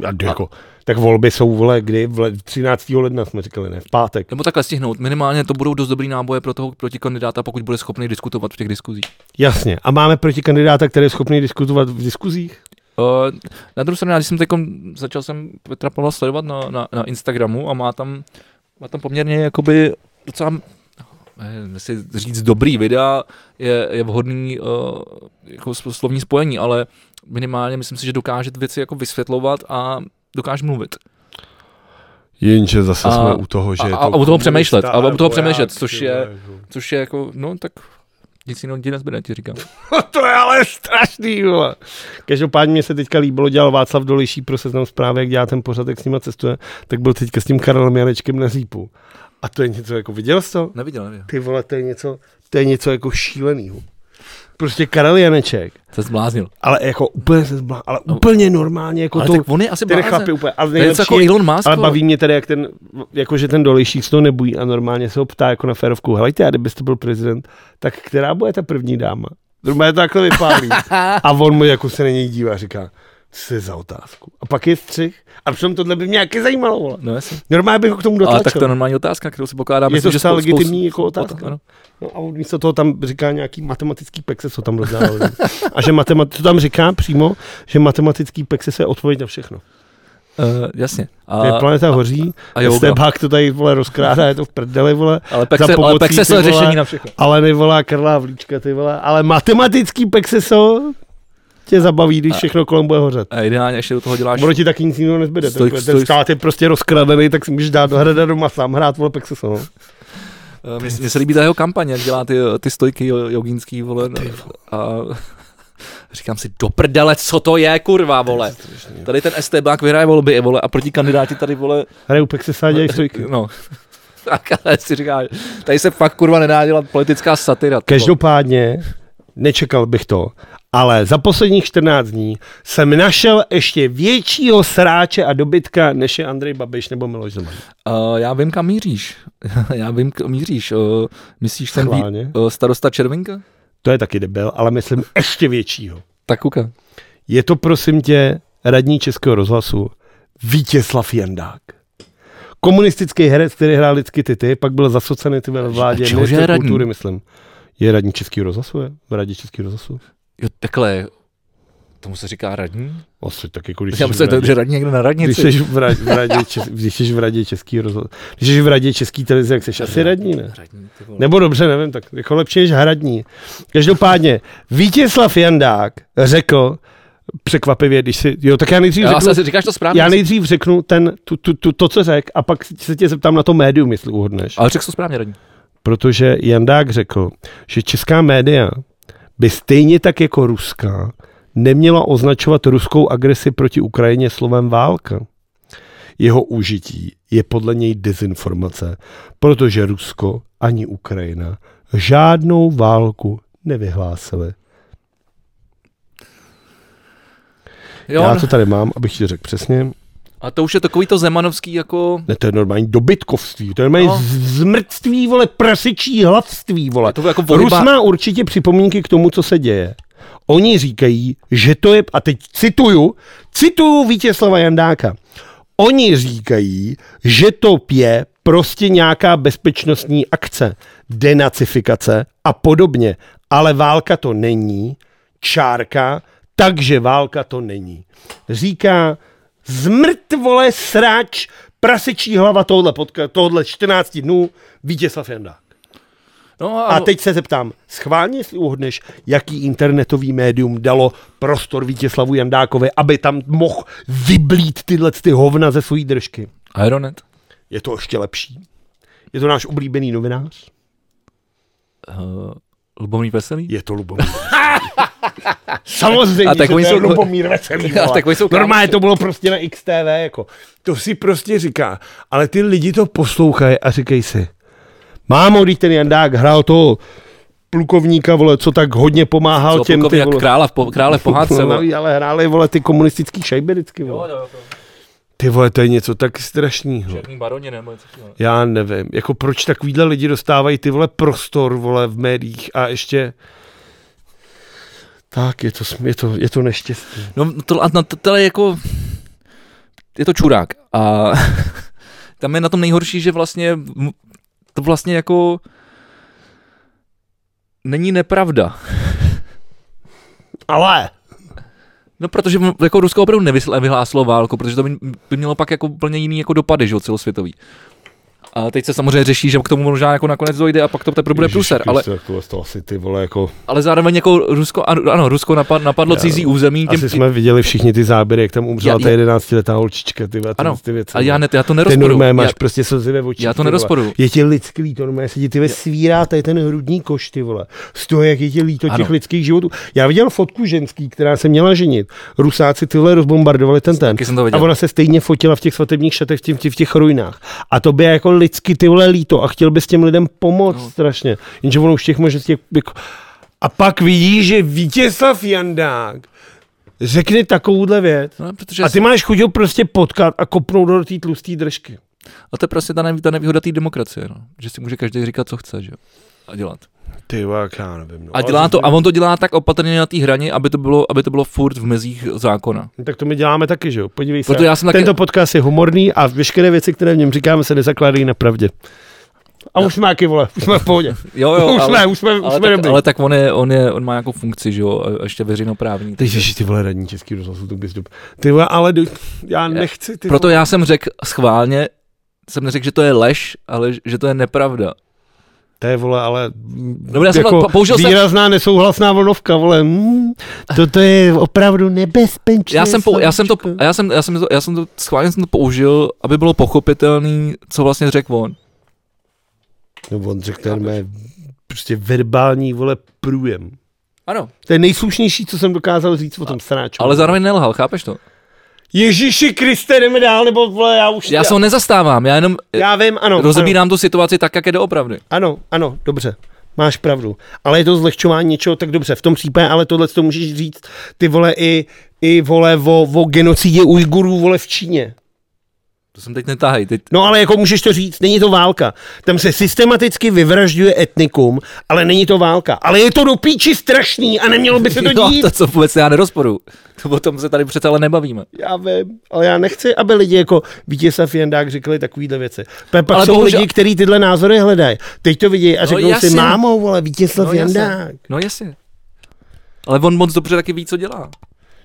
S2: A jako, tak volby jsou, vole, kdy? V le- 13. ledna jsme říkali, ne? V pátek.
S1: Nebo takhle stihnout. Minimálně to budou dost dobrý náboje pro toho protikandidáta, pokud bude schopný diskutovat v těch diskuzích.
S2: Jasně. A máme proti kandidáta, který je schopný diskutovat v diskuzích?
S1: Uh, na druhou stranu, já když jsem teď začal jsem Petra Pavla sledovat na, na, na Instagramu a má tam, má tam poměrně jakoby docela nevím, jestli říct dobrý videa je, je vhodný uh, jako slo- slovní spojení, ale minimálně myslím si, že dokáže ty věci jako vysvětlovat a dokáže mluvit.
S2: Jenže zase
S1: A- jsme u
S2: toho,
S1: že a- je to a- a u toho komunista, přemýšlet, a u toho přemýšlet, což je- Což je jako, no tak nic jiného ti nezbyde, ti říkám.
S2: [laughs] to je ale strašný, vole. Každopádně mě se teďka líbilo, dělal Václav Dolejší pro seznam zprávy, jak dělá ten pořad, jak s nima cestuje, tak byl teďka s tím Karelem Janečkem na řípu. A to je něco, jako viděl jsi to?
S1: Neviděl, neviděl.
S2: Ty vole, to je něco, to je něco jako šílenýho. Prostě Karel Janeček,
S1: Se zbláznil.
S2: ale jako úplně se zblá, ale úplně normálně, jako
S1: No. Ale
S2: to,
S1: tak on je asi
S2: ten
S1: blázen.
S2: chápe úplně, ale
S1: To je něco
S2: nejlepší,
S1: jako Elon Musk.
S2: ale
S1: vole.
S2: baví mě tedy, jak ten, jako že ten dolejší se to nebojí a normálně se ho ptá jako na férovku, helejte, a kdybyste byl prezident, tak která bude ta první dáma? Normálně to
S1: [laughs]
S2: takhle vypálí. a on mu jako se na něj dívá a říká, co je za otázku. A pak je střih. A přitom tohle by mě nějaké zajímalo. Vole.
S1: No jasně.
S2: Normálně bych ho k tomu
S1: Ale
S2: dotlačil.
S1: tak to je normální otázka, kterou si pokládám.
S2: je to
S1: myslím, že
S2: docela
S1: spou- spou-
S2: legitimní jako otázka.
S1: Ano.
S2: No a on místo toho tam říká nějaký matematický pexe, co tam rozdával. lidem. a že matemat, to tam říká přímo, že matematický pexe je odpověď na všechno.
S1: Uh, jasně. A,
S2: A, je planeta hoří,
S1: a yoga.
S2: Stebák to tady vole rozkrádá, je to v prdeli, vole.
S1: ale pak
S2: za
S1: se, ale
S2: pomocí,
S1: pak se
S2: ty
S1: se
S2: vole.
S1: řešení na všechno.
S2: Ale nevolá Karla Havlíčka, ty vole. Ale matematický pexe jsou tě zabaví, když
S1: A-
S2: všechno kolem bude hořet.
S1: A Eh, ideálně ještě do toho děláš.
S2: Ono ti taky nic jiného nezbyde.
S1: Stoj-
S2: Stoj, ten,
S1: stoj-
S2: ten stát je prostě rozkradený, tak si můžeš dát do hrada doma sám hrát, vole, pexeso. No.
S1: Eh, Mně mně se líbí ta jeho kampaň, jak dělá ty, ty stojky jo- jogínský, vole. no. A [laughs] Říkám si, do prdele, co to je, kurva, vole. Tady ten STBák vyhraje volby, vole, a proti kandidáti tady, vole,
S2: Reupek se sádějí stojky.
S1: no. [laughs] Tak ale si říká, tady se fakt, kurva, nedá dělat politická satira. ty vole.
S2: Každopádně nečekal bych to, ale za posledních 14 dní jsem našel ještě většího sráče a dobytka, než je Andrej Babiš nebo Miloš Zeman.
S1: Uh, já vím, kam míříš. [laughs] já vím, kam míříš. Uh, myslíš ten vý,
S2: Schválně.
S1: uh, starosta Červinka?
S2: To je taky debil, ale myslím ještě většího.
S1: Tak kuka.
S2: Je to prosím tě radní Českého rozhlasu Vítězslav Jandák. Komunistický herec, který hrál vždycky ty ty, pak byl zasocený ty ve vládě
S1: čehože je
S2: minister
S1: radní?
S2: kultury, myslím. Je radní Českého rozhlasu, je? V radě Českého rozhlasu.
S1: Jo, takhle. Tomu se říká radní?
S2: Asi tak jako když
S1: Já
S2: jsi
S1: myslím,
S2: v radě-
S1: že radní někdo na
S2: Když
S1: radnici.
S2: jsi, v radě, v radě čes, když jsi v radě český rozhlas, když jsi v radě český televize, jak jsi asi radní, ne?
S1: radní ty vole.
S2: Nebo dobře, nevím, tak jako lepší než hradní. Každopádně, Vítězslav Jandák řekl, překvapivě, když si, jo, tak já nejdřív
S1: Já
S2: řeknu,
S1: asi říkáš to správně.
S2: já nejdřív řeknu ten, tu, tu, tu, to, co řekl, a pak se tě zeptám na to médium, jestli uhodneš.
S1: Ale řekl jsi to správně, radní.
S2: Protože Jandák řekl, že česká média by stejně tak jako ruská neměla označovat ruskou agresi proti Ukrajině slovem válka. Jeho užití je podle něj dezinformace, protože Rusko ani Ukrajina žádnou válku nevyhlásili.
S1: Jo, no.
S2: Já to tady mám, abych ti řekl přesně.
S1: a to už je takový to zemanovský jako...
S2: Ne, to je normální dobytkovství, to je normální
S1: No.
S2: no. zmrtví, vole, prasičí hlavství, vole.
S1: Je to jako
S2: Rus
S1: volba...
S2: má určitě připomínky k tomu, co se děje. Oni říkají, že to je, a teď cituju, cituju Vítězslava Jandáka. Oni říkají, že to je prostě nějaká bezpečnostní akce, denacifikace a podobně, ale válka to není, čárka, takže válka to není. Říká zmrtvole sráč prasečí hlava tohle, podka- tohle 14 dnů Vítězslav Jandák.
S1: No a,
S2: A teď se zeptám, schválně si uhodneš, jaký internetový médium dalo prostor Vítězslavu Jandákovi, aby tam mohl vyblít tyhle ty hovna ze svojí držky.
S1: Ironet.
S2: Je to ještě lepší. Je to náš oblíbený novinář.
S1: Uh, Lubomír Veselý?
S2: Je to Lubomír. [laughs] Samozřejmě,
S1: A tak
S2: že
S1: oni
S2: to
S1: jsou-
S2: je Lubomír Veselý.
S1: [laughs] A
S2: vole.
S1: tak oni jsou kámoši.
S2: Normálně to bylo prostě na XTV. Jako. To si prostě říká. Ale ty lidi to poslouchají a říkají si, mámo, když ten Jandák hrál toho plukovníka, vole, co tak hodně pomáhal
S1: Co,
S2: těm,
S1: plukovník,
S2: ty,
S1: jak
S2: vole,
S1: krále v, po, krále v pohádce.
S2: [laughs] No,
S1: vole.
S2: no, ale hráli, vole, ty komunistický šajby vždycky, vole. Ty vole, to je něco tak strašného.
S1: Žádný baroně nebo něco takového.
S2: Já nevím, jako proč takovýhle lidi dostávají ty vole prostor, vole, v médiích a ještě... Tak, je to, sm- je to, je to neštěstí.
S1: No, to, a na to, to je jako... Je to čurák. A [laughs] tam je na tom nejhorší, že vlastně m- to vlastně jako není nepravda.
S2: Ale!
S1: No, protože m- jako Rusko opravdu nevysl- vyhlásilo válku, protože to by, by mělo pak jako úplně jiný jako dopady, že jo, celosvětový. A teď se samozřejmě řeší, že k tomu možná jako nakonec dojde a pak to teprve bude průser, ale,
S2: To, to asi ty vole, jako...
S1: ale zároveň jako Rusko, ano, ano Rusko napad, napadlo
S2: Já-
S1: cizí území.
S2: Asi jsme viděli všichni ty záběry, jak tam umřela
S1: Já-
S2: ta
S1: já-
S2: jedenáctiletá holčička, ty, vole, ty,
S1: Ano,
S2: ty věci.
S1: a já, ne, já to
S2: Ty
S1: nerozporu.
S2: normé
S1: Já,
S2: máš prostě slzy ve očích.
S1: já to
S2: ty vole.
S1: nerozporu.
S2: Je ti lidský, to normálně se ti ty ve svírá, tady ten hrudní koš, ty vole. Z toho, jak je ti líto
S1: Ano.
S2: těch lidských životů. Já viděl fotku ženský, která se měla ženit. Rusáci tyhle rozbombardovali ten ten.
S1: Taky jsem to
S2: A
S1: viděl.
S2: ona se stejně fotila v těch svatebních šatech, v těch, v těch- v těch ruinách. A to by je jako lidsky ty vole líto a chtěl bys těm lidem pomoct no. strašně. Jenže ono už těch možností jako... A pak vidí, že Vítězslav Jandák řekne takovouhle věc,
S1: No, protože
S2: a ty máš chuť ho prostě potkat a kopnout ho do té tlusté držky.
S1: A to je prostě ta, ne- ta nevýhoda té demokracie, no. že si může každý říkat, co chce, že? jo, A dělat.
S2: Ty jak já nevím. No.
S1: A dělá to, a on to dělá tak opatrně na té hraně, aby to bylo, aby to bylo furt v mezích zákona.
S2: Tak to my děláme taky, že jo? Podívej se.
S1: Proto já jsem taky-
S2: Tento podcast je humorný a veškeré věci, které v něm říkáme, se nezakládají na pravdě. A už jsme jaký, vole, už jsme v pohodě.
S1: No. Jo, jo,
S2: už
S1: ale,
S2: jsme, už jsme, už
S1: ale,
S2: jsme
S1: tak,
S2: dobrý.
S1: ale tak on, je, on, je, on má nějakou funkci, že jo, a ještě veřejnoprávní.
S2: Takže ty vole radní český rozhlasu, to bys dob. Ty vole, ale do... já nechci, ty
S1: Proto já jsem řekl schválně, jsem neřekl, že to je lež, ale že to je nepravda.
S2: To je, vole, ale jako
S1: Dobrý, já jsem to- použil jsem-
S2: výrazná nesouhlasná vlnovka, vole. Mm, toto je opravdu nebezpečné.
S1: Já jsem, pou, já jsem to,
S2: slovíčko.
S1: a já jsem, já jsem to, já jsem to schválně jsem to použil, aby bylo pochopitelný, co vlastně řekl on.
S2: No on řekl ten mé prostě verbální, vole, průjem.
S1: Ano,
S2: To je nejslušnější, co jsem dokázal říct o tom sráčku.
S1: ale zároveň nelhal, chápeš to?
S2: Ježíši Kriste, jdeme dál, nebo vole, já už...
S1: Já se ho nezastávám, já jenom já,
S2: já vím, ano.
S1: rozebírám tu situaci tak, jak je doopravdy.
S2: Ano, ano, dobře. Máš pravdu. Ale je to zlehčování něčeho, tak dobře. V tom případě, ale tohle to můžeš říct, ty vole, i, i vole o, o genocidě Ujgurů, vole, v Číně.
S1: To jsem teď netáhej, teď
S2: No ale jako můžeš to říct, není to válka. Tam se systematicky vyvražďuje etnikum, ale není to válka. Ale je to do píči strašný a nemělo by se to
S1: [laughs] jo,
S2: dít.
S1: to co vůbec já nerozporu. To o tom se tady přece ale nebavíme.
S2: Já vím, ale já nechci, aby lidi jako Vítězslav Jandák říkali takovýhle věci. Pe- Pak
S1: Ale
S2: ale jsou
S1: bohužel-
S2: lidi, kteří tyhle názory hledají. Teď to vidí a
S1: No,
S2: řeknou si,
S1: jasně.
S2: mámo, vole, Vítězslav
S1: No,
S2: no,
S1: jasně.
S2: Jandák.
S1: No jasně. Ale on moc dobře taky ví, co dělá.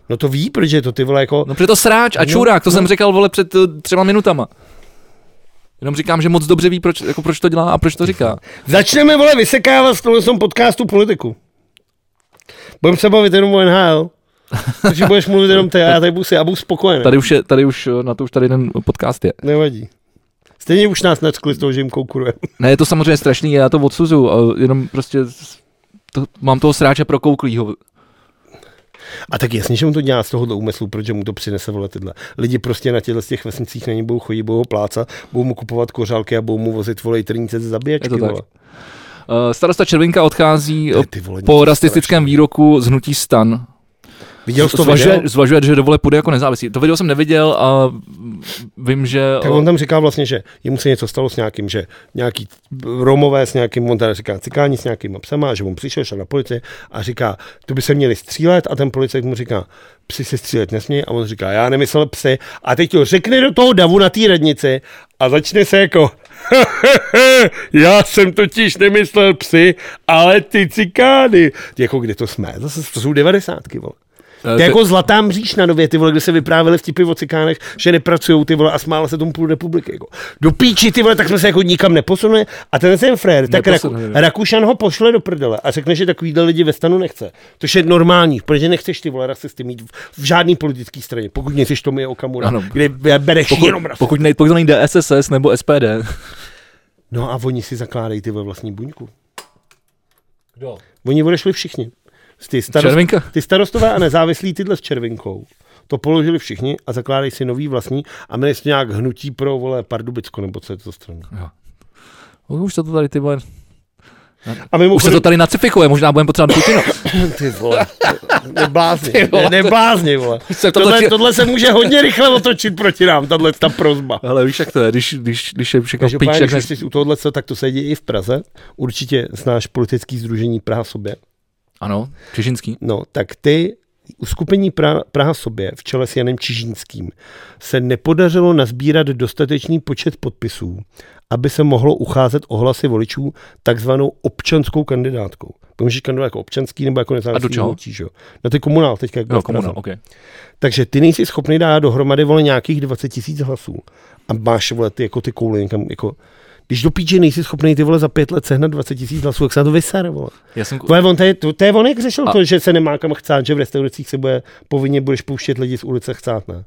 S2: No to ví, protože to ty vole jako...
S1: No protože to sráč a čurák, to
S2: no.
S1: jsem říkal vole před eh, třema minutama. Jenom říkám, že moc dobře ví, proč, jako proč to dělá a proč to říká.
S2: Začneme, vole, vysekávat v tomhle tom podcastu politiku. Budeme se bavit jenom o NHL.
S1: [laughs]
S2: Takže budeš mluvit jenom ty a já tady budu si, já budu spokojený.
S1: Tady už, je, tady už eh, na to už tady jeden podcast je.
S2: Nevadí. Stejně už nás nackli z toho, že jim koukurujeme.
S1: Ne, je to samozřejmě strašný, já to odsuzuju, ale jenom prostě s- to, mám toho sráče prokouklýho.
S2: A tak jasně, že mu to dělá z tohohle úmyslu, protože mu to přinese vole tyhle. Lidi prostě na těchto z těch vesnicích na něj budou chodit, budou ho plácat, budou mu kupovat kořálky a budou mu vozit vole trnice ze zabíjačky.
S1: Je to tak.
S2: Vole.
S1: Eh, Starosta Červinka odchází eh,
S2: Ty vole,
S1: po
S2: něco
S1: rasistickém výroku z hnutí stan.
S2: strašného. Viděl jsi to
S1: zvažuje,
S2: video?
S1: zvažuje, že dovole půjde jako nezávislý. To video jsem neviděl a vím, že... eh,
S2: Tak on tam říká vlastně, že jemu se něco stalo s nějakým, že nějaký Romové s nějakým, on tady říká cikáni s nějakýma psama, a že on přišel, šel na policii a říká, to by se měli střílet a ten policajt mu říká, psi se střílet nesmí a on říká, já nemyslel psy a teď to řekne do toho davu na té radnici a začne se jako, [laughs] já jsem totiž nemyslel psy, ale ty cikány. Jako kde to jsme? Zase to jsou devadesátky, vole.
S1: eh,
S2: To je jako zlatá mříž na nově, ty vole, kde se vyprávěli vtipy o cikánech, že nepracují ty vole a smála se tomu půl republiky. Jako. Do píči ty vole, tak jsme se jako nikam neposunuli a ten ten frér, tak Raku,
S1: Neposunuli.
S2: Rakušan ho pošle do prdele a řekne, že takovýhle lidi ve stanu nechce. To je normální, protože nechceš ty vole rasisty mít v, v žádný politický straně, pokud nejsi to je Okamura,
S1: Ano.
S2: ano. kde be- bereš
S1: Pokud,
S2: jenom rasisty.
S1: pokud, nej, pokud to není DSSS nebo SPD.
S2: No a oni si zakládají ty vole vlastní buňku.
S1: Kdo?
S2: Oni odešli všichni. Ty, starost,
S1: Červinka?
S2: ty starostové a nezávislí tyhle s červinkou. To položili všichni a zakládají si nový vlastní a měli si nějak hnutí pro, vole, Pardubicko, nebo co je to za strana.
S1: Už se to tady, ty vole,
S2: A
S1: už se to
S2: mimochodem,
S1: tady nacifikuje, možná budeme potřebovat Putina.
S2: [laughs] ty vole,
S1: [laughs]
S2: neblázni,
S1: Ty vole,
S2: ne, neblázni, vole.
S1: se to
S2: Tohle,
S1: točí-
S2: tohle, se může hodně rychle otočit proti nám, tahle ta prozba.
S1: [laughs] Ale víš, jak to je, když, když, když je všechno v
S2: Každopádně,
S1: píči, jak
S2: když
S1: No, ne...
S2: už jsi u tohohle, tak to se děje i v Praze. Určitě znáš politický združení Praha sobě.
S1: Ano, Češinský.
S2: No, tak ty uskupení pra- Praha sobě v čele s Janem Čižínským se nepodařilo nazbírat dostatečný počet podpisů, aby se mohlo ucházet o hlasy voličů takzvanou občanskou kandidátkou. To Můžeš kandidovat jako občanský nebo
S1: A
S2: jako
S1: do
S2: nezávislý
S1: čeho?
S2: voličí, že jo? Na ty komunál teďka. Jako
S1: Jo,
S2: v Praze.
S1: komunál, OK.
S2: Takže ty nejsi schopný dát dohromady vole nějakých 20 tisíc hlasů a máš vole ty, jako ty koule někam, jako když do píče nejsi schopný ty vole za pět let sehnat 20 tisíc hlasů, jak se na to vysere, vole.
S1: Já jsem... ku-
S2: To je on, to je, to, to je on, jak řešil
S1: A-
S2: a... to, že se nemá kam chcát, že v restauracích se bude, povinně budeš pouštět lidi z ulice chcát, ne?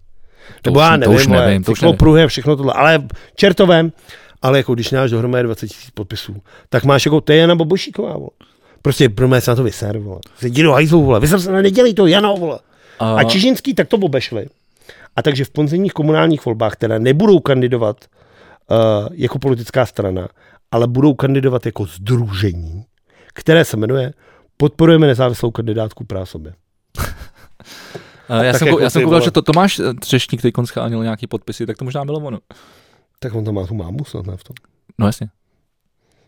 S1: To
S2: Nebo
S1: už-
S2: já
S1: to
S2: nevím,
S1: už nevím, to už nevím.
S2: pruhy a všechno tohle, ale čertovém. Ale jako když náš dohromady 20 tisíc podpisů, tak máš jako, to je Jana Bobošíková, vole. Prostě pro mě se na to vyser, vole. Se jdi do hajzlu, vole, vyser se na nedělej to, Jano, vole.
S1: A,
S2: A Čižinský tak to obešli. A takže v ponzimních komunálních volbách teda nebudou kandidovat uh, jako politická strana, ale budou kandidovat jako združení, které se jmenuje Podporujeme nezávislou kandidátku právě sobě.
S1: a já,
S2: tak
S1: jsem, kou-
S2: jako
S1: já jsem
S2: ty
S1: koukal,
S2: vole.
S1: že to Tomáš eh, Třešník teď schánil nějaký podpisy, tak to možná bylo ono.
S2: Tak on tam má tu mámu snad ne v tom.
S1: No jasně.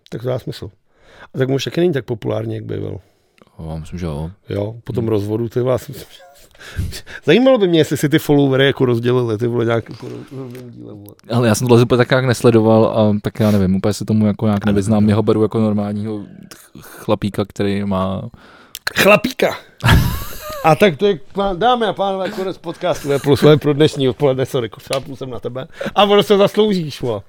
S2: Tak to dá smysl. A tak on už taky není tak populární, jak býval.
S1: Jo, myslím, že jo.
S2: Jo, po tom rozvodu, ty vás. [laughs] Zajímalo by mě, jestli si ty followery jako rozdělili, ty vole nějaký
S1: Ale já jsem tohle úplně tak jak nesledoval, a tak já nevím, úplně se tomu jako nějak nevyznám. Jeho beru jako normálního ch- chlapíka, který má...
S2: Chlapíka. A tak to je, pán- dámy a pánové, konec podcastu je plus je pro dnešní odpoledne, sorry, šlápnul jsem na tebe. A ono se zasloužíš, vole.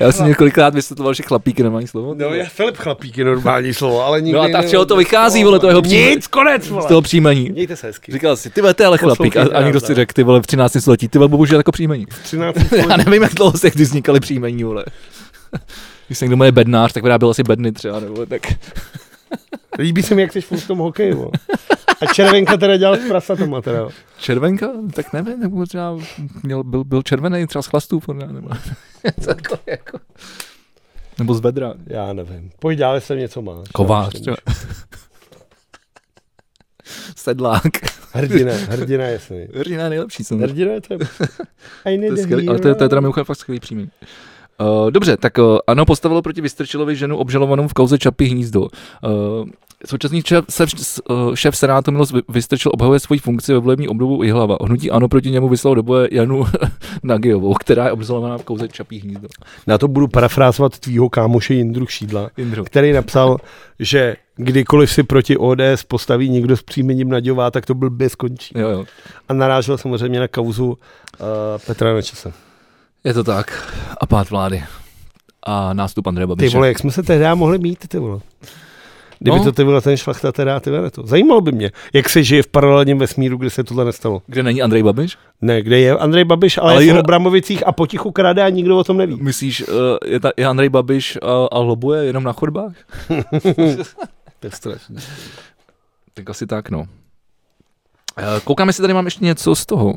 S1: Já jsem několikrát vysvětloval, že chlapík nemají slovo.
S2: No, je Filip Chlapík je normální slovo, ale nikdy
S1: No a tak
S2: nemám-
S1: čeho to vychází, vole, to jeho příjmení?
S2: Nic, konec,
S1: Z
S2: vole.
S1: toho příjmení.
S2: Mějte se hezky.
S1: Říkal si, ty vole, to je ale chlapík. A, a
S2: Poslouchej
S1: někdo
S2: nás,
S1: si
S2: ne?
S1: řekl, ty vole, v 13. století, ty vole, bohužel jako [laughs] příjmení.
S2: 13.
S1: Já nevím, jak dlouho se kdy [laughs] vznikaly příjmení, vole. Když se někdo jmenuje bednář, tak vyráběl asi bedny třeba, nebo tak.
S2: Líbí se mi, jak jsi furt v tom hokeji, vole. A červenka teda dělal s prasatama, teda. jo.
S1: Červenka? Tak nevím, nebo třeba měl, byl, byl červený třeba z chlastů, podle mě, nebo [laughs] takhle jako. Nebo z vedra.
S2: Já nevím. Pojď dál, jsem něco máš. Já
S1: Kovář
S2: už
S1: třeba.
S2: nemůžu.
S1: [laughs] Sedlák.
S2: Hrdina, hrdina jasný.
S1: Hrdina nejlepší jsem.
S2: Hrdina je to. I
S1: To
S2: need
S1: je
S2: a
S1: skvělý, ale to je, to je teda
S2: hero.
S1: mimochodem fakt skvělý příjmení. Uh, dobře, tak uh, ano, postavilo proti Vystrčilovi ženu obžalovanou v kauze Čapí hnízdo. Uh, současný šéf, šéf, eh, šéf Senátu Miloš Vy- Vystrčil obhajuje svoji funkci ve volební obdobu Jihlava. Hnutí ano proti němu vyslalo do boje Janu [laughs] Nagyovou, která je obžalovaná v kauze Čapí hnízdo.
S2: Na to budu parafrázovat tvýho kámoše Jindru Šídla,
S1: Jindro.
S2: který napsal, že kdykoliv si proti ODS postaví někdo s příjmením Naďová, tak to byl bezkončí.
S1: Jo, jo.
S2: A narážel samozřejmě na kauzu uh, Petra Nečase.
S1: Je to tak. A pád vlády. A nástup Andreje
S2: Ty
S1: Babiše.
S2: vole, jak jsme se tehdy mohli mít, ty vole. Kdyby
S1: No.
S2: no. to ty vole ten šlachta teda, ty vole to. Zajímalo by mě, jak se žije v paralelním vesmíru, kde se tohle nestalo.
S1: Kde není Andrej Babiš?
S2: Ne, kde je Andrej Babiš, ale,
S1: Ale
S2: ale je
S1: Jir-
S2: v Obramovicích a potichu krade a nikdo o tom neví.
S1: Myslíš, eh, je, ta, je Andrej Babiš eh, a, a lobuje jenom na chodbách?
S2: To je strašné.
S1: Tak asi tak, no. Eh, Koukám, jestli tady mám ještě něco z toho.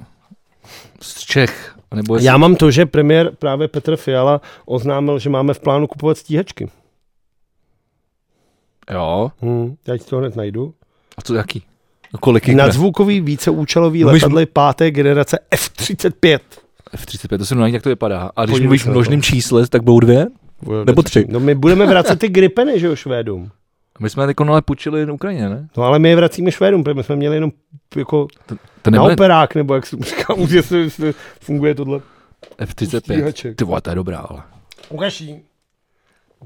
S1: Z Čech. Nebo jestli...
S2: Já mám to, že premiér právě Petr Fiala oznámil, že máme v plánu kupovat stíhačky.
S1: Jo.
S2: Hmm. Já ti to hned najdu.
S1: A co jaký? A kolik jich
S2: Kikne.
S1: bude?
S2: Nadzvukový víceúčelový
S1: No my jsme-
S2: letadly páté generace F-35.
S1: F35, to se mnou jak to vypadá. A když
S2: Podívej
S1: mluvíš
S2: se
S1: v
S2: na
S1: množném
S2: to.
S1: čísle, tak budou dvě? Nebo tři.
S2: No my budeme vracet ty gripeny, že jo, Švédům.
S1: My jsme teď ale půjčili na Ukrajině, ne?
S2: No ale my je vracíme Švédům, protože my jsme měli jenom jako
S1: To
S2: na
S1: nebude
S2: operák, nebo jak se to říká, [laughs] už jestli, jestli funguje tohle.
S1: F35.
S2: stíhaček.
S1: Ty vole, to je dobrá, ale.
S2: Ukaží.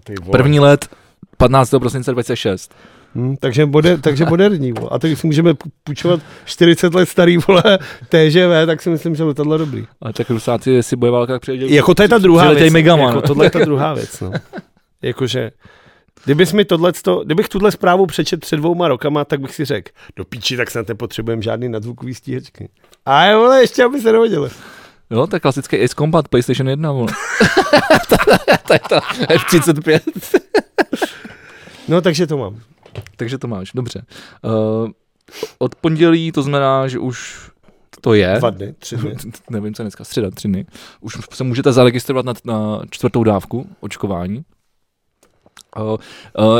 S2: Ty vole.
S1: První let 15. prosince 26.
S2: Hmm, takže, moder, takže moderní. Vole. A teď si můžeme pu- půjčovat 40 let starý vole TŽV, tak si myslím, že letadlo dobrý.
S1: A tak Rusáci, jestli bude válka, přijedou.
S2: Jako to je ta druhá
S1: Přiletej
S2: věc.
S1: Megaman.
S2: Jako tohle je ta druhá věc. No. [laughs] Jakože, kdybys mi tohleto, kdybych tuhle zprávu přečet před dvouma rokama, tak bych si řekl, do píči, tak snad nepotřebujeme žádný nadzvukový stíhačky. A jo, vole, ještě aby se dohodili.
S1: Jo, tak klasický Ace Combat, PlayStation 1,
S2: [laughs]
S1: vole. [laughs] to je to F35.
S2: No, takže to mám.
S1: Takže to máš, dobře. Uh, od pondělí to znamená, že už to je.
S2: Dva dny,
S1: [laughs]
S2: tři dny.
S1: Nevím, co je dneska, středa, tři dny. Už se můžete zaregistrovat na, na čtvrtou dávku očkování. Uh, uh,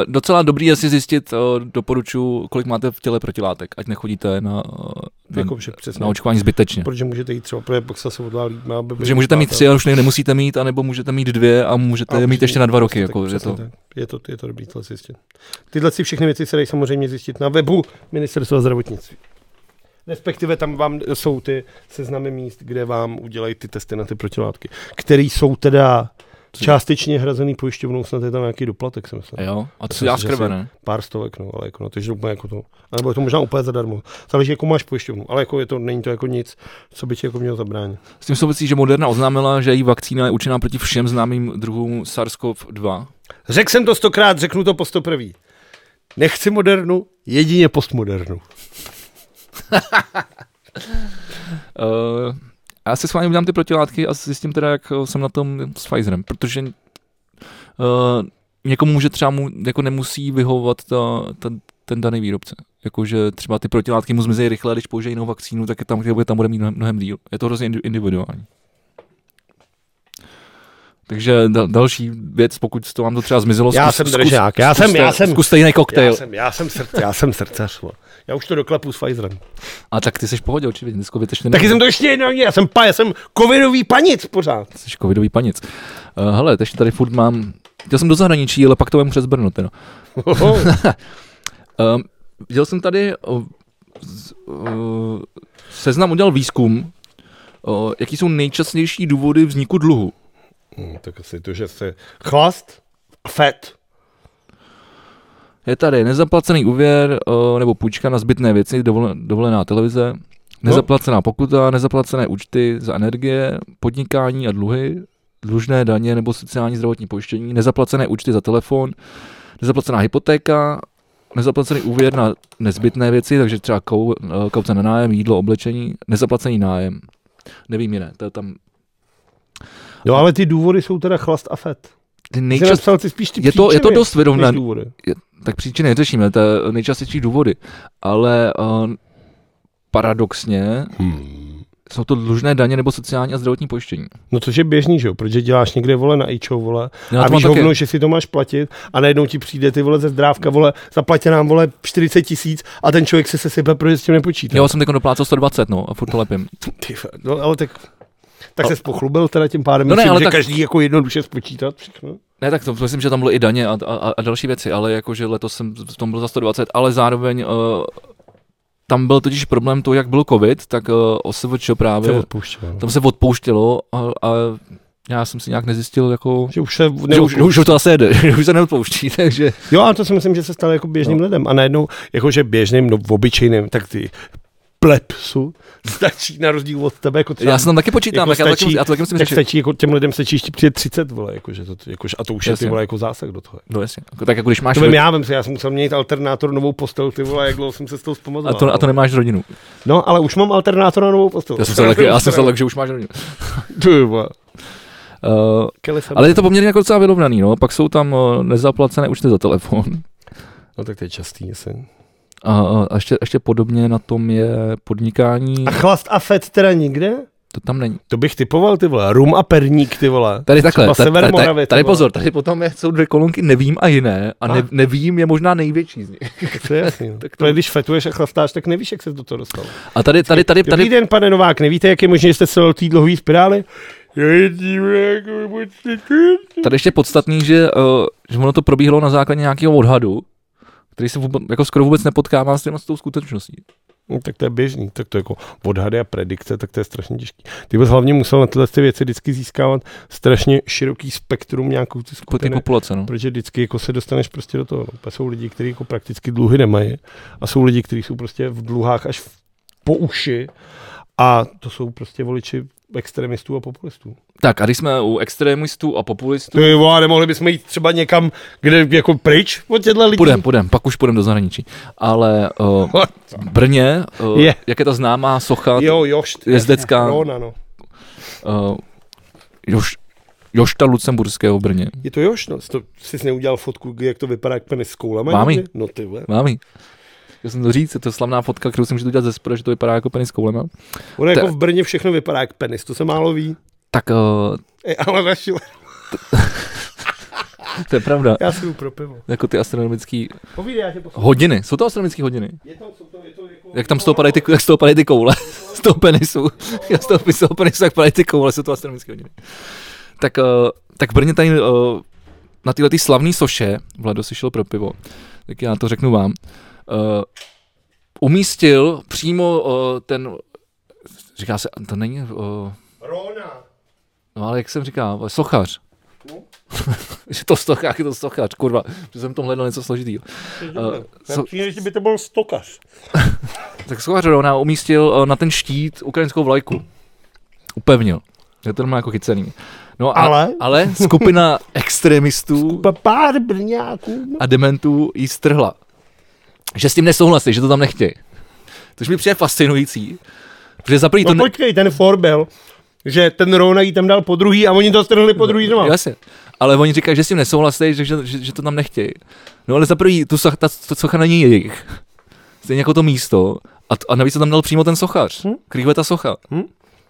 S1: docela dobrý je si zjistit, uh, doporučuji, kolik máte v těle protilátek, ať nechodíte na, uh, na,
S2: Jako že přesně.
S1: na očkování zbytečně.
S2: Protože můžete jít třeba, protože pak se odhodlá líp, má by
S1: Protože můžete mít tři, ale už ne, nemusíte mít, anebo můžete mít dvě a můžete
S2: A
S1: je mít
S2: přesně,
S1: ještě na dva roky.
S2: přesně
S1: Jako,
S2: tak,
S1: je
S2: přesně
S1: to,
S2: tak. Je to, je to dobrý to zjistit. Tyhle si všechny věci se dají samozřejmě zjistit na webu Ministerstva zdravotnictví. Respektive tam vám jsou ty seznamy míst, kde vám udělají ty testy na ty protilátky, které jsou teda částečně hrazený pojišťovnou, snad je tam nějaký doplatek, jsem myslel.
S1: jo? A to
S2: Já
S1: se dělá
S2: myslím, že
S1: z krve,
S2: si-
S1: ne?
S2: Pár stovek, no, ale jako, no, takže úplně jako to. A nebo je to možná úplně zadarmo. Záleží, jako máš pojišťovnu, ale jako je to, není to jako nic, co by ti jako mělo zabránit.
S1: S tím souvisí, že Moderna oznámila, že její vakcína je účinná proti všem známým druhům SARS-CoV-2.
S2: Řekl jsem to stokrát, řeknu to po stoprvý. Nechci modernu, jedině postmodernu.
S1: Uh, já si s vámi udělám ty protilátky a zjistím teda, jak eh, jsem na tom s Pfizerem, protože uh, někomu může třeba mu, jako nemusí vyhovovat ta, ta, ten daný výrobce. Jakože třeba ty protilátky mu zmizí rychle, a když použije jinou vakcínu, tak je tam, kde bude, tam bude mít mnohem, mnohem díl. Je to hrozně indi- individuální. Takže da, další věc, pokud to vám to třeba zmizelo,
S2: Já jsem držák, já jsem- já jsem-
S1: Zkuste jiný koktejl.
S2: Já jsem, já jsem, srdce, já jsem srdcař. vole. Já už to doklepu s Pfizerem.
S1: A tak ty jsi v pohodě, určitě, dneska vytečný.
S2: Taky jsem to ještě jednou, já jsem, pa, já jsem covidový panic pořád. [laughs]
S1: Jsi covidový panic. Uh, hele, ještě tady furt mám, chtěl jsem do zahraničí, ale pak to vem přes Brno teda.
S2: Oho.
S1: Um, viděl jsem tady, uh, z, uh, seznam udělal výzkum, uh, jaký jsou nejčastější důvody vzniku dluhu.
S2: Hm, tak asi to, že se chlast, fet.
S1: Je tady nezaplacený úvěr uh, nebo půjčka na zbytné věci, dovolen- dovolená televize, nezaplacená pokuta, nezaplacené účty za energie, podnikání a dluhy, dlužné daně nebo sociální zdravotní pojištění, nezaplacené účty za telefon, nezaplacená hypotéka, nezaplacený úvěr na nezbytné věci, takže třeba kou, eh, kauce na nájem, jídlo, oblečení, nezaplacený nájem. Nevím jiné, to je tam
S2: Jo, ale ty důvody jsou teda chlast a fet.
S1: ty
S2: Jsi
S1: nejčast...
S2: napsal ty spíš ty
S1: je to- je to
S2: příčiny
S1: dost
S2: než
S1: vyrovnaný.
S2: důvody.
S1: tak příčiny neřešíme, to je nejčastější důvody, ale uh, paradoxně
S2: Hmm.
S1: jsou to dlužné daně nebo sociální a zdravotní pojištění.
S2: No což je běžný, že jo, protože děláš někde vole na ičo, vole,
S1: Já
S2: a
S1: No, to mám
S2: víš
S1: taky.
S2: hovno, že si to máš platit a najednou ti přijde ty vole ze zdrávka, vole, zaplatě nám vole 40 tisíc a ten člověk se sesype, protože s tím nepočítá.
S1: Jo, jsem teď doplácel 120, no, a furt to lepím.
S2: Ty, vole, no, ale tak, tak se pochlubil teda tím pádem,
S1: No
S2: no
S1: ne,
S2: myslím,
S1: ale
S2: že
S1: tak-
S2: tak... každý jako jednoduše spočítat všechno.
S1: Ne, tak to myslím, že tam byly i daně a, a, a další věci, ale jakože letos jsem v tom byl za 120, ale zároveň uh, tam byl totiž problém to, jak byl covid, tak uh, OSVČ
S2: Se
S1: právě,
S2: odpouštěl.
S1: tam se odpouštělo a, a já jsem si nějak nezjistil, jako,
S2: Že už se v-
S1: že už, že už to zase jede, [laughs] že už se neodpouští, takže
S2: Jo, a to si myslím, že se stalo jako běžným no. lidem. A najednou, jakože běžným, no obyčejným, tak ty plepsu stačí na rozdíl od tebe. Jako třeba,
S1: já se tam taky počítám,
S2: jako
S1: tak já to taky,
S2: stačí-
S1: já to taky musím
S2: tak
S1: řešit.
S2: stačí, jako těm lidem stačí ještě přijde 30, vole, jakože to, jakože, a to už je
S1: Jasně.
S2: ty vole jako zásah do toho.
S1: No jasně, Jako- tak jako když máš
S2: To vím,
S1: rodinu,
S2: já vím si, já jsem musel měnit alternátor, novou postel, ty vole, jak dlouho jsem se s tou
S1: a
S2: zpamatoval.
S1: to, a to nemáš rodinu.
S2: No, ale už mám alternátor na novou postel.
S1: Já jsem se tak, já
S2: [laughs]
S1: jsem se tak, že už máš rodinu.
S2: Ty vole.
S1: Uh,
S2: Kelly jsem-
S1: ale je to poměrně jako docela vyrovnaný, no, pak jsou tam eh, nezaplacené účty za telefon.
S2: No tak to je častý, jestli.
S1: A, a ještě, ještě podobně na tom je podnikání,
S2: A chlast a fet teda nikde?
S1: to tam není.
S2: To bych typoval, ty vole. Rum a perník, ty [laughs] vole.
S1: Tady takhle,
S2: Třeba
S1: tady,
S2: Sever
S1: tady,
S2: Moravy,
S1: tady,
S2: ty
S1: tady
S2: vole.
S1: pozor, tady potom je, jsou dvě kolonky nevím a jiné a ne,
S2: Ah.
S1: nevím je možná největší z nich.
S2: To je jasný. no. Ale když fetuješ a chlastáš, tak nevíš, jak se do toho dostal.
S1: A tady, tady, tady,
S2: Dobrý
S1: tady,
S2: den, pane Novák, nevíte, jak je možné, že jste se dal té dlouhé spirály? Já jedním, jako moc netuji.
S1: tady ještě podstatný, že, uh, že ono to probíhalo na základě nějakého odhadu, který se vůbec, jako skoro vůbec nepotkává s, těma, s tou skutečností.
S2: No, tak to je běžný, tak to jako odhady a predikce, tak to je strašně těžký. Ty bys hlavně musel na tyhle ty věci vždycky získávat strašně široký spektrum nějakou ty
S1: Jako ty
S2: skupiny.
S1: populace, no.
S2: Protože vždycky jako se dostaneš prostě do toho. No. Pak jsou lidi, kteří jako prakticky dluhy nemají a jsou lidi, kteří jsou prostě v dluhách až v- po uši a to jsou prostě voliči extremistů a populistů.
S1: Tak a když jsme u extremistů a populistů,
S2: Ty vole, nemohli bychom jít třeba někam, kde jako pryč od těchto lidí?
S1: půjdem, půjdem, pak už půjdem do zahraničí. Ale uh, v Brně, uh,
S2: Je.
S1: jak je ta známá socha,
S2: [laughs] Jo, jošt.
S1: jezdecká.
S2: Rona, no.
S1: uh, Još, Jošta Lucemburského v Brně.
S2: Je to još, no. To, jsi neudělal fotku, jak to vypadá, jak penis s koulama?
S1: Mám ji.
S2: někde? No ty vole.
S1: Mám ji. Chtěl jsem to říct, je to slavná fotka, kterou jsem můžu udělat ze spoda, že to vypadá jako penis s koulema.
S2: Ono jako
S1: Ta-
S2: v Brně všechno vypadá jak penis, to se málo ví. [laughs]
S1: Tak uh,
S2: E, ale naši,
S1: eh, to je pravda.
S2: já si jdu pro pivo.
S1: Jako ty astronomické
S2: Povídej, já tě poslouchám.
S1: hodiny. Jsou to astronomické hodiny?
S2: Je tam, jsou to, je to jako...
S1: Jak tam z toho padají ty, jak z toho padají ty koule? [laughs] z toho penisu. Jak z toho, z toho penisu, jak padají ty koule, jsou to astronomické hodiny. Tak, uh, tak v Brně tady uh, na tyhle ty slavné soše, Vlado si šel pro pivo, tak já to řeknu vám, uh, umístil přímo uh, ten, říká se, to není, uh,
S2: Rona.
S1: No ale jak jsem říkal, sochař. [laughs] Že to stochák, je to sochař, kurva, že jsem v tom hledal něco složitýho. Eh, so-
S2: Přijde, že by to byl stokař.
S1: tak sochař Rona umístil eh, na ten štít ukrajinskou vlajku. Upevnil. Je to normálně jako chycený. No a,
S2: Ale?
S1: ale
S2: [laughs]
S1: skupina extremistů
S2: Pa, pár brňáků.
S1: a dementů jí strhla. Že s tím nesouhlasí, že to tam nechtějí. Což mi přijde fascinující. Protože za prvý to
S2: No počkej, ten Forbel, že ten Rona jí tam dal po druhý a oni to strhli po druhý znova.
S1: No, Jasně. Ale oni říkají, že s tím nesouhlasí, že, že, že, že to tam nechtějí. No ale za prvý, tu soch, ta, ta socha není jejich. Stejně jako to místo. A, t- a navíc to tam dal přímo ten sochař. Hmm? Krýve ta socha.
S2: Hm?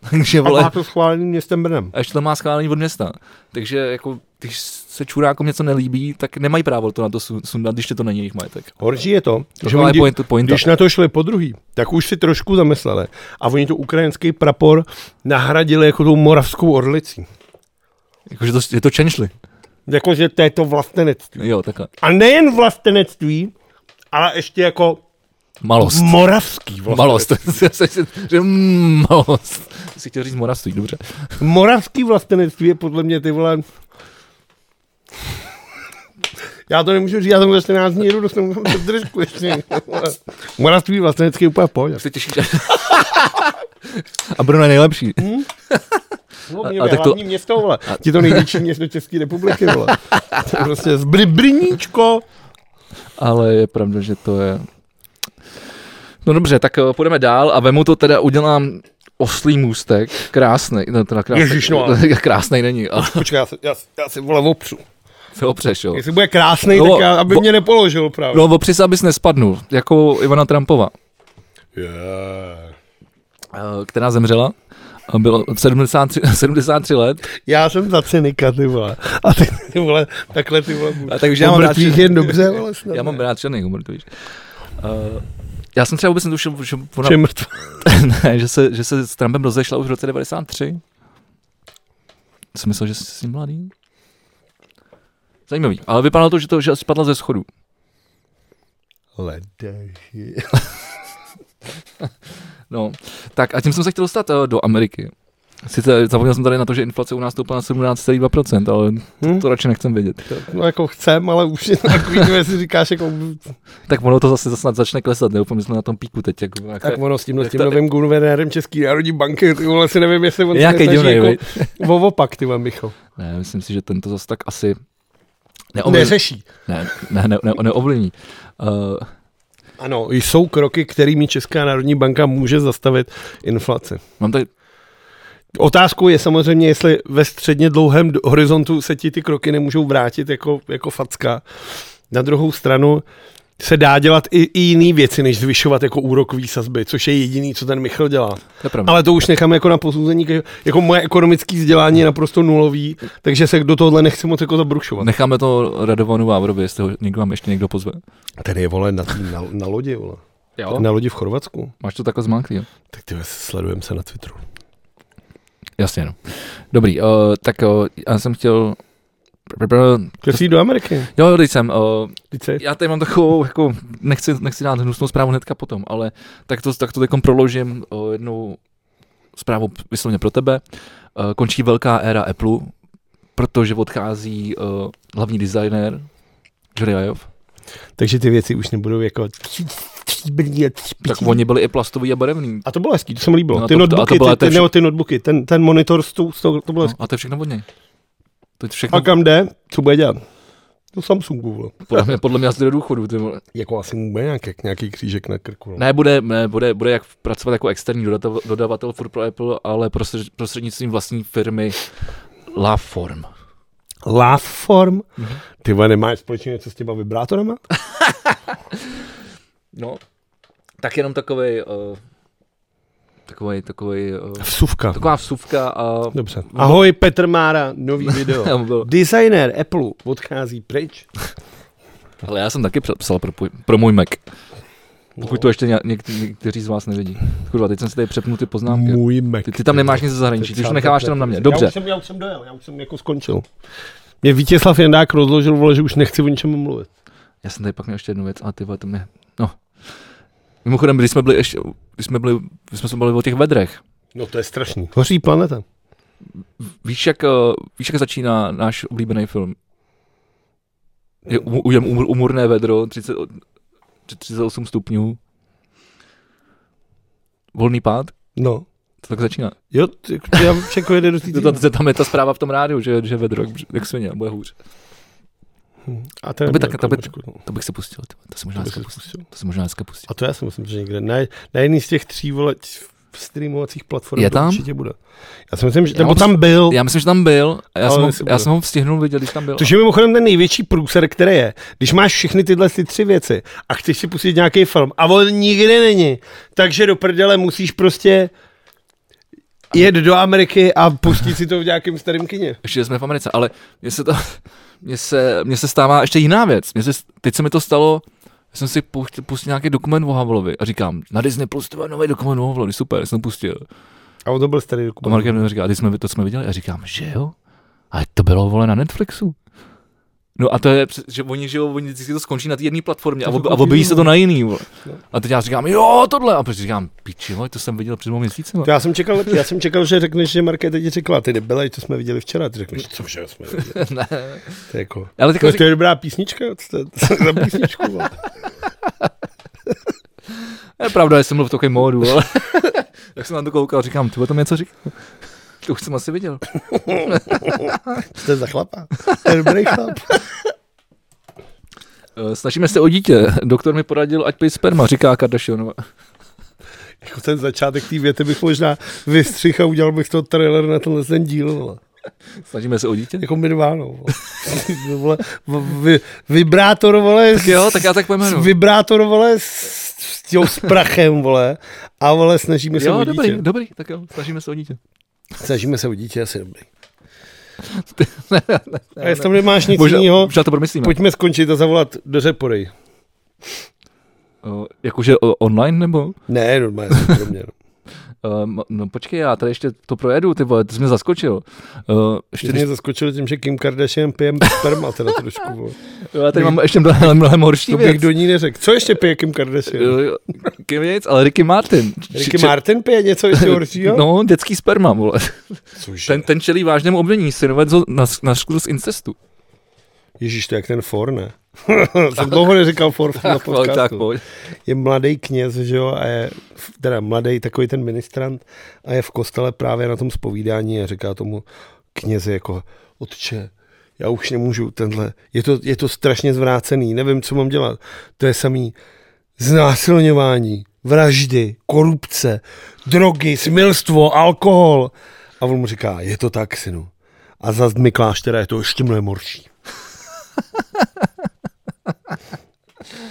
S1: Takže
S2: A má
S1: vole,
S2: to schválený městem Brnem.
S1: a ještě to má schválení od města. Takže jako, když se čurákům něco nelíbí, tak nemají právo to na to sun- sundat, když to není jejich majetek.
S2: Horší je to,
S1: To
S2: že
S1: je
S2: oni, kdy-
S1: point, pointa.
S2: když na to šli po druhý, tak už si trošku zamysleli. A oni to ukrajinský prapor nahradili jako tou moravskou orlicí.
S1: Jakože to, je to čenšli.
S2: Jakože to je to vlastenectví.
S1: Jo, takhle.
S2: A nejen vlastenectví, ale ještě jako
S1: Malost.
S2: Mm. moravský vlastenectví.
S1: Malost. [laughs] Já jsem si- že mm, Malost. Jsi chtěl říct morastuj, dobře.
S2: Moravský vlastenectví je podle mě ty vole... Já to nemůžu říct, já jsem za 14 dní jedu, dostanu tam držku ještě. Moravství vlastenecký je úplně v pohodě.
S1: Se těšíš. [laughs] a Bruno je nejlepší.
S2: No,
S1: A-
S2: mě,
S1: a
S2: a
S1: tak
S2: tak
S1: to-
S2: hlavní to... město, vole. Ti to největší město České republiky, vole. To je prostě zbry, brníčko.
S1: Ale je pravda, že to je... No dobře, tak eh, půjdeme dál a vemu to teda, udělám oslý můstek, krásný, no teda krásný, [laughs]
S2: Ježiš, no ale-
S1: krásný není, ale [laughs]
S2: Počkej, já se, já, se- já se vole opřu.
S1: se opřeš, jo.
S4: Jestli bude krásný,
S1: No,
S4: tak já, aby
S1: bo-
S4: mě nepoložil právě.
S1: No, opři se, abys nespadnul, jako Ivana Trumpova, eh, která zemřela. a Bylo [laughs] 73, 73 let.
S2: Já jsem za cynika, ty vole. A ty, ty vole, takhle ty vole.
S1: A takže
S2: Já mám mrtvých jen dobře, vole, snad.
S1: Já mám rád černý humor, to víš. Uh, já jsem třeba vůbec netušil, že, ona,
S2: Že mrtvý.
S1: [laughs] ne, že, se, že se s Trumpem rozešla už v roce 93. Jsem myslel, že jsi mladý. Zajímavý. Ale vypadalo to, že to že asi spadla ze schodu.
S2: Ledaži.
S1: No, tak a tím jsem se chtěl dostat uh, do Ameriky. Sice eh, zapomněl jsem tady na to, že inflace u nás stoupla na 17,2%, ale
S2: Hm?
S1: to, to radši nechcem vědět.
S2: No jako chcem, ale už je to takový, že si říkáš, jako,
S1: Tak ono to zase, zase snad začne klesat, nedoufám, že jsme na tom píku teď. Jako, nějaké,
S2: [laughs] tak ono s tím, s tím
S1: tady-
S2: novým guvernérem České národní banky, ty vole, si nevím, jestli on se
S1: nějaký
S2: nesnaží
S1: divný,
S2: jako [laughs]
S1: viď?
S2: O opak, ty vám, Micho.
S1: Ne, myslím si, že tento zase tak asi neovlivní.
S2: Neřeší.
S1: Ne, ne, ne, ne, neovlivní. Uh,
S2: Ano, jsou kroky, kterými Česká národní banka může zastavit inflaci.
S1: mám tady,
S2: Otázkou je samozřejmě, jestli ve středně dlouhém d- horizontu se ti ty kroky nemůžou vrátit jako, jako facka. Na druhou stranu se dá dělat i, i jiný věci, než zvyšovat jako úrokový sazby, což je jediný, co ten Michal dělá.
S1: to je pravda.
S2: Ale to už nechám jako na posouzení, ke- jako moje ekonomické vzdělání je naprosto nulový, takže se do tohohle nechci moc jako zabrušovat. Ne.
S1: Necháme to Radovanu Vávrovi, jestli ho někdo vám ještě někdo pozve.
S2: Ten je, vole, na, na, na lodi, vole.
S1: Jo.
S2: Na lodi v Chorvatsku.
S1: Máš to takhle zmáklý, jo?
S2: Tak ty sledujeme se na Twitteru.
S1: Jasně, no. Dobrý, uh, tak uh, já jsem chtěl... pr- pr- pr-
S2: Chtěl jsi do Ameriky?
S1: Jo, jo, teď jsem. Uh,
S2: Teď se...
S1: já tady mám takovou, jako, nechci, nechci dát hnusnou zprávu hnedka potom, ale tak to, tak to teďkom proložím uh, jednou zprávu vyslovně pro tebe. Uh, končí velká éra Apple, protože odchází uh, hlavní designér Jerry Iov.
S2: Takže ty věci už nebudou jako...
S1: Tak oni byli i plastový a barevný.
S2: A to bylo hezký, to se mi líbilo.
S1: No,
S2: ty
S1: to- a to
S2: notebooky,
S1: byla
S2: ty,
S1: ta
S2: ty,
S1: vš-
S2: nebo ty notebooky, ten, ten monitor, s tou, s tou, to bylo
S1: No,
S2: hezký.
S1: a to je všechno od něj. To je všechno
S2: A kam jde? Co bude dělat? Do Samsungu, vole.
S1: Podle mě, podle mě asi do důchodu. Ty vole.
S2: Jako asi mu bude nějaký, nějaký křížek na krku. No.
S1: ne, bude, ne, bude, bude jak pracovat jako externí dodata- dodavatel furt pro Apple, ale prostřed- prostřednictvím vlastní firmy LaForm.
S2: Love form? Ty vole, nemáš společně něco s těma vibrátorama?
S1: No, tak jenom takovej, uh, takovej, takovej, uh,
S2: Vsuvka.
S1: taková vsuvka a...
S2: Dobře. Ahoj, Petr Mára,
S1: [laughs]
S2: nový video.
S1: Bylo.
S2: Designer Apple odchází pryč.
S1: Ale já jsem taky pře- psal pro, půj- pro můj Mac. Pokud to ještě ně, něk, někteří z vás nevidí. Kurva, teď jsem si tady přepnul ty poznámky.
S2: No, Můj Mac.
S1: Ty, ty tam nemáš nic ze zahraničí, ty už necháváš jenom na mě.
S2: Já
S1: Dobře.
S2: už, jsem, já už jsem dojel, já už jsem jako skončil. Mě Vítězslav Jendák rozložil, vole, že už nechci o ničem mluvit.
S1: Já jsem tady pak měl ještě jednu věc, ale ty vole, to mě, no. Mimochodem, když jsme byli ještě, když jsme byli, když jsme se byli o těch vedrech,
S2: No to je strašný. Hoří planeta.
S1: víš jak, eh, víš jak začíná náš oblíbený film? Je um, um, um, umurné vedro, 30, o- tři- 38 stupňů. Volný pád?
S2: No.
S1: To tak začíná.
S2: Jo, t- já jako jede do
S1: [laughs]
S2: té
S1: To, to, to, tam je ta zpráva v tom rádiu, že, že vedro, jak, jak svině, bude hůř.
S2: A ten
S1: to by tak-
S2: jako
S1: to by- prostě-
S2: kočku, no.
S1: To bych si pustil, ty vole, to si možná
S2: To by
S1: dneska
S2: se
S1: pustil.
S2: spustil.
S1: To si možná dneska pustil.
S2: A to já si myslím, že někde. Na, na jedný z těch tří vole, t- streamovacích platform
S1: Je
S2: to
S1: tam?
S2: určitě bude. Já si myslím, že
S1: Já
S2: nebo
S1: mám-
S2: tam byl.
S1: Já myslím, že tam byl, a já,
S2: Ale
S1: jsem ho,
S2: jestli
S1: já
S2: bude.
S1: jsem ho stihnul vidět, když tam byl.
S2: Což je mimochodem ten největší průser, který je. Když máš všechny tyhle ty tři věci a chceš si pustit nějaký film a on nikde není, takže do prdele musíš prostě jet do Ameriky a pustit si to v nějakém starém kině.
S1: ještě jsme v Americe, ale mně se to, mně se, mně se stává ještě jiná věc. Mně se, teď se mi to stalo, já jsem si pustil, pustil nějaký dokument o Havlovi a říkám, na Disney Plus to je nový dokument o Havlovi, super, jsem to pustil.
S2: A on to byl starý
S1: A
S2: dokument.
S1: Markem mi říká, a teď jsme, to jsme viděli, a říkám, že jo, ale to bylo vole na Netflixu. No a to je, přes- že oni, že jo, oni vždycky to skončí na té jedné platformě a, ob, a objeví se to na jiný. Vole.
S2: No.
S1: A teď já říkám, jo, tohle. A prostě říkám, piči, vole, to jsem viděl před dvou měsícem.
S2: To já jsem čekal lepší, já jsem čekal, že řekneš, že Markéta ti řekla, ty debile, co jsme viděli včera, ty řekneš, cože jsme viděli.
S1: [laughs] Ne.
S2: To je, jako,
S1: Ale tak
S2: to, to je dobrá písnička, to, to, to, za písničku. vole.
S1: Je pravda, že jsem byl v takovém módu, ale [laughs] jak jsem na to koukal, říkám, ty o tom něco říkal. [laughs] To už jsem asi viděl.
S2: To je za chlapa, to je dobrý chlap.
S1: Eh, Snažíme se o dítě. Doktor mi poradil, ať pij sperma, říká Kardashianova.
S2: Jako ten začátek té věty bych možná vystřihl a udělal bych to trailer na tenhle ten díl. Vole.
S1: [laughs] Snažíme se o dítě?
S2: Jako Mirváno. vole. [laughs] Ty vole, v- vy, vibrátor, vole,
S1: Tak jo, tak já tak no. pojmenuji.
S2: s, vibrátor, vole, s, s, jo, s prachem, vole, a vole, snažíme se
S1: Jo,
S2: o
S1: dobrý,
S2: dítě.
S1: dobrý, tak jo, snažíme se o dítě.
S2: Snažíme se o dítě,
S1: [laughs]
S2: asi dobrý. A jestli tam nemáš nic
S1: Možná,
S2: jiného,
S1: možná to promyslíme.
S2: pojďme skončit a zavolat do Řepory.
S1: O, Eh, jakože o, online nebo?
S2: Ne, normálně, soukromě. no.
S1: Um, no počkej, já tady ještě to projedu, ty vole, ty jsi mě zaskočil. Uh, ještě,
S2: Ty
S1: když,
S2: mě zaskočil tím, že Kim Kardashian pije sperma teda trošku.
S1: [laughs]
S2: Vole.
S1: já tady mám ještě mnohem, mnohem horší
S2: To bych
S1: věc.
S2: do ní neřekl. Co ještě pije Kim Kardashian?
S1: Jo, jo, Kim Yates, ale Ricky Martin.
S2: Ricky Martin pije něco ještě horšího?
S1: No, dětský sperma, vole.
S2: Cože?
S1: Ten, ten čelí vážnému obvinění, synovec ho nas- naškl z incestu.
S2: Ježíš, to je jak ten For, ne? [laughs] Jsem dlouho neříkal For na
S1: Ale tak,
S2: podcastu.
S1: pojď.
S2: Je mladý kněz, že jo, a je, teda mladý takový ten ministrant a je v kostele právě na tom zpovídání a říká tomu knězi jako, otče, já už nemůžu tenhle, je to, je to strašně zvrácený, nevím, co mám dělat. To je samý znásilňování, vraždy, korupce, drogy, smilstvo, alkohol. A on mu říká, je to tak, synu. A za zdmi kláštera je to ještě mnohem horší.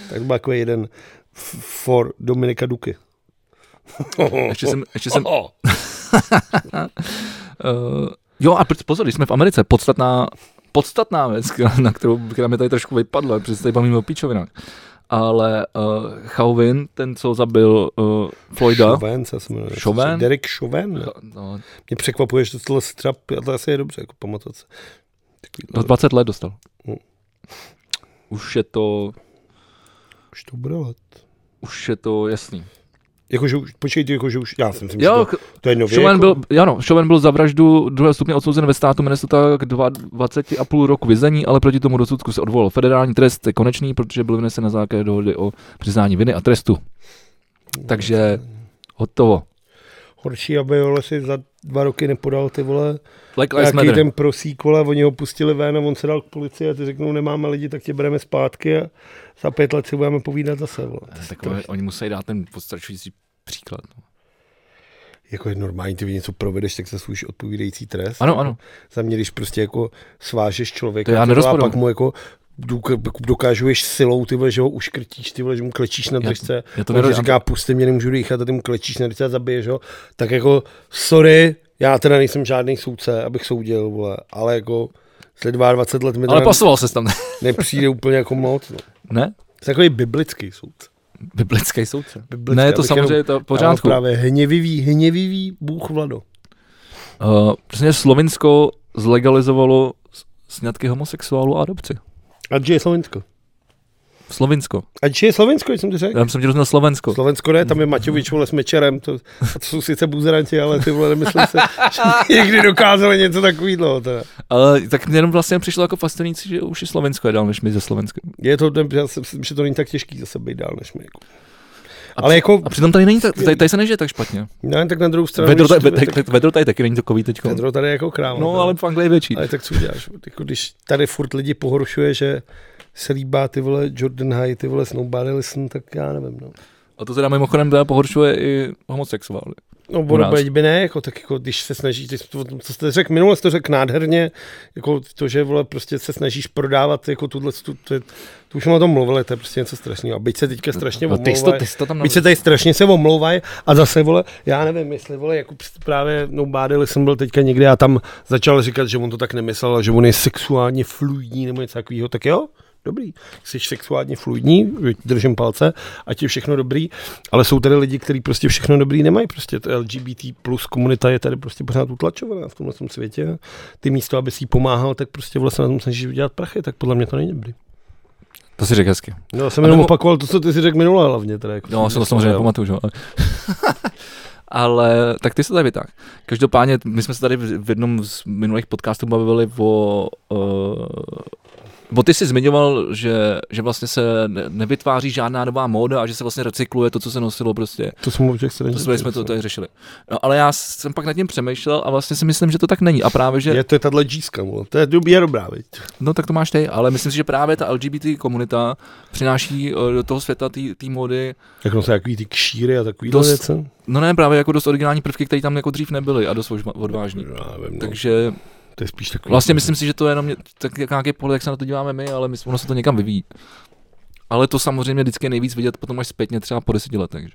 S2: tak to byl jako jeden f- for Dominika Duky.
S1: Ještě jsem, ještě jsem... Uh, jo, a proč- pozor, když jsme v Americe, podstatná, podstatná věc, k- na kterou, která mi tady trošku vypadla, protože se tady bavíme o píčovinách. Ale uh, Chauvin, ten, co zabil uh, Floyda,
S2: Chauvin, co se jmenuje?
S1: Chauvin?
S2: Derek Chauvin. ne?
S1: no,
S2: Mě překvapuje, že tohle střap, a to asi je dobře, jako pamatovat se.
S1: do 20 let dostal.
S2: Hm.
S1: Už je to,
S2: Už to bude let.
S1: už je to jasný.
S2: Jakože už, počkejte, jakože už, já si myslím,
S1: Jo,
S2: že to, to je nově.
S1: Chauvin
S2: jako,
S1: byl, ano, Chauvin byl za vraždu druhého stupně odsouzen ve státu Minnesota k 22,5 roku vězení, ale proti tomu rozsudku se odvolal. Federální trest je konečný, protože byl vynesen na základě dohody o přiznání viny a trestu. Takže hotovo.
S2: Horší, aby vole si za dva roky nepodal ty vole,
S1: Black Lives
S2: nějaký
S1: Matter.
S2: ten prosík, vole, oni ho pustili ven a on se dal k policii a ty řeknou, nemáme lidi, tak tě bereme zpátky a za pět let si budeme povídat zase, vole. To je
S1: Tak
S2: strašný.
S1: oni, oni musí dát ten postračující příklad. no.
S2: Jako je normální, ty něco provedeš, tak se svůj odpovídající trest.
S1: Ano, ano.
S2: Za mě, když prostě jako svážeš
S1: To já
S2: člověka, a
S1: nerozporuju.
S2: pak mu jako důk- dokážuješ silou, ty vole, že ho uškrtíš, ty vole, že mu klečíš na
S1: to-
S2: držce.
S1: já to
S2: on ti
S1: nerozumím.
S2: říká, puste mě, nemůžu dýchat, a ty mu klečíš na držce a zabiješ ho. Tak jako, sorry, já teda nejsem žádný soudce, abych soudil, vole, ale jako za 22 let mi
S1: Ale
S2: teda
S1: pasoval se tam. [laughs]
S2: nepřijde úplně jako moc. No.
S1: ne?
S2: Jsi takový biblický soudce.
S1: Biblický soudce.
S2: Biblický,
S1: ne,
S2: abych
S1: to
S2: jenom-
S1: samozřejmě to v pořádku.
S2: Já mám Právě hněvivý, hněvivý Bůh Vlado.
S1: Uh, přesně Slovinsko zlegalizovalo s- sňatky homosexuálů a adopci.
S2: Ať je Slovensko.
S1: Slovinsko.
S2: Ať je Slovensko, jak jsem to řekl.
S1: Já jsem ti rozuměl Slovensko.
S2: Slovensko ne, tam je Maťovič, vole, s Mečerem, to, a to jsou sice buzeranti, ale ty vole, nemyslím si, že by někdy dokázali něco takového. Teda.
S1: Ale tak mě jenom vlastně přišlo jako fascinující, že už i Slovensko je dál než my ze Slovenskem.
S2: Je to, já si myslím, že to není tak těžký zase být dál než my. Jako. Ale jako,
S1: A přitom tady není tak, tady, tady se nežije tak špatně.
S2: ne, tak na druhou stranu,
S1: Vedro,
S2: když
S1: tady,
S2: to- tak-
S1: tady, vedro tady taky není takový teď.
S2: Pedro tady je jako kráva.
S1: No,
S2: teda.
S1: ale v Anglii je větší.
S2: ale tak co uděláš? Jako, když tady furt lidi pohoršuje, že se líbá ty vole Jordan High, ty vole Snowbody Listen, tak já nevím. No.
S1: A to teda mimochodem teda pohoršuje i homosexuály.
S2: No,
S1: U nás.
S2: ono by ne, jako, tak jako, když se snažíš, ty, jsi to- co jste řekl minule, jsi to řekl nádherně, jako to, že vole, prostě se snažíš prodávat, jako tuhle, tu, tu, tu už jsme o tom mluvili, to je prostě něco strašného. A byť se teďka strašně
S1: No, ty jsi to,
S2: omlouvají-
S1: ty jsi to tam
S2: Byť se tady strašně se omlouvají a zase, vole, já nevím, jestli, vole, jako přes- právě, no, bádeli jsem byl teďka někde a tam začal říkat, že on to tak nemyslel, a že on je sexuálně fluidní nebo něco takového, tak jo, dobrý, jsi sexuálně fluidní, držím palce, ať je všechno dobrý, ale jsou tady lidi, kteří prostě všechno dobrý nemají, prostě ta LGBT plus komunita je tady prostě pořád utlačovaná v tomhle tom světě, ty místo, aby si jí pomáhal, tak prostě vlastně na tom snažíš udělat prachy, tak podle mě to není dobrý.
S1: To si řekl hezky.
S2: No, já jsem
S1: A
S2: jenom
S1: nebo-
S2: opakoval to, co ty si řekl minule hlavně. Teda, jako
S1: No, já
S2: jsem
S1: se to samozřejmě
S2: říkal,
S1: nepamatuju, že jo. ale- [laughs] Ale tak ty se tady vytáh. Každopádně, my jsme se tady v v jednom z minulých podcastů bavili o... Uh, bo ty jsi zmiňoval, že, že vlastně se ne, nevytváří žádná nová móda a že se vlastně recykluje to, co se nosilo prostě.
S2: To jsem mluvil, že
S1: To jsme, jsme to tady řešili. No, ale já jsem pak nad tím přemýšlel a vlastně si myslím, že to tak není. A právě, že
S2: Je to je tahle džíska, vole. to je, dob- je dobrá, viď?
S1: No tak to máš ty, ale myslím si, že právě ta LGBT komunita přináší eh, do toho světa té módy,
S2: Jak no se takový ty kšíry a takový
S1: Dost-
S2: věce.
S1: no ne právě jako dost originální prvky, které tam jako dřív nebyly a dost odva- odvážný.
S2: Já nevím, no.
S1: Takže
S2: To je spíš takový.
S1: Vlastně myslím si, že to je jenom ně- tak jak nějaký pohled, jak se na to díváme my, ale my, ono se to někam vyvíjí. Ale to samozřejmě vždycky je nejvíc vidět potom až zpětně, třeba po deseti letech. Že?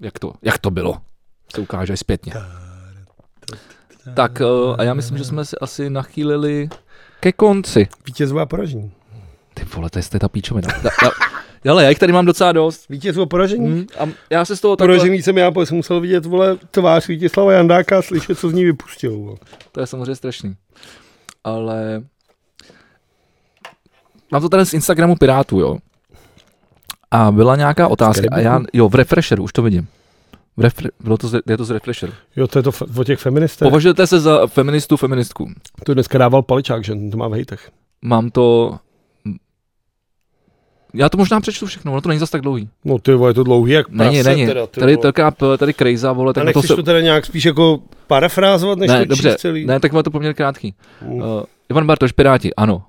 S1: Jak to, jak to bylo? Se ukáže až zpětně. Tak eh, a já myslím, že jsme se asi nachýlili ke konci.
S2: Vítězů a poražení.
S1: Ty vole, to je to je ta píčovina. [laughs] Da, da, ale já jich tady mám docela dost.
S2: Vítězů a poražení?
S1: Hm, A já se z toho takhle...
S2: Poražený jsem já, protože jsem musel vidět, vole, tvář Vítězslava Jandáka a slyšet, co z ní vypustil. Vole.
S1: To je samozřejmě strašný. Ale... Mám to tady z Instagramu Pirátů, jo. A byla nějaká otázka. A já, jo, v Refresheru, už to vidím. V refre, bylo to z, je to z Refresheru.
S2: Jo, to je to f- o těch feministech.
S1: Považujete se za feministu, feministku?
S2: To dneska dával paličák, že to má v hejtech.
S1: Mám to... Já to možná přečtu všechno, ono to není zas tak dlouhý.
S2: No ty vole, je to dlouhý jak prase,
S1: Není, není.
S2: Teda, ty
S1: Tady,
S2: vole.
S1: taká, tady Krejza, vole,
S2: a
S1: tak na to
S2: nechceš
S1: se...
S2: to, teda nějak spíš jako parafrázovat, než
S1: Ne,
S2: to
S1: dobře,
S2: číst celý?
S1: ne, tak bylo to poměrně krátký.
S2: Mm.
S1: Uh, Ivan Bartoš, Piráti, ano.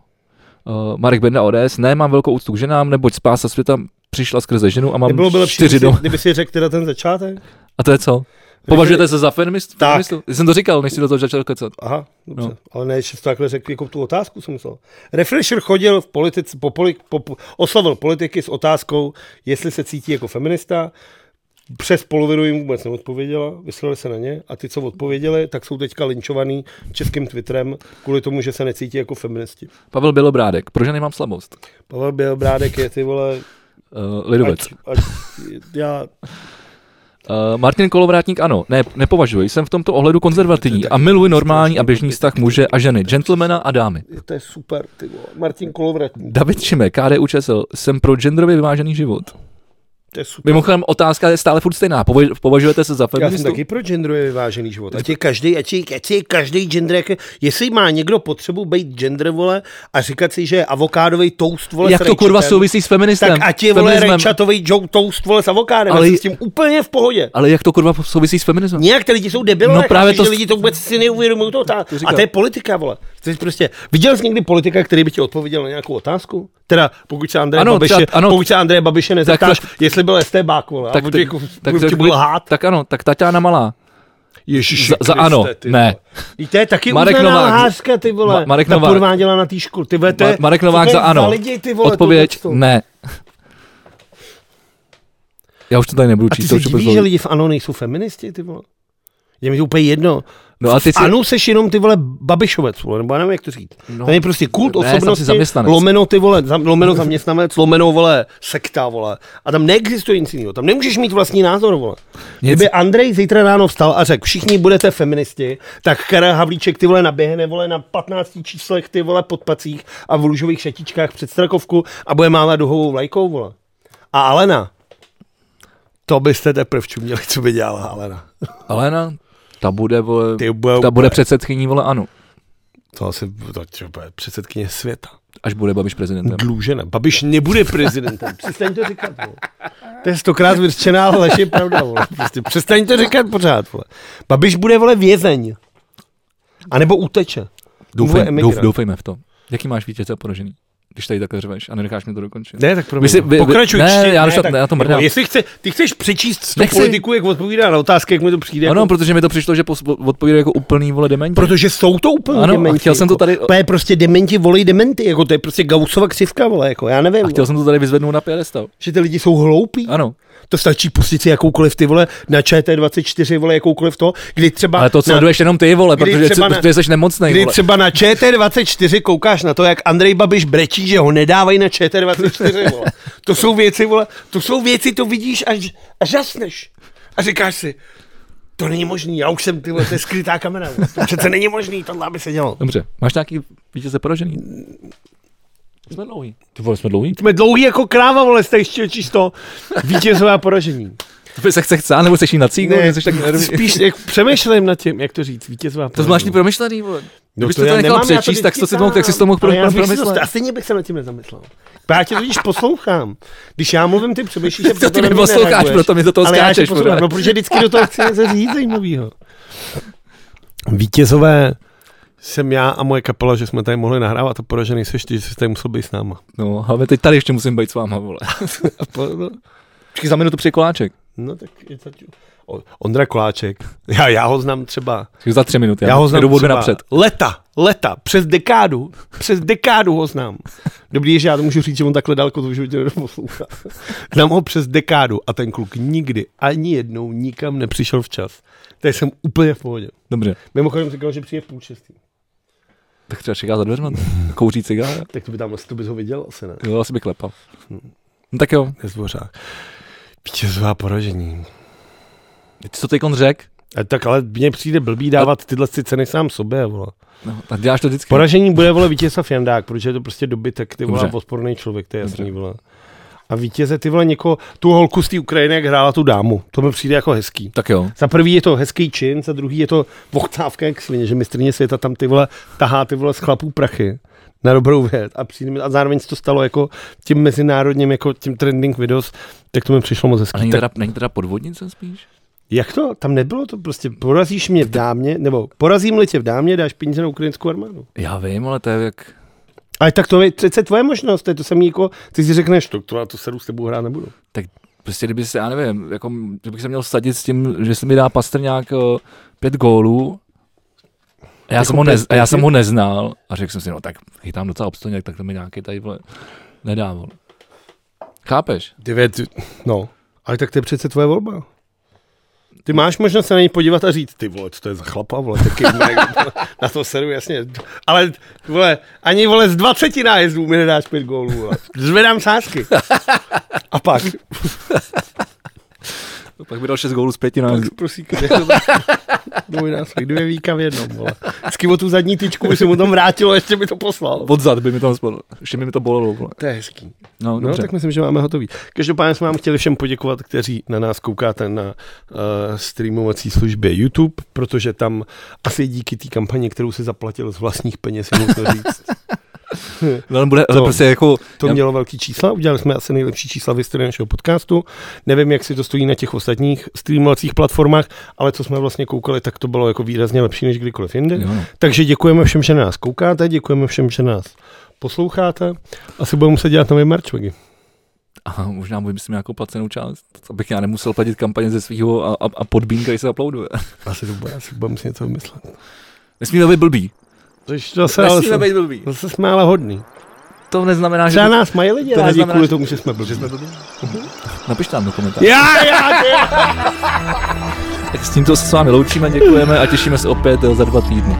S1: Uh, Marek Benda, ODS, ne, mám velkou úctu k ženám, neboť spása světa přišla skrze ženu a mám
S2: Nebylo by lepší,
S1: čtyři
S2: kdyby si,
S1: doma.
S2: kdyby si řekl teda ten začátek?
S1: A to je co? Považujete se za feminist?
S2: Tak.
S1: feministu? Jsem to říkal, než si do toho začal kecat.
S2: Aha, dobře.
S1: No.
S2: No. Ale ne, že jsi to takhle řekl, jako tu otázku jsem myslel. Refresher chodil v politice, po, poli- po, po, oslavil politiky s otázkou, jestli se cítí jako feminista. Přes polovinu jim vůbec neodpověděla, vyslali se na ně a ty, co odpověděli, tak jsou teďka linčovaný českým Twitterem kvůli tomu, že se necítí jako feministi.
S1: Pavel Bělobrádek, pro ženy mám slabost.
S2: Pavel Bělobrádek je ty vole...
S1: Uh, lidovec.
S2: Ať, ať, já,
S1: Uh, Martin Kolovrátník, ano, ne, nepovažuji, jsem v tomto ohledu konzervativní a miluji normální a běžný vztah muže a ženy, gentlemana a dámy.
S2: to je super, ty vole. Martin Kolovratník,
S1: David Šimek, KDU ČSL, jsem pro genderově vyvážený život.
S2: to je super.
S1: Mimochodem, otázka je stále furt stejná. Považ- Považujete se za
S2: Já jsem
S1: feministu?
S2: taky pro genderově vyvážený život. Ať je každý, ať je, ať je každý gender, jak je, jestli má někdo potřebu být gender, vole, a říkat si, že je avokádový toast, vole, s
S1: Jak to kurva
S2: rajčatem,
S1: souvisí s feministem?
S2: Tak ať je, vole,
S1: Feminismem.
S2: rajčatový jo- toast, vole, s avokádem,
S1: Ale-
S2: ale... s tím úplně v pohodě.
S1: Ale jak to kurva souvisí s feminismem?
S2: Nějak ty lidi jsou debilové,
S1: No právě to-
S2: že lidi to vůbec si neuvědomují. To, ta,
S1: To
S2: to
S1: říkám.
S2: a to je politika, vole. To je prostě, viděl jsi někdy politika, který by ti odpověděl na nějakou otázku? Teda, pokud se Andreje
S1: Ano,
S2: Babiše,
S1: třeba- ano.
S2: pokud se Andreje Babiše nezeptáš,
S1: Tak
S2: jestli byl STBák, vole, tak, a
S1: ty-
S2: tak, jako, tak,
S1: to-
S2: tak, byl hát.
S1: tak ano, tak Tatiana Malá.
S2: Ježiši
S1: Za- za ano,
S2: ty
S1: ne.
S2: vole. I to je taky
S1: Marek
S2: Marek uznaná
S1: Novák.
S2: Novák. lhářka, ty vole.
S1: Ma- Marek
S2: Ta
S1: Novák.
S2: podváděla na té škole. Ty vole, to
S1: Ma-
S2: je,
S1: Marek
S2: to je
S1: Novák za ano.
S2: Za lidi, ty vole,
S1: Odpověď
S2: tohleto.
S1: ne. Já už to tady nebudu
S2: A ty
S1: číst. to
S2: se
S1: už vůbec
S2: divíš, že
S1: nebudu.
S2: lidi v ANO nejsou feministi, ty vole. Je mi to úplně jedno.
S1: No a teď
S2: v
S1: si-
S2: ANO seš jenom ty vole babišovec, vole, nebo já nevím, jak to říct.
S1: No.
S2: No, Tam je prostě kult
S1: Ne, jsem si
S2: osobnosti,
S1: zaměstnanec.
S2: lomeno ty vole, zam, lomeno zaměstnanec, lomeno vole, sekta, vole. A tam neexistuje nic jiného, tam nemůžeš mít vlastní názor, vole.
S1: Nic.
S2: Kdyby Andrej zítra ráno vstal a řekl, všichni budete feministi, tak Karel Havlíček ty vole naběhne vole na 15 číslech ty vole podpacích a v růžových šatičkách před Strakovku a bude mávat duhovou vlajkou, vole. A Alena, to byste teprve čuměli, co by dělala Alena.
S1: Alena, ta bude, vole,
S2: Ty bude,
S1: ta bude předsedkyní, vole, ano.
S2: To asi to třeba bude předsedkyně světa.
S1: Až bude Babiš prezidentem.
S2: Dlužené. Babiš nebude prezidentem. Přestaň to říkat. Vole. To je stokrát vyřčená lež, je pravda. Vole. Prostě přestaň to říkat pořád. Vole. Babiš bude vole vězeň. A nebo uteče. Bude
S1: Doufej, douf,
S2: emigrant.
S1: doufejme v to. Jaký máš vítěze poražený? Když tady takhle řveš a nenecháš mi to dokončit.
S2: Ne, tak
S1: Vy
S2: promiň.
S1: si- vy- vy-
S2: Pokračuj.
S1: ne,
S2: čti,
S1: já už to- já to
S2: jako
S1: mrdám.
S2: Jestli chce, ty chceš přečíst z tu
S1: Nechci.
S2: politiku, jak odpovídá na otázky, jak mi to přijde.
S1: Ano,
S2: jako,
S1: protože mi to přišlo, že pos- odpovídá jako úplný, vole, dementi.
S2: protože jsou to úplně
S1: Ano, a
S2: dementi.
S1: chtěl jsem to
S2: jako.
S1: tady-
S2: To je prostě dementi, volej dementy, jako to je prostě Gaussova křivka, vole, jako já nevím,
S1: A chtěl jsem to tady vyzvednout na pědestal.
S2: že ty lidi jsou hloupí.
S1: Ano.
S2: To stačí pustit si jakoukoliv ty vole na ČT24, vole jakoukoliv to, kdy třeba...
S1: Ale to sleduješ jenom ty, vole,
S2: no. Kdy
S1: protože,
S2: třeba
S1: jsi-
S2: na-
S1: protože jsi nemocnej,
S2: na, kdy
S1: vole.
S2: třeba na ČT24 koukáš na to, jak Andrej Babiš brečí, že ho nedávají na ČT24, vole. To jsou věci, vole, to jsou věci, to vidíš až, až žasneš. A říkáš si, to není možný, já už jsem, ty vole, to je skrytá kamera, vole. To přece není možný tohle, aby se dělo.
S1: Dobře, máš nějaký vítěze poražený? Jsme dlouhý. Ty vole, jsme dlouhý?
S2: Jsme dlouhý jako kráva, vole, jste ještě čisto vítězové a poražení.
S1: Ty se chce chcát, nebo seš jí na cígu, ne, jsi tak nervý.
S2: spíš jak přemýšlím nad tím, jak to říct, vítězová
S1: To zvláštní promyšlený, vole.
S2: No
S1: Kdybys to tady nechal přečíst, tak, to si to, tak si to mohl pro, pro, promyslet.
S2: A stejně bych se nad tím nezamyslel. Já tě totiž poslouchám. Když já mluvím, ty přemýšlíš, [laughs] a
S1: To
S2: proto
S1: ty
S2: na mě
S1: neposloucháš,
S2: nereaguješ.
S1: proto mi do toho
S2: Ale já tě
S1: skáčeš,
S2: poslouchám,
S1: vole.
S2: No, protože vždycky do toho chci něco říct zajímavého. Vítězové jsem já a moje kapela, že jsme tady mohli nahrávat a poražený se ty, že jsi tady musel být s náma.
S1: No, ale teď tady ještě musím být s váma, vole. Počkej, za minutu přijde koláček.
S2: No tak je to... O- Ondra Koláček. Já, já ho znám třeba...
S1: Takže za tři minuty.
S2: Já ho znám
S1: Jdu
S2: třeba
S1: napřed.
S2: leta, leta, přes dekádu, přes dekádu ho znám. Dobrý je, že já to můžu říct, že on takhle daleko to v životě nedoposlouchá. Znám ho přes dekádu a ten kluk nikdy, ani jednou, nikam nepřišel včas. Tak jsem úplně v pohodě.
S1: Dobře.
S2: Mimochodem říkal, že přijde v půl šestý.
S1: Tak třeba čeká za [laughs] dveřma. Kouří cigára.
S2: Tak to by tam asi, to bys ho viděl asi, ne?
S1: Jo, asi by klepal. No tak jo,
S2: Nezdvořák. Vítězová poražení.
S1: ty co teď řek?
S2: A tak ale mně přijde blbý dávat tyhle si ceny sám sobě, vole.
S1: No, tak děláš to vždycky.
S2: Poražení bude, vole, vítězov Jandák, protože je to prostě dobytek, ty vole,
S1: Dobře.
S2: odporný člověk, to je jasný,
S1: Dobře.
S2: vole. A vítěze, ty vole, někoho, tu holku z té Ukrajiny, jak hrála tu dámu, to mi přijde jako hezký.
S1: Tak jo.
S2: Za prvý je to hezký čin, za druhý je to vochtávka jak svině, že mistrně světa tam ty vole tahá ty vole z chlapů prachy na dobrou věc a, přijde, mi- a zároveň se to stalo jako tím mezinárodním, jako tím trending videos, tak to mi přišlo moc
S1: A
S2: hezký.
S1: není
S2: Tak,
S1: teda, není teda podvodnice spíš?
S2: jak to? Tam nebylo to prostě, porazíš mě v dámě, nebo porazím-li tě v dámě, dáš peníze na ukrajinskou armádu.
S1: Já vím, ale to je jak...
S2: Ale tak to je přece tvoje možnost, to je to samé jako, ty si řekneš, to, to, to seru s tebou hrát nebudu.
S1: Prostě kdyby se, já nevím, jako, kdybych se měl sadit s tím, že se mi dá Pastrňák eh, pět gólů, a já,
S2: Jako
S1: jsem ho,
S2: pět-
S1: nez, a já
S2: pět-
S1: jsem ho neznal a řekl jsem si, no tak chytám docela obstojně, tak to mi nějaký tady vole, nedá, vole. Chápeš?
S2: Devět, no. Ale tak to je přece tvoje volba. Ty máš možnost se na něj podívat a říct, ty vole, co to je za chlapa, vole, taky [laughs] ne, na to seru, jasně. Ale, vole, ani, vole, z 20 nájezdů mi nedáš pět gólů, vole. Zvedám sázky. A pak,
S1: Pak by dal šest gólů z pěti na...
S2: pak [laughs] prosím, kde to dvojnásobek, dvě víka v jednom, vole. Vždycky o tu zadní tyčku by se mu tam vrátilo, ještě by to poslal.
S1: Odzad by mi tam spadlo. Ještě by mi to bolelo. Vole.
S2: To je hezký.
S1: No,
S2: No,
S1: dobře.
S2: tak myslím, že máme hotový. Každopádně jsme vám chtěli všem poděkovat, kteří na nás koukáte na uh, streamovací službě YouTube, protože tam asi díky té kampani, kterou si zaplatil z vlastních peněz, je nutno [laughs] říct,
S1: No, ale bude, ale
S2: To-
S1: prostě jako...
S2: to
S1: já-
S2: mělo velký čísla. Udělali jsme asi nejlepší čísla v historii našeho podcastu. Nevím, jak si to stojí na těch ostatních streamovacích platformách, ale co jsme vlastně koukali, tak to bylo jako výrazně lepší než kdykoliv jinde.
S1: Jo, no.
S2: Takže děkujeme všem, že na nás koukáte, děkujeme všem, že nás posloucháte. Asi budeme muset dělat nový merch, Vegi.
S1: Aha, možná budu myslím nějakou placenou část, abych já nemusel platit kampaně ze svého a, a, a podbínka, když se uploaduje. [laughs]
S2: Asi to bude, asi budeme si něco vymyslet.
S1: Nesmíme být blbý.
S2: Což to se, ale
S1: Nesmíme
S2: jsme,
S1: být blbý.
S2: zase jsme ale hodný.
S1: To neznamená, že...
S2: Třeba nás mají lidi
S1: to
S2: rádi
S1: neznamená,
S2: kvůli
S1: že-
S2: tomu, že jsme blbí.
S1: Napište nám do komentářů.
S2: Já, já, já.
S1: Tak s tímto se s vámi loučíme, děkujeme a těšíme se opět eh, za dva týdny.